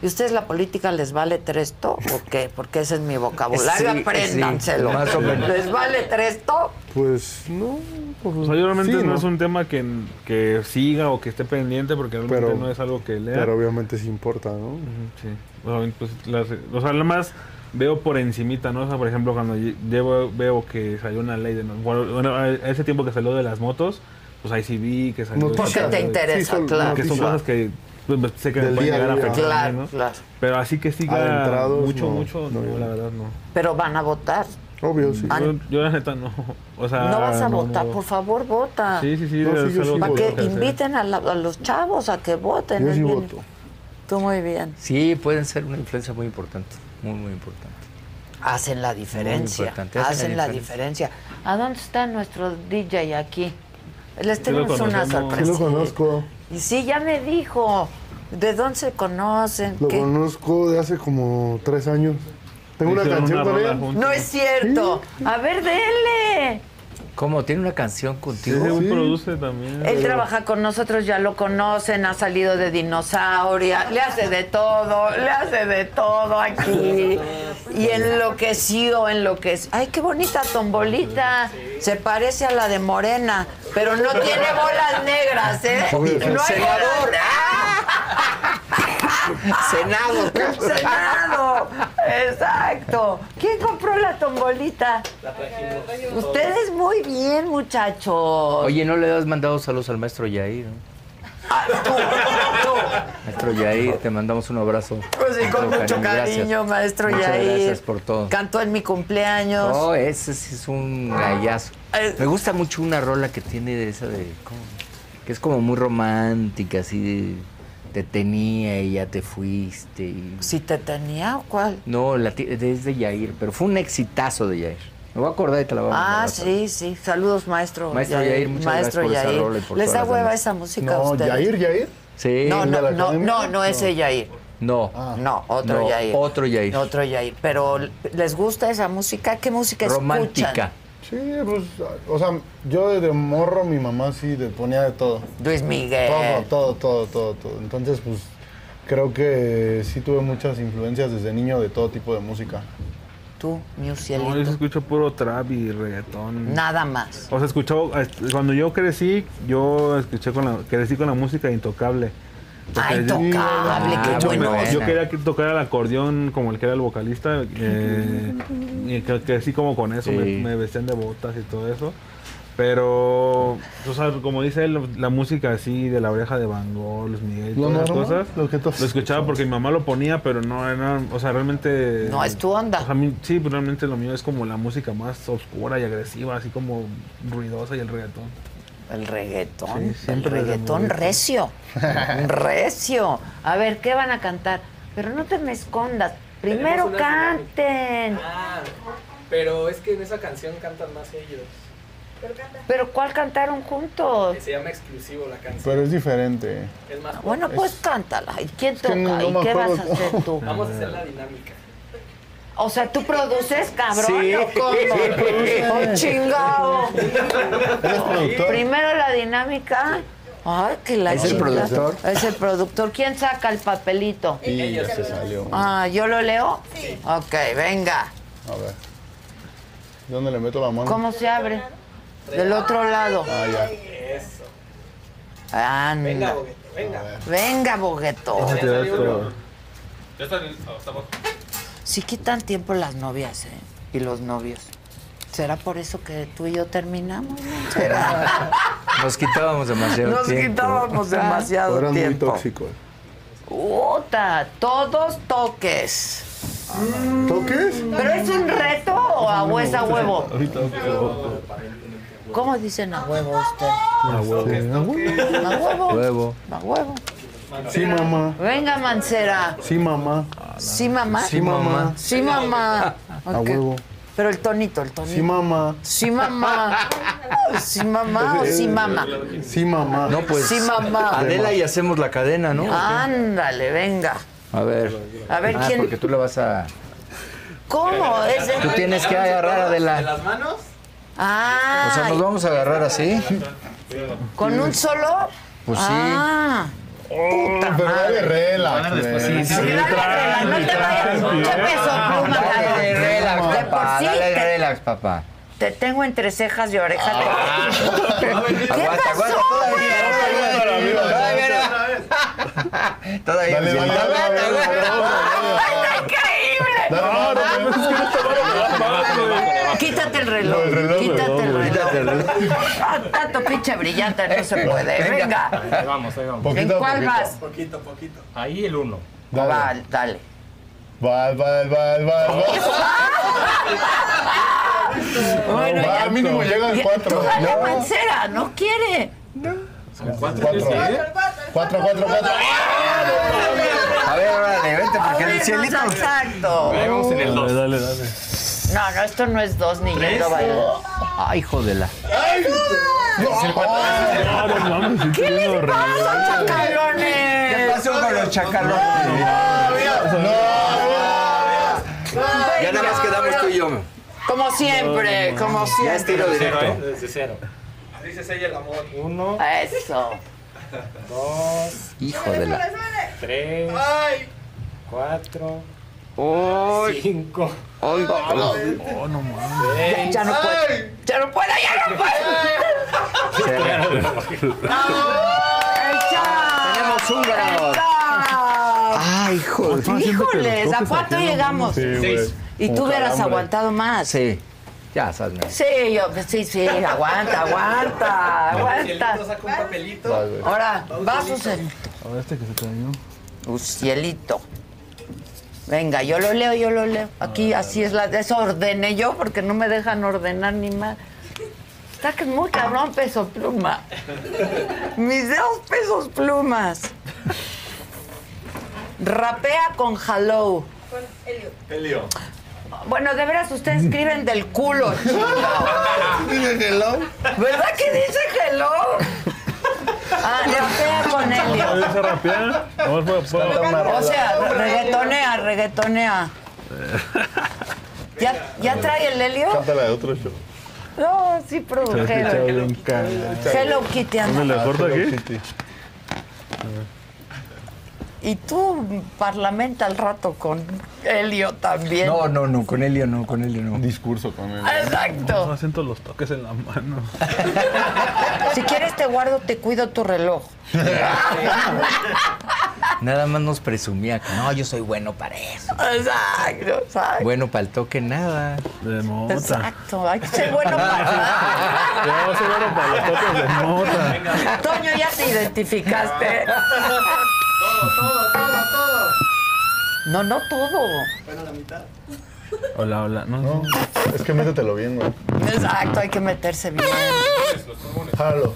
S2: ¿Y ustedes la política les vale tres to o qué? Porque ese es mi vocabulario,
S5: Sí,
S2: apréndanselo.
S5: sí, más o menos.
S2: ¿Les vale tres to?
S1: Pues no. pues,
S3: O sea, yo realmente
S1: sí,
S3: no, es un tema que, que siga o que esté pendiente porque realmente
S1: Pero-
S3: no es algo que lea.
S1: Pero obviamente sí importa, ¿no?
S3: Sí. O sea, pues, las- o sea, nada más veo por encimita, ¿no? O sea, por ejemplo, cuando lle- llevo- veo que salió una ley de... no- Bueno, bueno, a ese tiempo que salió de las motos, pues ahí sí vi que salió...
S1: Noticias.
S3: esa
S2: Porque te
S3: de-
S2: interesa,
S1: son
S2: claro.
S3: Que son
S1: noticias.
S3: cosas que pues, pues, sé que me
S1: Del
S3: pueden
S1: día a
S3: llegar a
S1: día.
S3: afectar,
S2: Claro,
S3: ¿no?
S2: claro.
S3: Pero así que siga
S1: Adentrados,
S3: mucho,
S1: no,
S3: mucho, no,
S1: no, yo no.
S3: la verdad no.
S2: Pero van a votar.
S1: Obvio, sí.
S2: Ah,
S3: Yo, yo la neta no. O sea,
S2: no vas a
S3: Ah, no,
S2: votar,
S3: no.
S2: por favor, vota.
S3: Sí, sí, sí.
S1: No,
S3: es
S1: sí, yo
S3: algo
S1: sí
S2: Para
S3: que
S2: que
S3: tengo hacer.
S2: inviten a, la- a los chavos a que voten.
S1: Yo
S2: es
S1: sí
S2: bien-
S1: voto.
S2: Tú muy bien.
S5: Sí, pueden ser una influencia muy importante. Muy, muy importante.
S2: Hacen la diferencia.
S5: importante,
S2: Hacen, la diferencia. ¿A dónde está nuestro DJ aquí? Les
S3: Sí lo
S2: tenemos una
S3: conocemos.
S2: sorpresa.
S1: Sí lo conozco.
S2: Y sí, ya me dijo. ¿De dónde se conocen?
S1: Lo
S2: ¿Qué?
S1: conozco de hace como tres años. Tengo una
S3: Hicieron
S1: canción
S3: una
S1: con
S3: rola
S1: él.
S3: juntos.
S2: No es cierto. A ver, dele.
S5: ¿Cómo? ¿Tiene una canción
S3: Sí,
S5: contigo?
S3: según produce también.
S2: Él trabaja con nosotros, ya lo conocen, ha salido de dinosauria, le hace de todo, le hace de todo aquí. Y enloqueció, enloqueció. Ay, qué bonita tombolita. Se parece a la de Morena, pero no tiene bolas negras, ¿eh? No hay bolas
S5: Senador.
S2: negras.
S5: Senado.
S2: Senado. Exacto. ¿Quién compró la tombolita? Ustedes muy bien, muchachos.
S5: Oye, ¿no le has mandado saludos al maestro Yair? no? Maestro Yair, te mandamos un abrazo.
S2: Pues sí, con mucho cariño,
S5: gracias.
S2: maestro
S5: Muchas
S2: Yair.
S5: gracias por todo.
S2: Cantó en mi cumpleaños.
S5: No, ese sí es un gallazo.
S2: Eh.
S5: Me gusta mucho una rola que tiene de esa de. ¿cómo? Que es como muy romántica, así de. Te tenía y ya te fuiste. y-
S2: Si te tenía o cuál.
S5: No, la ti- es de Yair, pero fue un exitazo de Yair. Me voy a acordar y te la voy a mandar.
S2: Ah, sí, sí. Saludos, maestro.
S5: Maestro Yair, muchas
S2: maestro
S5: gracias por esa
S2: Yair.
S5: rola y por
S2: ¿Les
S5: todas
S2: da
S5: las
S2: hueva
S5: demás.
S2: esa música a
S1: No,
S2: ustedes?
S1: Yair, Yair.
S5: Sí.
S2: No, Ah.
S1: ¿De
S2: no,
S1: la
S2: no,
S1: academia? Ah.
S2: no, no ese Yair.
S5: No.
S2: No, otro
S5: No,
S2: Yair.
S5: otro Yair.
S2: Otro Yair. Pero ¿les gusta esa música? ¿Qué música
S5: Romántica.
S2: escuchan?
S11: Sí, pues, o sea, yo desde morro mi mamá sí le ponía de todo.
S2: Luis Miguel.
S11: Todo, todo, todo, todo, todo. Entonces, pues, creo que sí tuve muchas influencias desde niño de todo tipo de música.
S2: Tú,
S3: No, yo
S2: Musielito.
S3: escucho puro trap y reggaetón.
S2: Nada más.
S3: O sea, escuchó, eh, cuando yo crecí, yo escuché con la, crecí con la música de intocable.
S2: Ah,
S3: yo-
S2: Intocable, qué
S3: Ah, yo
S2: bueno.
S3: me- Yo quería que tocara el acordeón como el que era el vocalista. eh, y que- crecí como con eso, me,
S5: Sí.
S3: me vestían de botas y todo eso. Pero, o sea, como dice él, la música así de la oreja de Van Gogh, Luis Miguel,
S11: Lo
S3: todas esas
S11: normal,
S3: cosas.
S11: lo que todos
S3: escuchaba porque mi mamá lo ponía, pero no era, o sea, realmente...
S2: No, es tu onda.
S3: O sea, a mí- sí, pues, realmente lo mío es como la música más oscura y agresiva, así como ruidosa y el reggaetón.
S2: El reggaetón.
S3: Sí,
S2: el
S3: siempre
S2: reggaetón
S3: era muy
S2: recio. recio. A ver, ¿qué van a cantar? Pero no te me escondas. Primero
S12: Tenemos una
S2: canten.
S12: Ah, pero es que en esa canción cantan más ellos.
S2: Pero ¿cuál cantaron juntos?
S12: Se llama exclusivo la canción.
S11: Pero es diferente.
S12: Es más pop.
S2: Bueno, pues cántala. ¿Y quién
S11: que
S2: toca?
S11: no
S2: ¿Y
S11: me
S2: qué vas a
S11: acuerdo
S2: hacer
S11: cómo.
S2: tú?
S12: Vamos a hacer la dinámica.
S2: O sea, ¿tú produces, cabrón?
S5: Sí.
S2: ¿O cómo? ¡Oh, chingao! Primero la dinámica. Ay, que la
S5: ¿Es el
S2: chingada.
S5: productor?
S2: Es el productor. ¿Quién saca el papelito?
S11: Y ya se salió.
S2: Ah, ¿yo lo leo? Sí. Ok, venga.
S11: A ver. ¿Dónde le meto la mano?
S2: ¿Cómo se abre? Del otro lado.
S11: Ah, ya.
S12: Eso.
S2: Anda.
S12: Venga, Boguete, venga.
S2: Venga, Bogueto.
S3: Échate otro.
S12: Ya está listo, está abajo.
S2: Si quitan tiempo las novias, ¿eh? Y los novios. ¿Será por eso que tú y yo terminamos? no? ¿Será?
S5: Nos quitábamos demasiado
S2: Nos
S5: tiempo.
S2: quitábamos
S11: Pero
S2: demasiado
S11: eran muy
S2: tiempo.
S11: tóxicos.
S2: Uta, todos toques.
S11: ¿Toques?
S2: ¿Pero es un reto o a hue- es a huevo? ¿Cómo dicen a huevo usted? A huevo.
S5: Huevo.
S2: A huevo.
S11: Sí, mamá.
S2: Venga, Mancera.
S11: Sí, mamá.
S2: Sí, mamá.
S11: Sí, mamá.
S2: Sí, mamá.
S11: A
S2: Ok.
S11: huevo.
S2: Pero el tonito, el
S11: Sí,
S2: tonito.
S11: mamá.
S2: Sí, mamá. Sí, mamá o sí, mamá.
S11: Sí, mamá.
S5: No, pues.
S2: Sí, mamá.
S5: Adela y hacemos la cadena, ¿no?
S2: Ándale, venga.
S5: A ver.
S2: A ver,
S5: Ah,
S2: ¿quién- Ah.
S5: Porque tú la vas a.
S2: ¿Cómo? Es
S5: Tú tienes que agarrar,
S12: ¿De
S5: Adela.
S12: las manos?
S2: Ah,
S5: O sea, nos vamos a agarrar así.
S2: ¿con un solo?
S5: Pues sí.
S2: Ah.
S11: Puta, pero dale relax, güey.
S2: Sí, dale, relax, no te vayas mucho peso, pluma,
S5: Dale
S2: dale.
S5: relax,
S2: De
S5: papá.
S2: por sí
S5: Dale
S2: te-
S5: relax, papá.
S2: Te tengo entre cejas y orejas. ¿Qué
S5: Aguanta, aguanta.
S2: pasó,
S5: Todavía,
S2: güey?
S5: todavía,
S11: Otra vez,
S5: todavía. Todavía. Todavía.
S11: Dale, dale, dale,
S5: Aguanta,
S11: dale,
S5: aguanta.
S11: dale,
S2: ¡Está increíble!
S11: No, no, no,
S2: Quítate el reloj.
S11: No, el reloj,
S2: quítate el reloj.
S5: Quítate el reloj.
S2: Ah, tanto pinche brillante no se puede. Venga.
S12: Ahí vamos, ahí vamos.
S2: ¿En
S11: Poquito a
S2: cuál
S11: poquito.
S2: vas?
S12: Poquito, poquito. Ahí el uno.
S11: Dale.
S2: Vale, dale.
S11: Vas, vas, vas, vas, vas.
S2: Bueno,
S11: Va,
S2: ya.
S11: al mínimo llega al
S2: Ya, Tú
S11: 4.
S2: dale mancera, no quiere.
S12: Cuatro.
S11: Cuatro. Cuatro, cuatro, cuatro.
S5: A ver, órale, vete, porque el
S2: Vámonos,
S5: cielito.
S2: Exacto.
S12: Ahí vamos en el dos.
S3: Dale, dale.
S2: No, no, esto no es dos ni yendo a bailar.
S5: Ay, jodela.
S3: Ah, no mames, sí
S2: ¿Qué
S3: tiene
S2: les
S3: horror.
S2: pasa, chacalones?
S5: ¿Qué pasó con los chacalones? Ya nada más quedamos tú y yo.
S2: Como siempre, como
S5: Ya
S2: siempre.
S5: es tiro directo.
S12: Desde cero. Así se sella el amor. Uno,
S2: Eso.
S12: dos,
S5: Hijo de la.
S12: tres, cuatro, Cinco.
S3: Oh, no mames.
S2: Ya no puedo. Ya no puedo, ya no puedo.
S5: Tenemos un grado.
S2: Ay, híjole. Híjoles, ¿a cuánto llegamos?
S5: Sí, güey. Seis.
S2: Y tú
S5: Como
S2: hubieras
S5: calambre.
S2: aguantado más.
S5: Sí. Ya, sabes.
S2: Sí, yo, pues, sí, sí, aguanta, aguanta, aguanta.
S12: Cielito, saca un papelito.
S2: Ahora,
S12: Va un
S2: vas
S12: cielito.
S2: Susana.
S3: Ahora este que se cayó.
S2: Ucielito. Venga, yo lo leo, yo lo leo. Aquí así es la... Eso ordené yo porque no me dejan ordenar ni más. Está que es muy cabrón peso pluma. Mis dedos pesos plumas. Rapea con Hello.
S9: Con Elliot.
S3: Elio.
S2: Bueno, de veras, ustedes escriben del culo, ¿Dice hello? ¿Verdad que dice hello? Ah, rapea con
S3: ¿No
S2: Helio.
S3: dice rapear? No, puedo, puedo.
S2: O sea, reggaetonea, reggaetonea. ¿Ya, ya trae el helio?
S11: Cántala de otro show.
S2: No, sí
S11: Chao,
S2: produjeron.
S11: bien, cántala.
S2: Hello Kitty
S3: ¿Dónde
S2: anda.
S3: la corta
S11: Ah, Hello
S3: aquí?
S11: Kitty.
S2: Y tú parlamenta al rato con helio también.
S5: No, no, no, con Elio no, con Elio no.
S11: Discurso con él.
S2: Exacto.
S3: No siento los toques en la mano.
S2: Si quieres te guardo, te cuido tu reloj.
S5: Nada más nos presumía que no, yo soy bueno para eso.
S2: Exacto, exacto.
S5: Bueno para el toque, nada.
S3: De mota.
S2: Exacto, hay que ser bueno para...
S3: Yo soy bueno para los toques de mota.
S2: Toño, ya te identificaste.
S12: Todo, todo, todo, todo.
S2: No, no todo.
S12: Bueno, la mitad.
S3: Hola, hola. No, no.
S11: Es que métetelo bien, güey.
S2: Exacto, hay que meterse bien.
S11: Jálalo.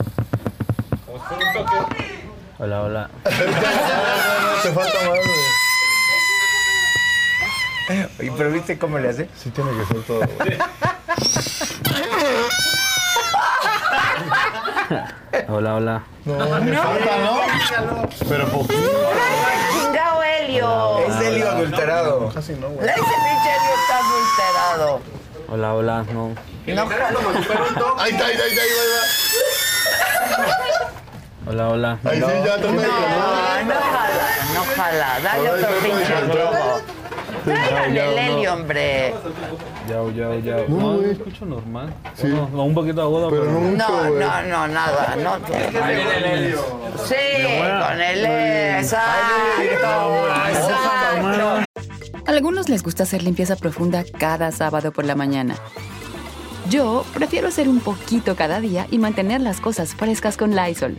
S3: Hola, hola.
S11: Te falta más, güey.
S5: Y pero viste cómo le hace.
S11: Sí tiene que ser todo, güey.
S3: Hola, hola.
S11: No, te falta, ¿no? Pero poquito.
S2: Chingao Helio.
S5: Es Elio adulterado.
S11: Casi no, güey.
S2: Ese pinche Helio está adulterado.
S3: Hola, hola. No.
S2: No,
S11: Ahí está, ahí está, ahí está, ahí va,
S3: Hola, hola.
S11: ahí va. Ahí sí, ya trata de
S2: no, no jala, no jala. Dale otro pinche. Traigan el Helio, hombre.
S3: Ya, ya, ya.
S11: No,
S3: No,
S11: güey.
S3: escucho normal.
S11: Sí.
S3: No, no, un poquito agudo,
S11: Pero
S3: pero.
S11: no mucho,
S2: No,
S11: güey.
S2: no, no, nada. No, sí,
S3: buena.
S2: con el exacto. Exacto.
S8: Algunos les gusta hacer limpieza profunda cada sábado por la mañana. Yo prefiero hacer un poquito cada día y mantener las cosas frescas con Lysol.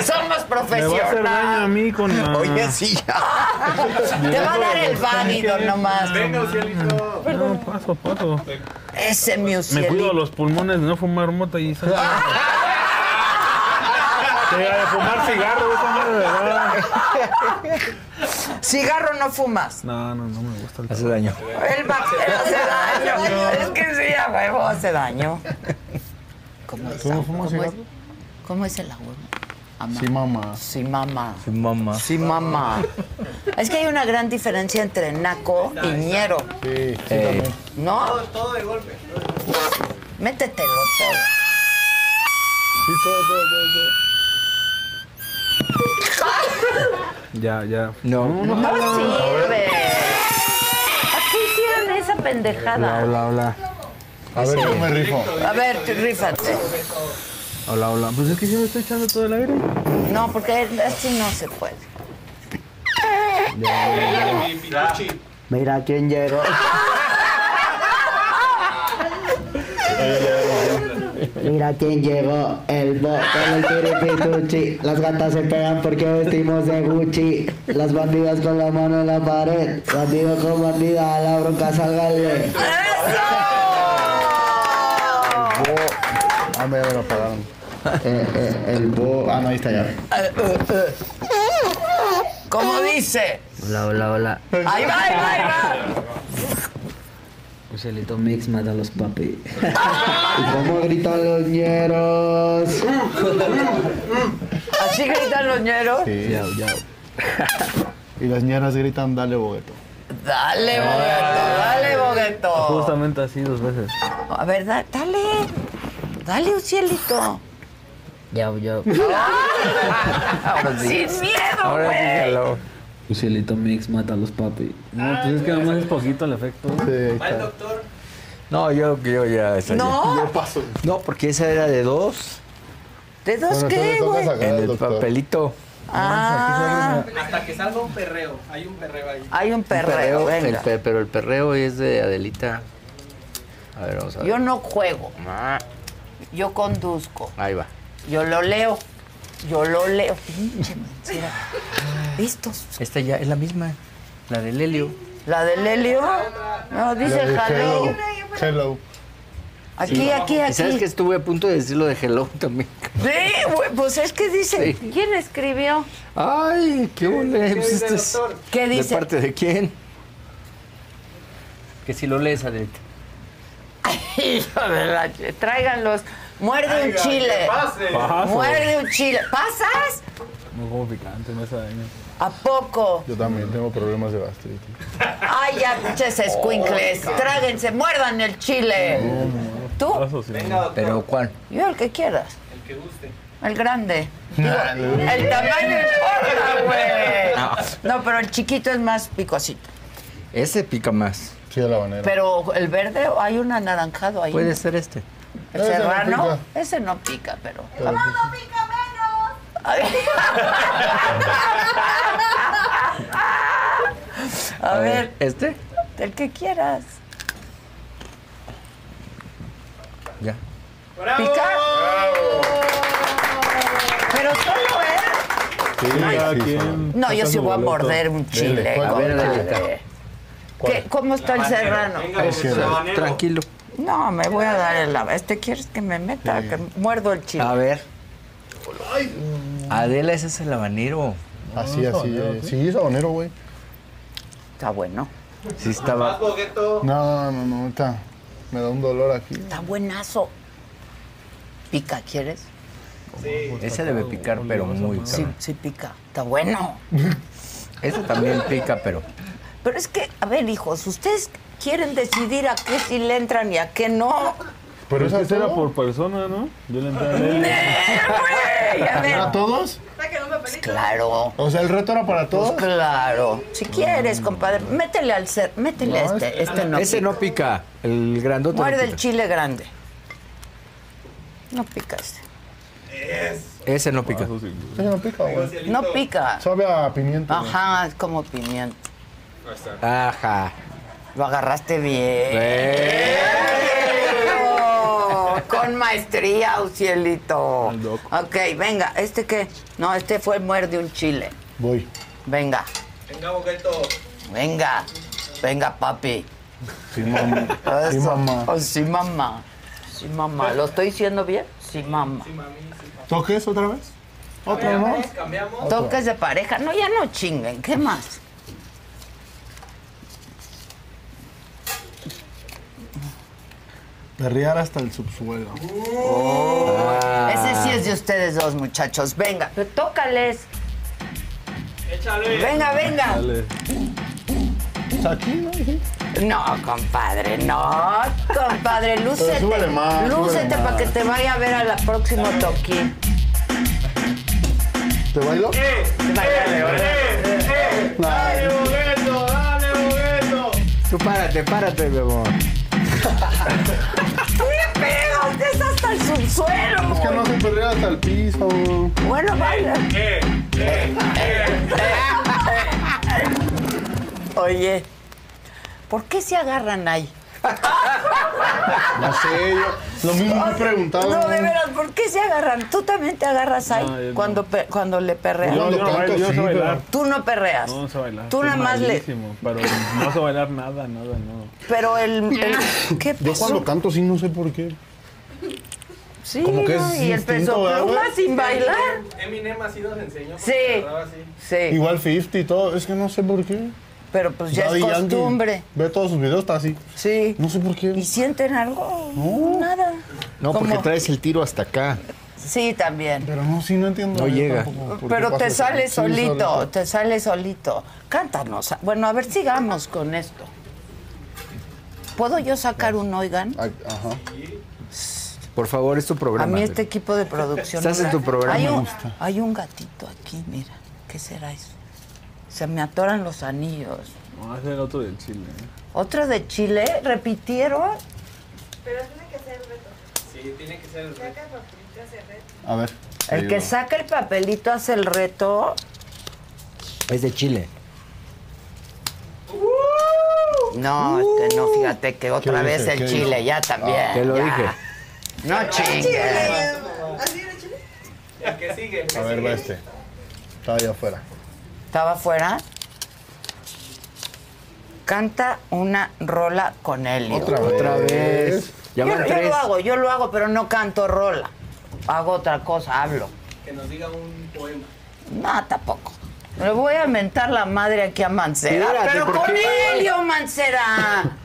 S2: Somos
S3: Me va a hacer daño a
S2: profesionales.
S3: mí con la.
S5: Oye, sí, ya.
S2: Te va a dar el válido nomás.
S12: Venga, cielito.
S3: No, paso, paso.
S2: Ese
S3: Me cuido
S2: musical.
S3: los pulmones de no fumar mota y sal. Sí, de fumar cigarro, esa madre de verdad.
S2: Cigarro no fumas.
S3: No, no, no me gusta el
S5: Hace daño.
S2: Él va, él hace daño. Es que sí, a huevo hace daño. ¿Cómo es,
S11: ¿Tú no fumas
S2: cómo es-
S11: cigarro?
S2: cómo es el agua? Ama.
S11: Sí, mamá.
S2: Sí, mamá.
S5: Sí, mamá.
S2: Sí, mamá. Es que hay una gran diferencia entre naco y ñero,
S11: Sí, sí,
S5: Ey.
S11: también.
S2: ¿no?
S12: Todo de golpe.
S2: Métetelo todo.
S11: Sí, todo, todo, todo, todo.
S3: Ya, ya.
S5: No.
S2: No sirve. ¿A qué hicieron esa pendejada?
S3: Hola, hola.
S11: A ver, yo me rifo.
S2: A ver, tú rífate.
S3: Hola, hola. Pues es que yo me estoy echando todo el aire.
S2: No, porque así no se puede.
S5: Mira quién llegó.
S7: Mira quién llegó, el bo con el piripituchi. Las gatas se pegan porque vestimos de Gucci. Las bandidas con la mano en la pared. Bandido con bandida, a la bronca sálgale.
S1: Ah, me lo pagaron.
S7: el bo. Ah, no, ahí está ya.
S2: ¿Cómo dice?
S7: Hola, hola, hola.
S2: Ahí va, ahí va, ahí va.
S7: Joselito Mix mata a los papi. ¿Y cómo gritan los ñeros?
S2: ¿Así gritan los ñeros?
S1: Sí. Y las ñeras gritan, dale bogueto.
S2: Dale, Bogueto, dale, Bogueto.
S3: Justamente así dos veces.
S2: A ver, da- dale. Dale, un cielito.
S7: Yao, yao.
S2: Ahora sí. Sin miedo, güey.
S3: Pues
S7: Joselito Mix mata a los papi.
S3: No, pues es que nomás es poquito el efecto.
S13: ¿Al doctor?
S5: No, yo, yo ya. esa ya.
S2: No.
S1: paso.
S5: No, porque esa era de dos.
S2: ¿De dos Pues qué, güey?
S5: En el papelito.
S2: Ah,
S13: Hasta que salga un perreo. Hay un perreo ahí.
S2: hay un perreo, venga.
S5: el pe- pero el perreo es de Adelita. A ver, vamos a ver. Ah,
S2: Yo no juego, yo conduzco,
S5: Ahí va.
S2: yo lo leo, yo lo leo. Pinche mentira. Estos.
S5: Esta ya es la misma. La del helio.
S2: ¿La de Lelio? No, dice
S1: Le dije,
S2: hello.
S1: Hello.
S2: Aquí, aquí,
S5: Y sabes que
S2: aquí.
S5: estuve a punto de decir lo de hello también.
S2: Sí, güey, pues es que dice, ¿quién escribió?
S5: Ay, qué ole. pues
S13: dice el
S5: esto es-
S13: doctor?
S2: ¿Qué
S5: ¿De
S2: dice?
S5: parte de quién? Que si lo lees, Adelita.
S2: Hijo de la ch- Tráiganlos. Muerde un
S14: Oiga,
S2: chile.
S14: que pase.
S3: Paso.
S2: Muerde un chile. ¿Pasas?
S3: No como picante, no hace daño.
S2: ¿A poco?
S1: Yo también tengo problemas de gastritis.
S2: Ay, ya, pinches escuincles. Tráguense, muerdan el chile. ¿Tú?
S3: Paso, sí.
S13: Venga, doctor.
S5: Pero ¿cuál?
S2: Yo el que quieras.
S13: El que guste.
S2: El grande. Digo, el tamaño importa, güey. No, pero el chiquito es más picosito.
S5: Ese pica más.
S1: Sí, de la banera.
S2: Pero el verde, hay un anaranjado ahí.
S5: Puede ser este.
S2: El
S1: Ese no
S2: serrano,
S1: pica.
S2: ese no pica, pero.
S14: ¡No pica menos!
S2: Ay. A ver,
S5: ¿Este?
S2: el que quieras.
S5: Ya.
S2: ¿Pica? Pero solo es.
S1: Sí,
S3: cada
S1: sí,
S3: quien
S1: son-
S2: No, yo
S1: saca
S2: sí
S1: su
S2: voy a
S1: boleto.
S2: morder un chile.
S1: Dele,
S5: A ver,
S1: juega.
S5: Adelita.
S2: ¿Qué- ¿Cómo está el serrano?
S13: Venga,
S1: Es que-
S13: doctor. Habanero.
S5: Tranquilo.
S2: No, me voy a dar el lava. Este quieres que me meta, que muerdo el chile.
S5: A ver. Adela, ese es el habanero.
S1: Así, así. eh, Sí, sabanero, güey.
S2: Está bueno.
S5: Sí
S13: Más
S5: estaba.
S13: bogueto.
S1: No, no, no, ahorita me da un dolor aquí.
S2: Está buenazo. Pica, ¿quieres?
S13: Sí.
S5: Ese debe picar, pero muy
S2: Sí,
S5: cabrón.
S2: sí pica. Está bueno.
S5: Ese también pica, pero.
S2: Pero es que, a ver, hijos, ustedes quieren decidir a qué sí le entran y a qué no.
S3: Pero
S1: esa
S3: esa era
S1: todo?
S3: por persona, ¿no? Yo le entré a él.
S2: Güey, a ver.
S1: ¿A todos?
S2: Claro.
S1: O sea, el reto era para
S2: Pues
S1: todos.
S2: claro. Si quieres, compadre, métele al ser, métele a este. Este no.
S5: ese no pica. El grandote. no
S2: Muerde
S5: pica.
S2: el chile grande. No pica este.
S5: Ese no pica.
S3: Paso, sí.
S1: Ese no pica, güey.
S2: No pica.
S1: Sabe a pimienta. güey.
S2: Ajá, es como pimiento.
S5: Ajá.
S2: Lo agarraste bien.
S5: Eh.
S2: ¡Eso! Con maestría, Ucielito.
S3: Al doc.
S2: Ok, venga, ¿este qué? No, este fue muerde un chile.
S1: Voy.
S2: Venga,
S13: Venga, bogueto.
S2: venga, venga, papi.
S1: Sí, mamá. Sí,
S2: Eso.
S1: mamá.
S2: Oh, sí, mamá. Sí, mamá. ¿Lo estoy diciendo bien? Sí, mamá.
S1: ¿Toques otra vez? ¿Otra
S13: Cambiamos,
S1: más?
S13: Cambiamos.
S2: Toques de pareja. No, ya no chinguen. ¿Qué más?
S1: Perrear hasta el subsuelo.
S2: Ese sí es de
S1: Ah.
S2: ustedes dos, muchachos. Venga, pero tócales.
S13: Échale.
S2: Venga, venga.
S3: Dale.
S1: Pues aquí, ¿no? Dije,
S2: No, compadre, no, compadre, lúcete.
S1: súbele más,
S2: lúcete
S1: súbele
S2: para
S1: más.
S2: que te vaya a ver a la próxima toquín.
S1: ¿Te bailo?
S2: Vaya,
S14: ¡Dale, Bogueto! ¡Dale, Bogueto!
S5: Tú párate, párate, bebón.
S2: ¡Qué pedos! ¡Es hasta el subsuelo!
S1: Es que no se perrea hasta el piso.
S2: Bueno, vaya. Oye, ¿por qué se agarran ahí?
S11: No sé, yo lo mismo me he preguntado.
S2: No, de veras, ¿por qué se agarran? Tú también te agarras ahí
S11: No, yo no.
S2: cuando, pe- cuando le perreas.
S3: Yo- yo no bailo, yo no sé bailar.
S2: Tú no perreas.
S3: No, no sé bailar.
S2: Tú
S3: Soy
S2: nada más le...
S3: malísimo, Pero no sé bailar nada, nada, no.
S2: Pero el... el- ¿Qué
S11: Yo
S2: pasó?
S11: cuando canto sí no sé por qué.
S2: Sí,
S11: como que
S2: ¿no?
S11: es
S2: y el
S11: instinto,
S2: peso
S11: ¿verdad, güey?
S2: pluma sin bailar.
S12: Eminem así nos enseñó. porque
S2: Sí.
S12: se agarraba así.
S2: Sí,
S11: Igual 50 y todo, es que no sé por qué.
S2: Pero Eh, pues ya
S11: Daddy
S2: es
S11: Yankee,
S2: costumbre.
S11: Ve todos sus videos, está así.
S2: Sí.
S11: No sé por qué.
S2: ¿Y sienten algo? Nada.
S15: No, porque
S2: ¿Cómo?
S15: traes el tiro hasta acá.
S2: Sí, también.
S11: Pero no, sí, no entiendo.
S15: No
S11: yo
S15: llega.
S11: tampoco por qué
S2: Pero
S11: pasa
S2: te
S11: eso.
S2: sale
S11: Sí,
S2: solito, te sale solito. Cántanos. Bueno, a ver, sigamos con esto. ¿Puedo yo sacar un oigan?
S5: Ah,
S11: Ajá.
S5: Por favor, es tu
S2: A
S5: programa.
S2: mí este equipo de producción.
S5: Estás en tu programa.
S2: Hay
S5: Me
S2: un,
S5: gusta.
S2: hay un gatito aquí, mira. ¿Qué será eso? Se me atoran los anillos.
S3: No, es el otro del Chile. ¿eh?
S2: ¿Otro de Chile? ¿Repitieron?
S9: Pero tiene que ser reto.
S12: Sí, tiene que ser.
S9: Saca papelito hace reto.
S11: A ver.
S2: El que saca el papelito hace el reto.
S5: Es de Chile.
S2: No, este no, fíjate que otra
S5: Uh. ¿Qué
S2: vez
S5: dice?
S2: el
S5: ¿Qué
S2: chile,
S5: dice? Ah,
S2: ya también.
S5: Te lo
S2: ya.
S5: dije.
S2: No chingues.
S9: ¿Así era chile?
S12: El que sigue. el que
S11: A ver,
S12: sigue.
S11: va este. Estaba allá afuera.
S2: ¿Estaba afuera? Canta una rola con Helio.
S11: Otra vez. Otra vez.
S5: Ya
S2: Eh. yo,
S5: van
S2: yo
S5: tres.
S2: lo hago, yo lo hago, pero no canto rola. Hago otra cosa, hablo.
S12: Que nos diga un poema.
S2: No, tampoco. Le voy a mentar la madre aquí a Mancera.
S5: Espérate,
S2: pero
S5: ¿por
S2: con
S5: qué?
S2: Helio, Mancera.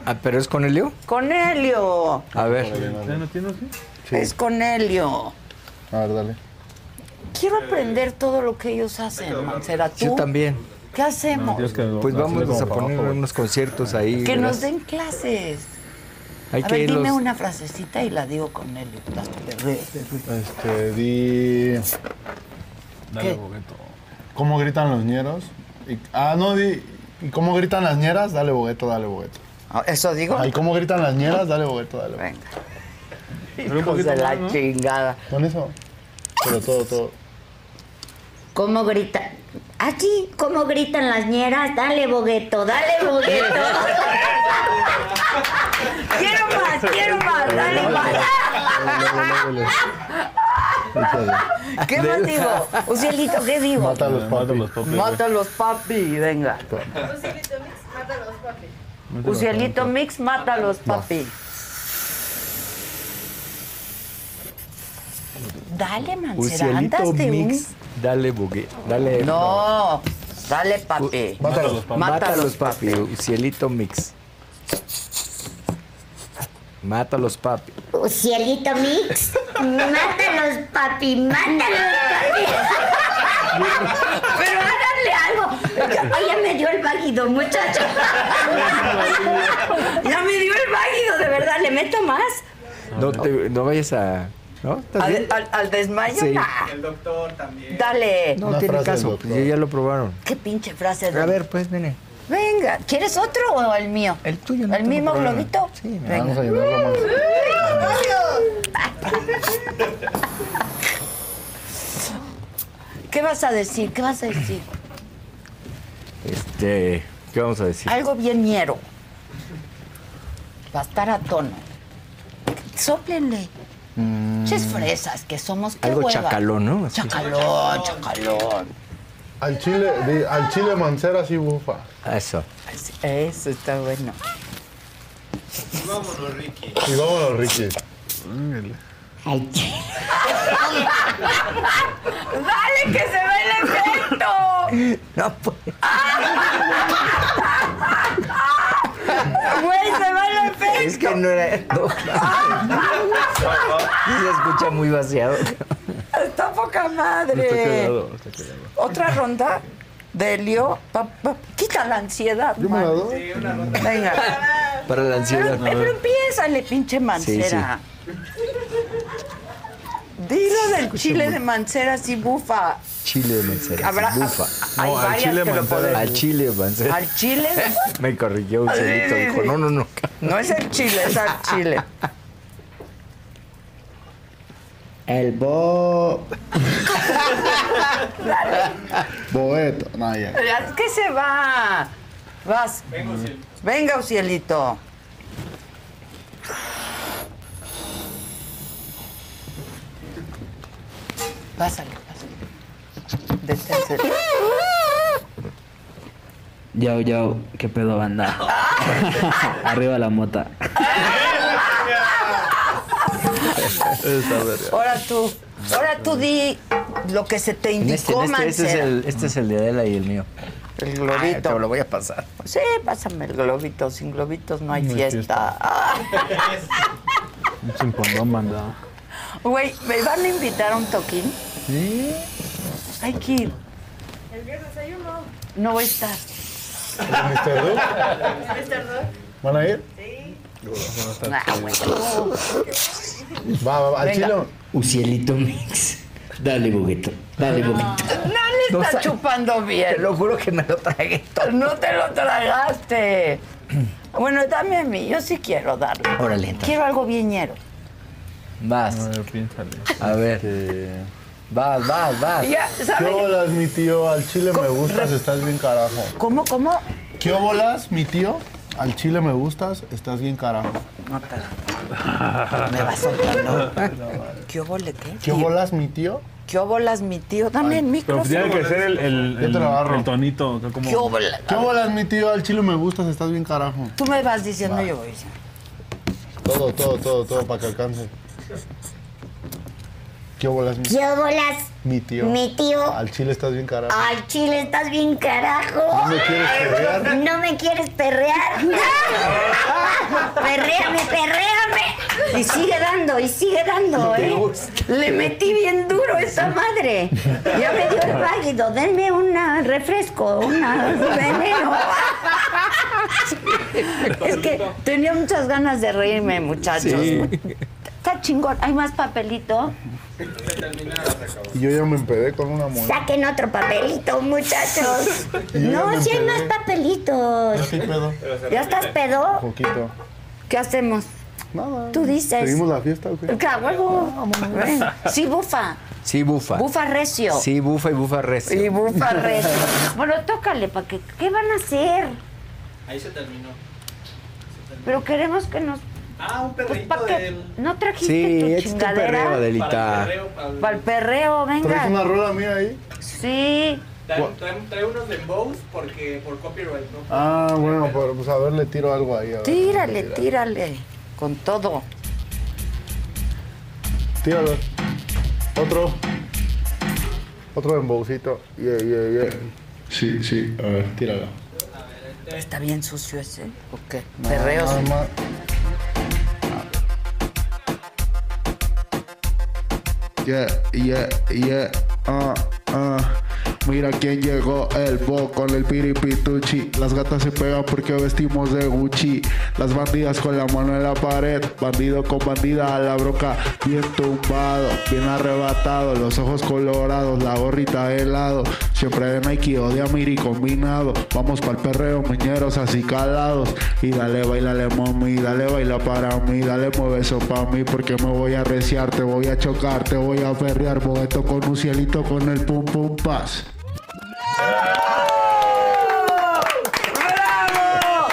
S5: Ah, ¿Pero es con Helio?
S2: con Helio.
S5: A ver.
S3: ¿No tiene así?
S2: Es con Helio.
S11: A ver, dale.
S2: Quiero aprender todo lo que ellos hacen, Mancera. ¿Tú?
S5: Yo también.
S2: ¿Qué hacemos?
S5: Pues vamos
S3: como
S5: a
S3: para
S5: poner
S3: abajo.
S5: unos conciertos ahí.
S2: que nos
S5: ¿verdad?
S2: den clases.
S5: Hay
S2: a
S5: que
S2: ver, dime
S5: irlos-
S2: una frasecita y la digo con Helio. Las perré.
S11: Este, di.
S2: Dale, ¿Qué?
S11: ¿Cómo gritan los ñeros? Y- ah, no, di. ¿Y cómo gritan las ñeras? Dale bogueto, dale bogueto.
S2: ¿Eso digo?
S11: Ah, ¿Y cómo gritan las ñeras? Dale bogueto, dale bogueto.
S2: Hijos de la chingada.
S11: Con eso. Pero todo, todo.
S6: ¿Cómo gritan? Aquí, ¿cómo gritan las ñeras? Dale bogueto, dale bogueto.
S2: quiero más, quiero más, dale más. ¿Qué más digo? Ucielito, ¿qué digo?
S11: Mata los
S3: Mata los papis, güey.
S2: Mata los papi, venga.
S9: Usilito mix, mata los papi.
S2: Ucielito Mix, mata los papi. Dale, Mancera,
S5: Ucielito
S2: andas de un
S5: Mix. Dale bugue. Dale.
S2: No, dale papi. papi.
S5: Mátalos, papi.
S2: Mátalos,
S5: Mátalos, papi. Cielito mix. Mátalos, papi.
S6: Oh, Cielito Mix, mátalos, papi, mátalos, papi. Pero háganle algo. Ay, ya me dio el váguido, muchacho. Ya me dio el váguido, de verdad, ¿le meto más?
S5: Ah, No, te- no vayas a. ¿No? ¿Estás bien?
S2: Al, al- al desmayo,
S5: Sí.
S2: nah.
S12: El doctor también.
S2: Dale.
S5: No
S11: Una
S5: tiene
S11: frase del
S5: caso.
S11: doctor.
S5: Ya, ya lo probaron.
S2: Qué pinche frase.
S5: A
S2: don-
S5: ver, pues, viene.
S2: Venga, ¿quieres otro o el mío?
S5: El tuyo, no
S2: ¿El
S5: tengo
S2: mismo
S5: problema.
S2: globito?
S5: Sí, me
S2: Venga.
S11: Vamos a ayudarlo más.
S2: ¿Qué vas a decir? ¿Qué vas a decir?
S5: Este. ¿Qué vamos a decir?
S2: Algo bien ñero. Va a estar a tono. Sóplenle. Ches fresas, que somos qué
S5: Mm. Algo
S2: hueva.
S5: chacalón, ¿no? Así.
S2: Chacalón, chacalón.
S11: Al chile, di, al chile mancera sí bufa.
S5: Eso.
S2: Así- Pues Eso está bueno.
S12: Vámonos, Ricky.
S11: Y vámonos, Ricky.
S6: Ay, ch-
S2: ¡Dale, que se ve el efecto!
S5: No, pues.
S2: ¡Güey, se ve el efecto!
S5: Es que no era. No. Se escucha muy vaciado.
S2: Está poca madre.
S3: Está cagado, está cagado.
S2: Otra ronda de Leo. Pa- pa- quita la ansiedad.
S11: Yo me la
S2: man.
S11: doy.
S2: Venga.
S5: Para la
S2: Pero,
S5: ansiedad.
S2: pero empiézale, pinche mancera. Dilo del chile de mancera así bufa.
S5: Chile de mancera.
S2: Habrá-
S5: bufa.
S2: hay
S11: No, al
S2: varias
S11: chile
S2: que lo
S11: mancera.
S2: pueden.
S5: Al chile de mancera.
S2: Al chile.
S5: Me corrigió un
S2: Sí, sí,
S5: solito. Dijo,
S2: sí.
S5: no, no, no.
S2: No es el chile, es al chile.
S16: El bo...
S11: Bogueto. No, ya.
S2: Es que se va. Vas.
S12: Vengo, Ciel.
S2: Venga, Ucielito. Pásale, pásale. Deténse.
S17: Yo, yo, qué pedo banda. Arriba la mota.
S2: Ahora tú, ahora tú di lo que se te
S5: En este,
S2: indicó,
S5: en este, este es
S2: Mancera.
S5: el, este es el de Adela y el mío.
S2: El globito.
S5: te lo voy a pasar.
S2: Sí, pásame el globito. Sin globitos no hay
S5: No hay
S2: fiesta. Ah,
S1: Sin condón, banda.
S2: Güey, ¿me van a invitar a un toquín?
S1: Sí.
S2: Hay que ir.
S18: El viernes hay uno.
S2: No voy a estar.
S1: Mr. Duke?
S18: Mr. Duke.
S1: ¿Van a ir?
S2: Ah, bueno.
S1: Va, va, va. Al
S2: Venga.
S1: chilo.
S17: Ucielito Mix. Dale, bogueto. Dale, bogueto.
S2: Nani
S17: No
S2: está
S17: sabe.
S2: chupando bien.
S5: Te lo juro que me lo tragué todo.
S2: No te lo tragaste. Bueno, dame a mí. Yo sí quiero darle.
S5: Órale, entonces.
S2: Quiero algo viñero.
S5: Vas. A ver, A ver. Este, Vas, vas, vas.
S2: Ya, ¿sabe?
S1: ¿Qué bolas, mi tío? Al chile me gustas, estás bien carajo.
S2: ¿Cómo, cómo?
S1: ¿Qué bolas, mi tío? Al chile me gustas, estás bien carajo.
S2: Me vas soltando. ¿Qué obole qué?
S1: ¿Qué bolas, mi tío?
S2: ¿Qué bolas, mi tío? Dame el
S3: Pero
S5: pues
S2: micrófono.
S3: tiene que ser el, el,
S1: Yo te
S3: el-
S1: la agarro.
S3: el tonito. que como-
S2: ¿Qué bolas?
S1: ¿Qué bolas, mi tío? Al chile me gustas, estás bien carajo.
S2: Tú me vas diciendo, yo voy.
S1: Todo, todo, todo, todo para que alcance. ¿Qué bolas, mi,
S6: ¿Qué bolas?
S1: mi tío?
S6: Mi Ah. tío.
S1: Al chile estás bien carajo.
S6: Al chile estás bien
S1: ¿No
S6: carajo.
S1: me quieres perrear?
S6: No me quieres perrear. perréame, perréame. Y sigue dando, y sigue dando, ¿eh? Le metí bien duro esa madre. Ya me dio el válido. Denme un refresco, una veneno. Es que tenía muchas ganas de reírme, muchachos. Está chingón. ¿Hay más papelito?
S1: Y yo ya me empedé con una moneda.
S6: Saquen otro papelito, muchachos.
S1: Y yo ya
S6: No,
S1: me
S6: si hay más
S1: enteré.
S6: papelitos.
S1: ¿Qué pedo?
S6: ¿Ya estás pedo?
S1: Poquito.
S6: ¿Qué hacemos?
S1: Nada.
S6: Tú dices.
S1: ¿Seguimos la fiesta o qué?
S6: ¿Qué a huevo? Ven. Sí, bufa.
S5: Sí, bufa.
S6: Bufa recio.
S5: Sí, bufa y bufa recio.
S2: Y bufa recio.
S6: Bueno, tócale, ¿para qué? ¿Qué van a hacer?
S19: Ahí se terminó.
S6: Pero queremos que nos...
S19: Ah, un
S6: Pues, ¿pa' qué? ¿No trajiste
S5: Sí,
S6: tu
S5: este es tu perreo,
S6: chingadera?
S5: Adelita.
S6: Para el perreo,
S1: ¿Traes una
S6: venga.
S1: rola mía ahí?
S6: Sí.
S19: Trae, trae- trae unos dembows porque por copyright, ¿no?
S1: Ah, bueno, pero pues a ver, le tiro algo ahí. a ver.
S2: Tírale, tírale. Con todo.
S1: Tíralo. Otro. Otro embowcito. Yeah, yeah, yeah. Sí, sí. A ver, tíralo.
S2: ¿Está bien sucio ese? ¿O qué? Perreos.
S1: Nada más.
S7: Yeah, yeah, yeah, ah, ah. Mira quién llegó el bo con el piripituchi. Las gatas se pegan porque vestimos de Gucci. Las bandidas con la mano en la pared. Bandido con bandida a la broca. Bien tumbado, bien arrebatado. Los ojos colorados, la gorrita de lado. Siempre de Nike o de Amiri combinado. Vamos pa'l perreo, muñeros así calados. Y dale, bailale, mami, dale, baila para mí, dale, mueve eso pa' mí, porque me voy a reciar, te voy a chocar, te voy a perrear, boeto con un cielito con el pum pum paz.
S2: ¡Bravo!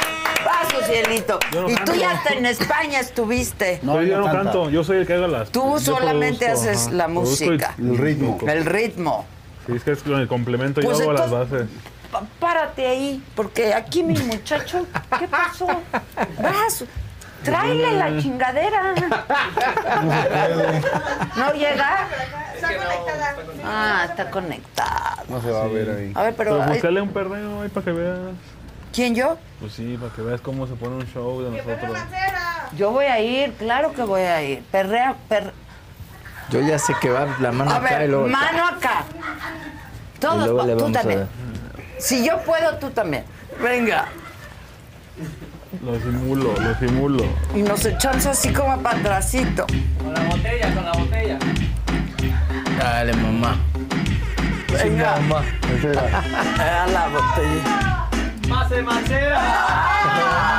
S2: Paso, cielito.
S3: Yo no
S2: y
S3: canto.
S2: tú ya hasta en España estuviste.
S3: Pero yo no
S1: canta.
S3: canto, yo soy el que haga las.
S2: Tú
S3: yo
S2: solamente
S3: produzco,
S2: haces
S3: ajá.
S2: la
S3: Produzco y-
S2: música.
S1: El ritmo.
S2: El ritmo.
S3: Sí, es que es con el complemento,
S2: Pues
S3: yo hago las
S2: entonces-
S3: bases.
S2: Pa- párate ahí, porque aquí mi muchacho, ¿qué pasó? Vas, tráele la chingadera. ¿No llega?
S18: Está conectada.
S2: Ah, está conectado.
S1: No se va a ver ahí.
S2: A ver, pero...
S3: Pero
S2: ay,
S3: buscarle un perreo ahí para que veas.
S2: ¿Quién yo?
S3: Pues sí, para que veas cómo se pone un show de nosotros.
S2: Yo voy a ir, claro que voy a ir. Perrea, per...
S5: Yo ya sé que va la mano
S2: A
S5: acá y
S2: ver,
S5: luego. acá.
S2: mano acá.
S5: Y
S2: Todos,
S5: luego
S2: va-
S5: le
S2: tú
S5: vamos a
S2: también.
S5: dar.
S2: Si yo puedo, tú también. Venga.
S3: Lo simulo, lo simulo.
S2: Y nos echamos así como para atrásito.
S19: Con la botella, con la botella.
S5: Dale, mamá.
S2: Venga.
S5: Mamá.
S2: A la botella.
S19: ¡Pase, macera!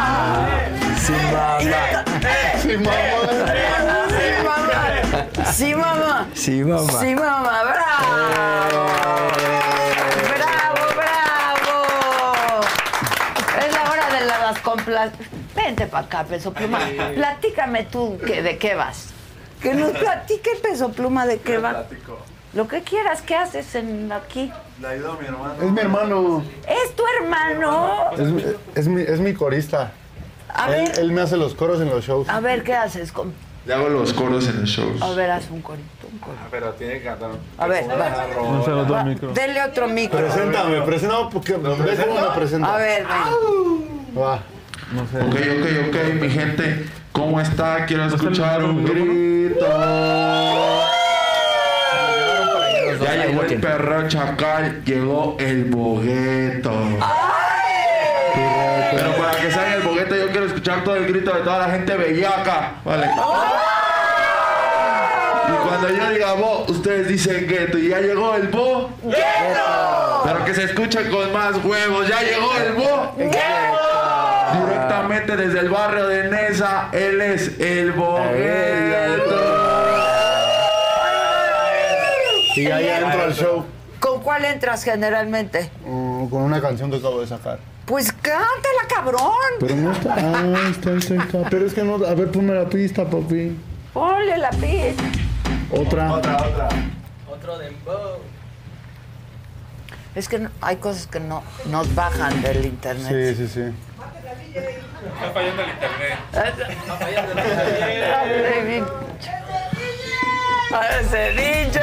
S5: Sí, mamá.
S2: Sí, mamá. Sí, mamá.
S1: Sí, mamá.
S5: Sí, mamá.
S2: Sí, mamá. Bravo.
S1: Eh.
S2: Bravo, bravo. Es la hora de la- las complas. Vente para acá, peso pluma. Platícame tú que- de qué vas. Que nos platique peso pluma de qué va. Lo que quieras, ¿qué haces en aquí?
S11: Le ayudo a mi hermano.
S1: Es mi hermano.
S2: ¡Es tu hermano!
S1: Es, mi- es mi, es mi corista.
S2: A
S1: él,
S2: ver.
S1: él me hace los coros en los shows.
S2: A ver, ¿qué haces? Con...
S7: Le hago los coros en los shows.
S2: A ver, haz un corito, un corito.
S11: Pero tiene que cantar.
S2: A ver, va.
S11: No se lo doy
S2: Va,
S11: micro.
S2: Denle otro micro.
S1: Preséntame, preséntame porque ve cómo me presenta.
S2: A ver, ven.
S1: Va.
S7: Ok, ok, ok, mi gente. ¿Cómo está? Quiero escuchar un grito. Ya llegó el perro chacal, llegó el bogueto. Pero para que salga el bogueto, yo quiero escuchar todo el grito de toda la gente bellaca. Vale. Y cuando yo diga bo, ustedes dicen gueto. Y ya llegó el bo. Pero que se escuche con más huevos. Ya llegó el bo. Directamente desde el barrio de Nesa, él es el bogueto.
S1: Y ahí adentro al show
S2: ¿Con cuál entras generalmente?
S1: mm, con una canción que acabo de sacar.
S2: Pues cántala, cabrón.
S1: Pero no está. Ah, está, está, está. Pero es que no. A ver, ponme la pista, papi.
S2: Ponle la pista.
S1: Otra.
S11: Otra, otra.
S12: Otro dembow.
S2: Es que no- hay cosas que no nos bajan del internet.
S1: Sí, sí, sí.
S12: Está fallando el internet. Está fallando el internet.
S2: ¡A ese DJ!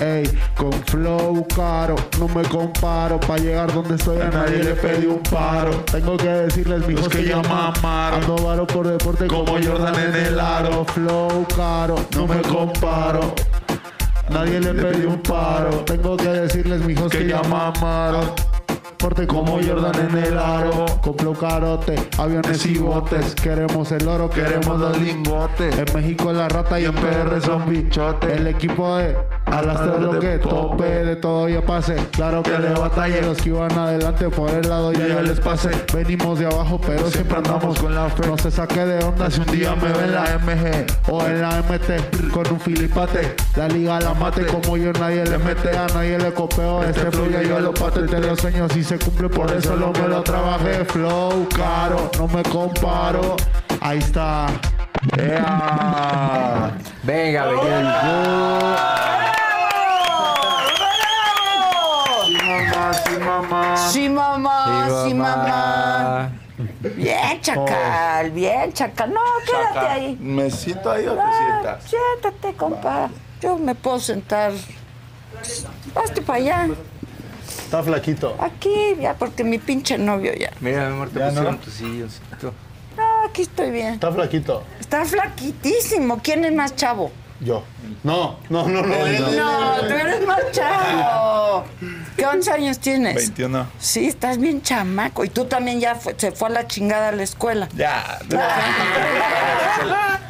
S4: Ey, con flow caro, no me comparo. Para llegar donde estoy a nadie le pedí un paro. Tengo que decirles, mi
S7: Los que ya mamaron.
S4: Ando varo por deporte
S7: Como Jordan en el aro.
S4: Flow caro, no me comparo. Nadie le pedí un paro. Tengo que decirles, mijos, que ya mamaron. Deporte como Jordan en el aro. Con flow carote, aviones y botes. Queremos el oro, queremos los lingotes. En México la rata y en PR son bichotes. El equipo de Alastor lo que tope de todo ya pase. Claro que le batalla los que iban adelante por el lado ya yo les pasé. Venimos de abajo, pero siempre andamos con la fe. No se saque de onda si un día me ve en la MG o en la MT con un filipate. La liga la mate como yo nadie le mete a nadie le copeo. Este flow ya yo lo patente los sueños y se cumple por eso lo me lo trabajé. Flow caro, no me comparo. Ahí está.
S7: Ea.
S5: Venga,
S7: Sí, mamá.
S2: Sí, mamá, sí, mamá. Bien, chacal, bien, chacal. No, quédate
S11: Chacal.
S2: ahí.
S11: ¿Me siento ahí o te
S2: Ah,
S11: sientas?
S2: Siéntate, compa. Yo me puedo sentar. Hazte para allá.
S1: Está flaquito.
S2: Aquí, ya, porque mi pinche novio ya.
S5: Mira, mi amor, te
S1: Ya, ¿no?
S5: pusieron tus sillos. Tú.
S2: No, aquí estoy bien.
S1: Está flaquito.
S2: Está flaquitísimo. ¿Quién es más chavo?
S1: Yo. No, no, no, no.
S4: eh.
S1: él, él,
S2: No,
S1: él,
S2: tú
S1: él.
S2: eres más chavo. ¿Qué 11 años tienes?
S11: 21.
S2: Sí, estás bien chamaco. Y tú también ya fue- se fue a la chingada a la escuela. Ah.
S11: Ya.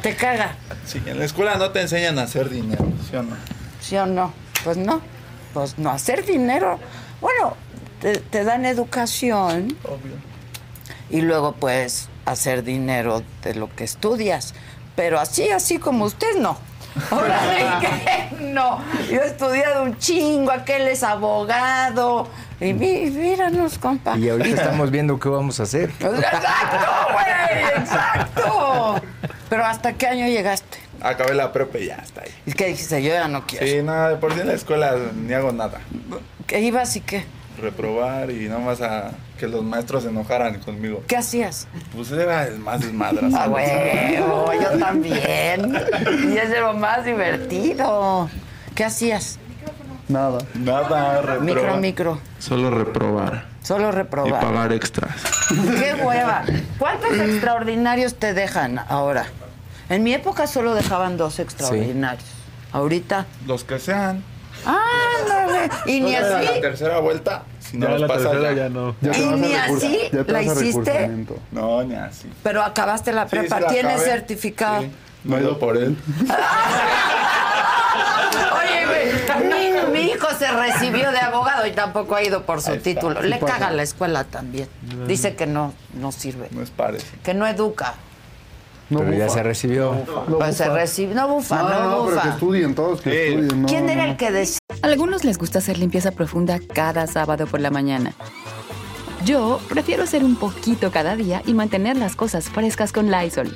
S2: Te caga,
S11: Sí, en la escuela Ah, no te enseñan a hacer dinero, ¿sí o no?
S2: ¿sí o no? Pues no. Pues no hacer dinero. Bueno, te, te dan educación
S11: Obvio.
S2: y luego puedes hacer dinero de lo que estudias. Pero así, así como usted, no. Ahora sí que no. Yo he estudiado un chingo, aquel es abogado. Y mí- míranos, compa.
S5: Y ahorita estamos viendo qué vamos a hacer.
S2: ¡Exacto, güey! ¡Exacto! Pero ¿hasta qué año llegaste?
S11: Acabé la prepa y ya está ahí.
S2: ¿Y qué dijiste? Yo ya no quiero.
S11: Sí, nada, de por sí en la escuela ni hago nada.
S2: ¿Qué ibas y qué?
S11: Reprobar y nomás a que los maestros se enojaran conmigo.
S2: ¿Qué hacías?
S11: Pues era el más desmadras.
S2: ¡A huevo! Yo también. Y es de lo más divertido. ¿Qué hacías?
S1: Nada.
S11: Nada,
S2: Micro,
S11: reprobar.
S2: micro.
S7: Solo reprobar
S2: Solo
S7: y
S2: reprobar.
S7: pagar extras.
S2: ¡Qué hueva! ¿Cuántos extraordinarios te dejan ahora? En mi época solo dejaban dos extraordinarios. Ahorita.
S11: Los que sean.
S2: ¡Ándale! Y ni
S11: Solo era
S2: así.
S11: La tercera vuelta. Si no
S3: Ya
S11: los
S3: la
S11: pasa
S3: tercera
S11: ya.
S3: ya no.
S1: Ya te
S2: ¿Y
S1: vas a
S2: ni
S1: recurs-
S2: así
S1: ya te
S2: la
S1: vas a
S2: hiciste?
S1: recursamiento.
S11: No, ni así.
S2: Pero acabaste la prepa.
S11: sí la
S2: ¿Tienes
S11: acabé.
S2: certificado?
S11: No he ido por él.
S2: Oye, güey, mi, mi hijo se recibió de abogado y tampoco ha ido por su título. Le
S11: pasa.
S2: caga la escuela también. Dice que no, no sirve,
S11: No es parecido.
S2: que no educa.
S1: No
S5: Pero ya
S1: bufa.
S5: se recibió.
S2: Pues se recibe, no bufa,
S1: No,
S2: no,
S1: no, pero que
S2: bufa.
S1: estudien todos, que
S4: Eh.
S1: estudien. No,
S2: ¿Quién era
S1: no.
S2: el que decía?
S8: Algunos les gusta hacer limpieza profunda cada sábado por la mañana. Yo prefiero hacer un poquito cada día y mantener las cosas frescas con Lysol.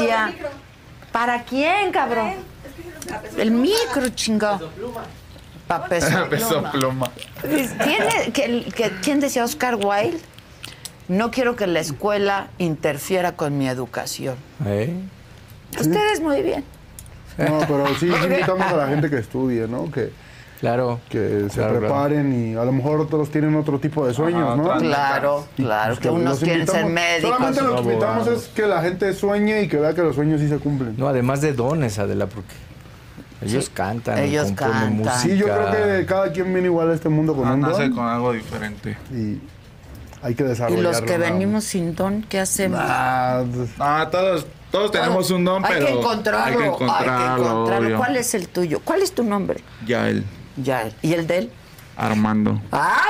S2: Ya. ¿Para quién, cabrón? El micro, chingado. Pa' peso
S7: Peso
S2: pluma.
S7: pluma.
S2: ¿Quién, que- que- quién decía Oscar Wilde? No quiero que la escuela interfiera con mi educación.
S5: ¿Eh?
S2: Ustedes muy bien.
S1: No, pero sí, sí invitamos a la gente que estudie, ¿no? Que,
S5: claro.
S1: Que se
S5: claro.
S1: preparen y a lo mejor otros tienen otro tipo de sueños,
S5: Ajá,
S1: ¿no?
S5: otras Claro,
S1: Y, pues
S2: claro, que
S1: los
S2: unos quieren ser
S1: invitamos.
S2: médicos,
S1: Solamente lo que
S5: otros
S1: invitamos
S5: abogados.
S1: es que la gente sueñe y que vea que los sueños sí se cumplen.
S5: No, además de dones, Adela, porque ellos cantan,
S1: Ellos
S5: componen música.
S1: Sí, yo creo que cada quien viene igual a este mundo con
S7: Ah,
S1: un
S7: nace
S1: don
S7: con algo diferente.
S1: y hay que
S2: Y
S1: desarrollarlo.
S2: los que
S1: ¿no?
S2: venimos sin don, ¿qué hacemos?
S7: Ah, todos, todos tenemos un don,
S2: hay
S7: pero.
S2: que encontrarlo,
S7: Hay que encontrarlo. obvio.
S2: ¿Cuál es el tuyo? ¿Cuál es tu nombre?
S7: Ya él.
S2: Ya él. ¿Y el de él?
S7: Armando.
S2: ¡Ah,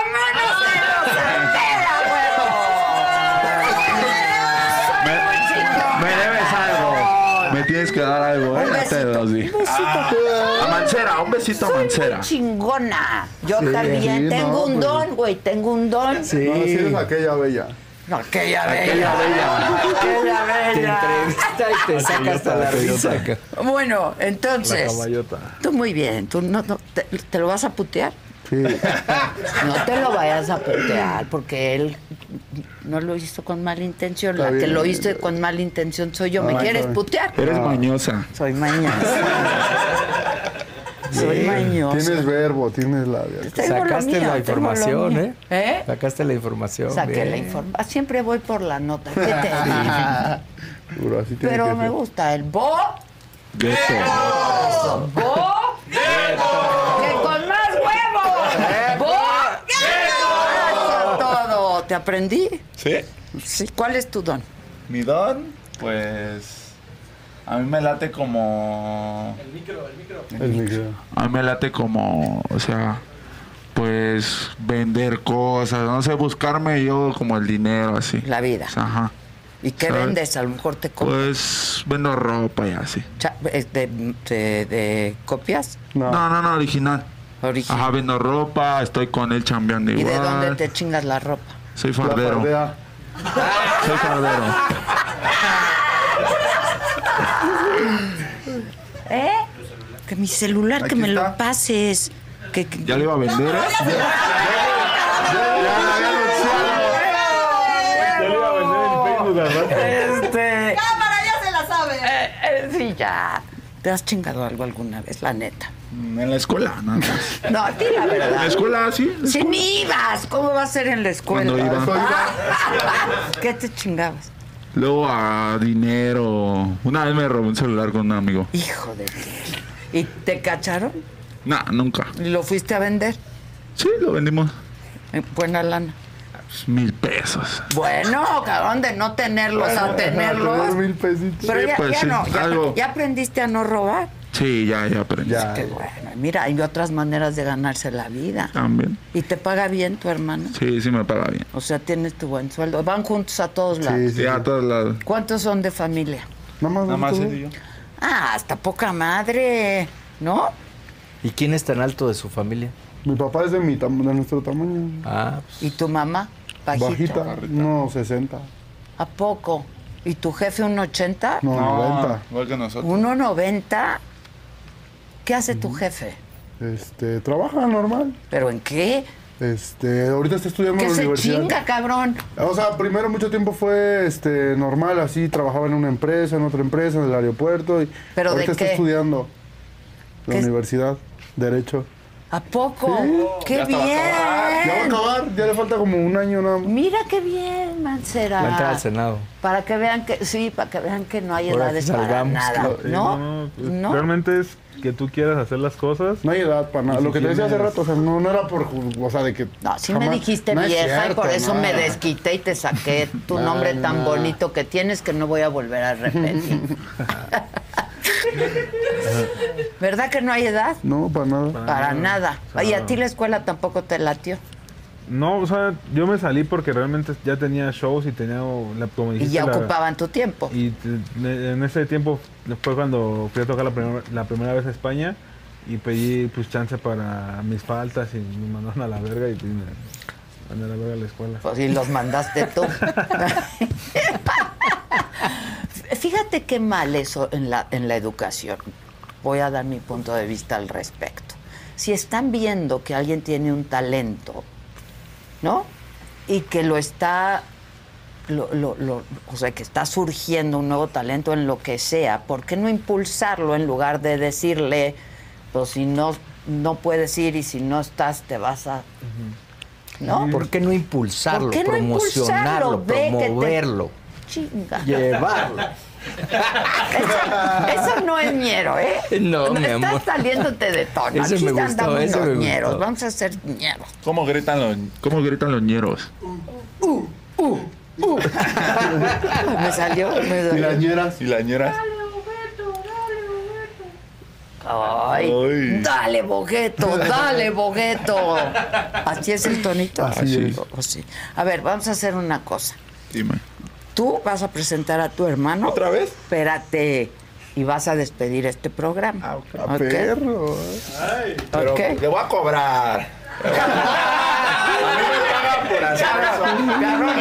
S7: Me debes algo. Me tienes que dar algo, ¿eh? Ya te los di. Ah, a Mancera, un besito a Mancera.
S2: chingona! Yo
S7: Sí,
S2: también
S7: sí,
S2: tengo
S7: no,
S2: un
S7: pues-
S2: don, güey, tengo un don.
S7: Sí. No, sí eres
S1: aquella bella.
S2: Aquella
S7: Aquella bella.
S2: Aquella
S5: Te
S2: bella.
S5: entrevista y te saca hasta la risa.
S2: Bueno, entonces. Tú muy bien, tú no, no- te, te lo vas a putear.
S1: Sí.
S2: No te lo vayas a putear, porque él no lo hizo con mala intención.
S7: Está
S2: La que
S7: bien,
S2: lo
S7: está
S2: hizo con mala intención soy yo. ¿Me quieres putear?
S7: Eres mañosa.
S2: Soy mañosa. Soy mañosa.
S1: Tienes verbo, tienes labios.
S2: Tengo lo mío,
S5: Sacaste la
S2: tengo lo
S5: información,
S2: mío.
S5: ¿eh?
S2: ¿Eh?
S5: Sacaste la información.
S2: Saqué la
S5: bien.
S2: información. Siempre voy por la nota. ¿Qué te digo?
S1: Puro, así tiene
S2: Pero
S1: que
S2: me
S1: ser.
S2: gusta el bo. Eso, bo. ¡Que con más huevos! ¡Bo! Eso, todo! ¿Te aprendí?
S7: ¿Sí?
S2: Sí. ¿Cuál es tu don?
S7: Mi don, pues. A mí me late como.
S10: El micro, el micro.
S7: A mí me late como, o sea, pues vender cosas, no sé, buscarme yo como el dinero así.
S2: La vida.
S7: Ajá.
S2: ¿Y qué
S7: ¿Sabes?
S2: vendes? A lo mejor te copias.
S7: Pues vendo ropa y así.
S2: Cha- es de, de- de copias?
S7: No, no, no, original.
S2: Original.
S7: Ajá, vendo ropa, estoy con él chambeando
S2: ¿Y
S7: igual.
S2: de dónde te chingas la ropa?
S7: Soy fardero.
S1: fardea.
S7: Soy fardero.
S2: ¿Eh? Que mi celular, que me lo pases. Que, que-
S7: Ya le iba a vender, ¿eh?
S2: Este.
S9: Cámara, ya se la sabe.
S2: eh, eh, sí, ya. ¿Te has chingado algo alguna vez, la neta?
S7: Mm, En la escuela, nada más.
S2: No, di la verdad.
S7: En la escuela, sí. en la
S2: Si
S7: escuela.
S2: ni ibas, ¿cómo va a ser en la escuela?
S7: Cuando iba.
S2: Ah, ¿Qué te chingabas?
S7: Luego a dinero. Una vez me robé un celular con un amigo.
S2: Hijo de ti. ¿Y te cacharon?
S7: Nah, nunca.
S2: ¿Y lo fuiste a vender?
S7: Sí, lo vendimos.
S2: En buena lana.
S7: Mil pesos.
S2: Bueno, cabrón, de no tenerlos a tenerlos.
S1: Mil pesitos.
S2: Pero
S7: pues, Sí,
S2: ya,
S7: pues,
S2: ya
S7: sí,
S2: no, ya-
S7: algo.
S2: ya aprendiste a no robar.
S7: Sí, ya, ya aprendí.
S2: Qué bueno. Mira, hay otras maneras de ganarse la vida.
S7: También.
S2: ¿Y te paga bien tu hermana?
S7: Sí, sí me paga bien.
S2: O sea, tienes tu buen sueldo. Van juntos a todos lados.
S7: Sí, a todos lados.
S2: ¿Cuántos son de familia?
S1: Nada
S7: más ¿eh?
S2: tú.
S7: él y yo.
S2: Ah, hasta poca madre, ¿no?
S5: ¿Y quién es tan alto de su familia?
S1: Mi papá es de, mi tam- de nuestro tamaño.
S5: Ah,
S2: ¿Y tu mamá? Bajita.
S1: Bajita, no, 60.
S2: ¿A poco? ¿Y tu jefe un 80?
S1: No,
S7: igual que nosotros.
S2: 1.90. ¿Qué hace tu jefe?
S1: Mm. Este, trabaja normal.
S2: ¿Pero en qué?
S1: Este, ahorita está estudiando
S2: Que
S1: en la
S2: se
S1: universidad.
S2: chinga, cabrón.
S1: O sea, primero mucho tiempo fue este normal, así trabajaba en una empresa, en otra empresa, en el aeropuerto. Y
S2: ¿Pero de
S1: ahorita está
S2: qué?
S1: estudiando la
S2: ¿Qué es-
S1: universidad, derecho.
S2: ¿A poco? ¡Qué
S1: Ya
S2: bien!
S1: estaba Ya va a acabar, ya le falta como un año nada más.
S2: Mira qué bien,
S5: Va a entrar
S2: Mancera.
S5: al Senado.
S2: Para que vean que, sí, para que vean que no hay
S5: Ahora
S2: edades
S5: que
S2: para
S5: salgamos,
S2: nada,
S5: claro.
S3: Sí, pues
S2: ¿no? ¿No?
S3: Realmente es que tú quieras hacer las cosas.
S1: No hay edad para nada. Lo que te decía hace rato, o sea, no, no era por, ju- o sea, de que...
S2: No, sí me dijiste vieja y por eso me desquité y te saqué tu
S1: Ay,
S2: nombre tan
S1: no.
S2: bonito que tienes que no voy a volver a repetir. ¿Verdad que no hay edad?
S1: No, para nada.
S2: Para nada.
S3: Claro.
S2: Y a ti la escuela tampoco te latió.
S3: No, o sea, yo me salí porque realmente ya tenía shows y tenía, la, como
S2: Y
S3: dijiste,
S2: ya
S3: la-
S2: ocupaban tu tiempo.
S3: Y te- en ese tiempo fue cuando fui a tocar la, primer- la primera vez a España y pedí pues chance para mis faltas y me mandaron a la verga y pues, me mandé a la verga a la escuela.
S2: Pues y los mandaste tú. Fíjate qué mal eso en la, en la educación. Voy a dar mi punto de vista al respecto. Si están viendo que alguien tiene un talento, ¿no? Y que lo está, lo- lo- lo- o sea, que está surgiendo un nuevo talento en lo que sea, ¿por qué no impulsarlo en lugar de decirle, pues si no, no puedes ir y si no estás te vas a... ¿No?
S5: ¿Por qué no impulsarlo,
S2: ¿Por qué no
S5: promocionarlo,
S2: impulsarlo? Ve que te-
S5: promoverlo,
S2: Chinga.
S5: llevarlo?
S2: Eso no es ñero, ¿eh?
S5: No, mi
S2: estás
S5: amor.
S2: saliéndote de tono.
S5: Ese
S2: Aquí
S5: me gustó,
S2: andamos los
S5: ese me gustó.
S2: ñeros. Vamos a ser ñeros.
S7: ¿Cómo gritan los, cómo gritan los ñeros?
S2: me salió, me
S7: Y
S2: salió.
S7: las ñeras. Y las ñeras.
S2: Ay,
S7: Ay.
S2: dale, bogueto, dale, bogueto. Así es el tonito.
S7: Así es.
S2: Así. A ver, vamos a hacer una cosa.
S7: Dime.
S2: Tú vas a presentar a tu hermano. ¿Otra vez? Espérate. Y vas a despedir este programa. Ah,
S7: Ah, perro. Pero
S2: Ok.
S7: le voy a cobrar. por hacer
S2: Cabrón,
S7: eso.
S2: cabrón.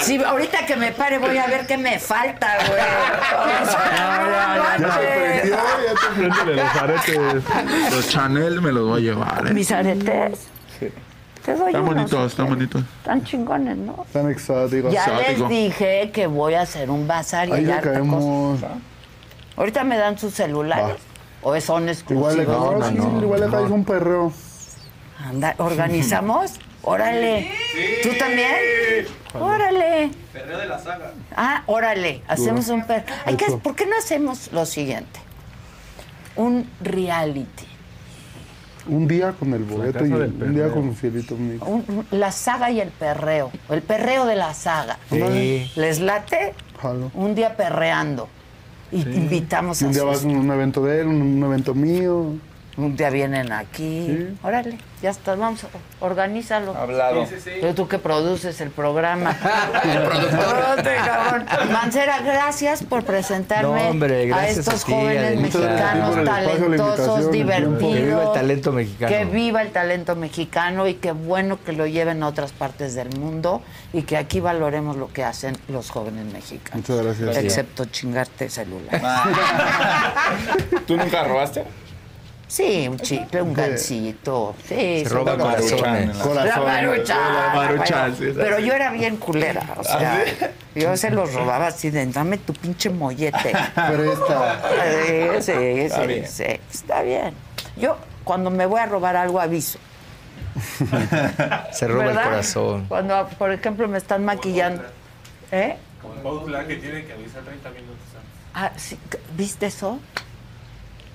S2: Sí, ahorita que me pare voy a ver qué me falta, güey. O sea, no
S7: Ya te
S2: manches.
S7: prendió, ya te los aretes. Los Chanel me los voy a llevar. eh.
S2: Mis aretes. Te doy
S7: Están
S2: unos.
S7: bonitos, están bonitos.
S2: Están chingones, ¿no?
S1: Tan exótico.
S2: Ya les dije que voy a hacer un bazar y
S1: Ahí
S2: hay
S1: le
S2: harta
S1: caemos.
S2: cosa. Ahorita me dan sus celulares. ¿O son exclusivos?
S1: Igual le caemos, sí, igual le caes un perro.
S2: Anda, ¿Organizamos? Órale. ¿Tú también? Órale.
S12: Perreo de la saga.
S2: Ah, órale. Hacemos un per... Hay que- ¿Por qué no hacemos lo siguiente? Un reality.
S1: Un día con el boleto y
S3: casa del
S1: un día
S3: perreo.
S1: con Fielito Mico.
S2: Un- un- la saga y el perreo. El perreo de la saga.
S1: Sí.
S2: ¿Les late?
S1: Jalo.
S2: Un día perreando. Y invitamos a
S1: Y un día
S2: sus-
S1: vas a un evento de él, un, un evento mío.
S2: Un día vienen aquí.
S1: Sí.
S2: Órale, ya está, vamos, o- organízalo.
S7: Hablado. Sí, sí, sí.
S2: Pero tú que produces el programa. el productor. Mancera, gracias por presentarme
S5: No, hombre, gracias
S2: a estos
S5: a ti,
S2: jóvenes
S5: Adelita.
S2: mexicanos
S5: Muchas gracias por el espacio, la
S2: talentosos,
S5: invitación, el tiempo.
S2: divertidos.
S5: Que viva el talento mexicano.
S2: Que viva el talento mexicano y qué bueno que lo lleven a otras partes del mundo y que aquí valoremos lo que hacen los jóvenes mexicanos.
S1: Muchas gracias. Gracias.
S2: Excepto chingarte celular.
S7: ¿Tú nunca robaste?
S2: Sí, un chicle, un gancito. Sí,
S7: Se
S2: sí,
S7: roban
S2: no, no, sí.
S7: corazones.
S2: La
S7: Corazones.
S2: marucha.
S7: La marucha,
S2: Pero,
S7: sí, sí. ¿Ah,
S2: pero yo era bien culera. O sea, yo se los robaba así de dame tu pinche mollete.
S1: Pero
S2: Sí, sí,
S7: Está
S2: sí,
S7: bien.
S2: sí. Está bien. Yo cuando me voy a robar algo aviso.
S5: Se roba
S2: ¿verdad?
S5: el corazón.
S2: Cuando, por ejemplo, me están maquillando. ¿Eh?
S12: Como el Pau Plan que tiene que avisar 30 minutos antes.
S2: Ah, sí, ¿Viste eso?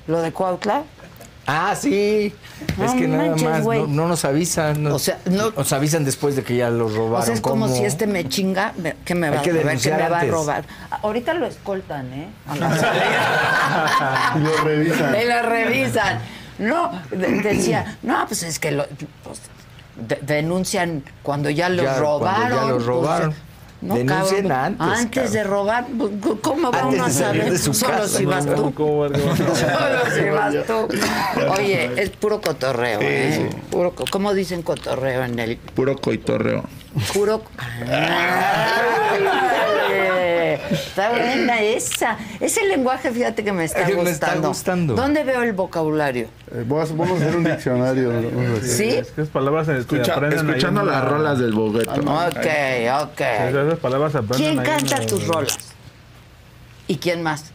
S2: ¿Lo de Cuautla?
S5: Ah, sí.
S2: No
S5: es que
S2: manches,
S5: nada más
S2: güey.
S5: no, no nos avisan. o sea, nos avisan después de que ya los robaron.
S2: O sea, es como
S5: ¿Cómo?
S2: si este me chinga, me- que me
S5: Hay
S2: va,
S5: que
S2: a robar, que
S5: denunciar
S2: me va a
S5: antes.
S2: robar. Ah, Ahorita lo escoltan, ¿eh? A la-
S1: Lo revisan.
S2: Me la revisan. No, de- decía, no, pues es que lo, pues, de- denuncian cuando ya los
S5: Ya, cuando ya
S2: robaron.
S5: los
S2: pues,
S5: robaron. Denuncien
S2: cabrón,
S5: antes,
S2: de robar, pues, ¿cómo va
S5: Antes
S2: uno a
S5: de salir
S2: saber?
S5: de su
S2: Solo
S5: casa,
S2: si vas
S5: ¿no?
S2: tú.
S3: ¿Cómo va a-
S2: Solo si vas tú. Oye, es puro cotorreo, ¿eh? Puro, co- ¿Cómo dicen cotorreo en el
S7: Puro coitorreo.
S2: Puro. Ándale. Hombre, está buena esa. Ese lenguaje, fíjate que me está
S1: Que
S2: gustando.
S1: me está gustando.
S2: ¿Dónde veo el vocabulario?
S1: Eh, voy a- vamos a hacer un diccionario. vamos a hacer.
S2: ¿Sí?
S3: Es que es palabras en
S1: Escucha- escuchando las rolas
S3: del bogueto.
S2: Ah, Ok, ok.
S3: Esas palabras aprenden
S2: ¿Quién
S3: ahí
S2: canta
S3: en la-
S2: tus rolas? ¿Y quién más?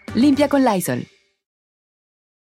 S8: limpia con Lysol.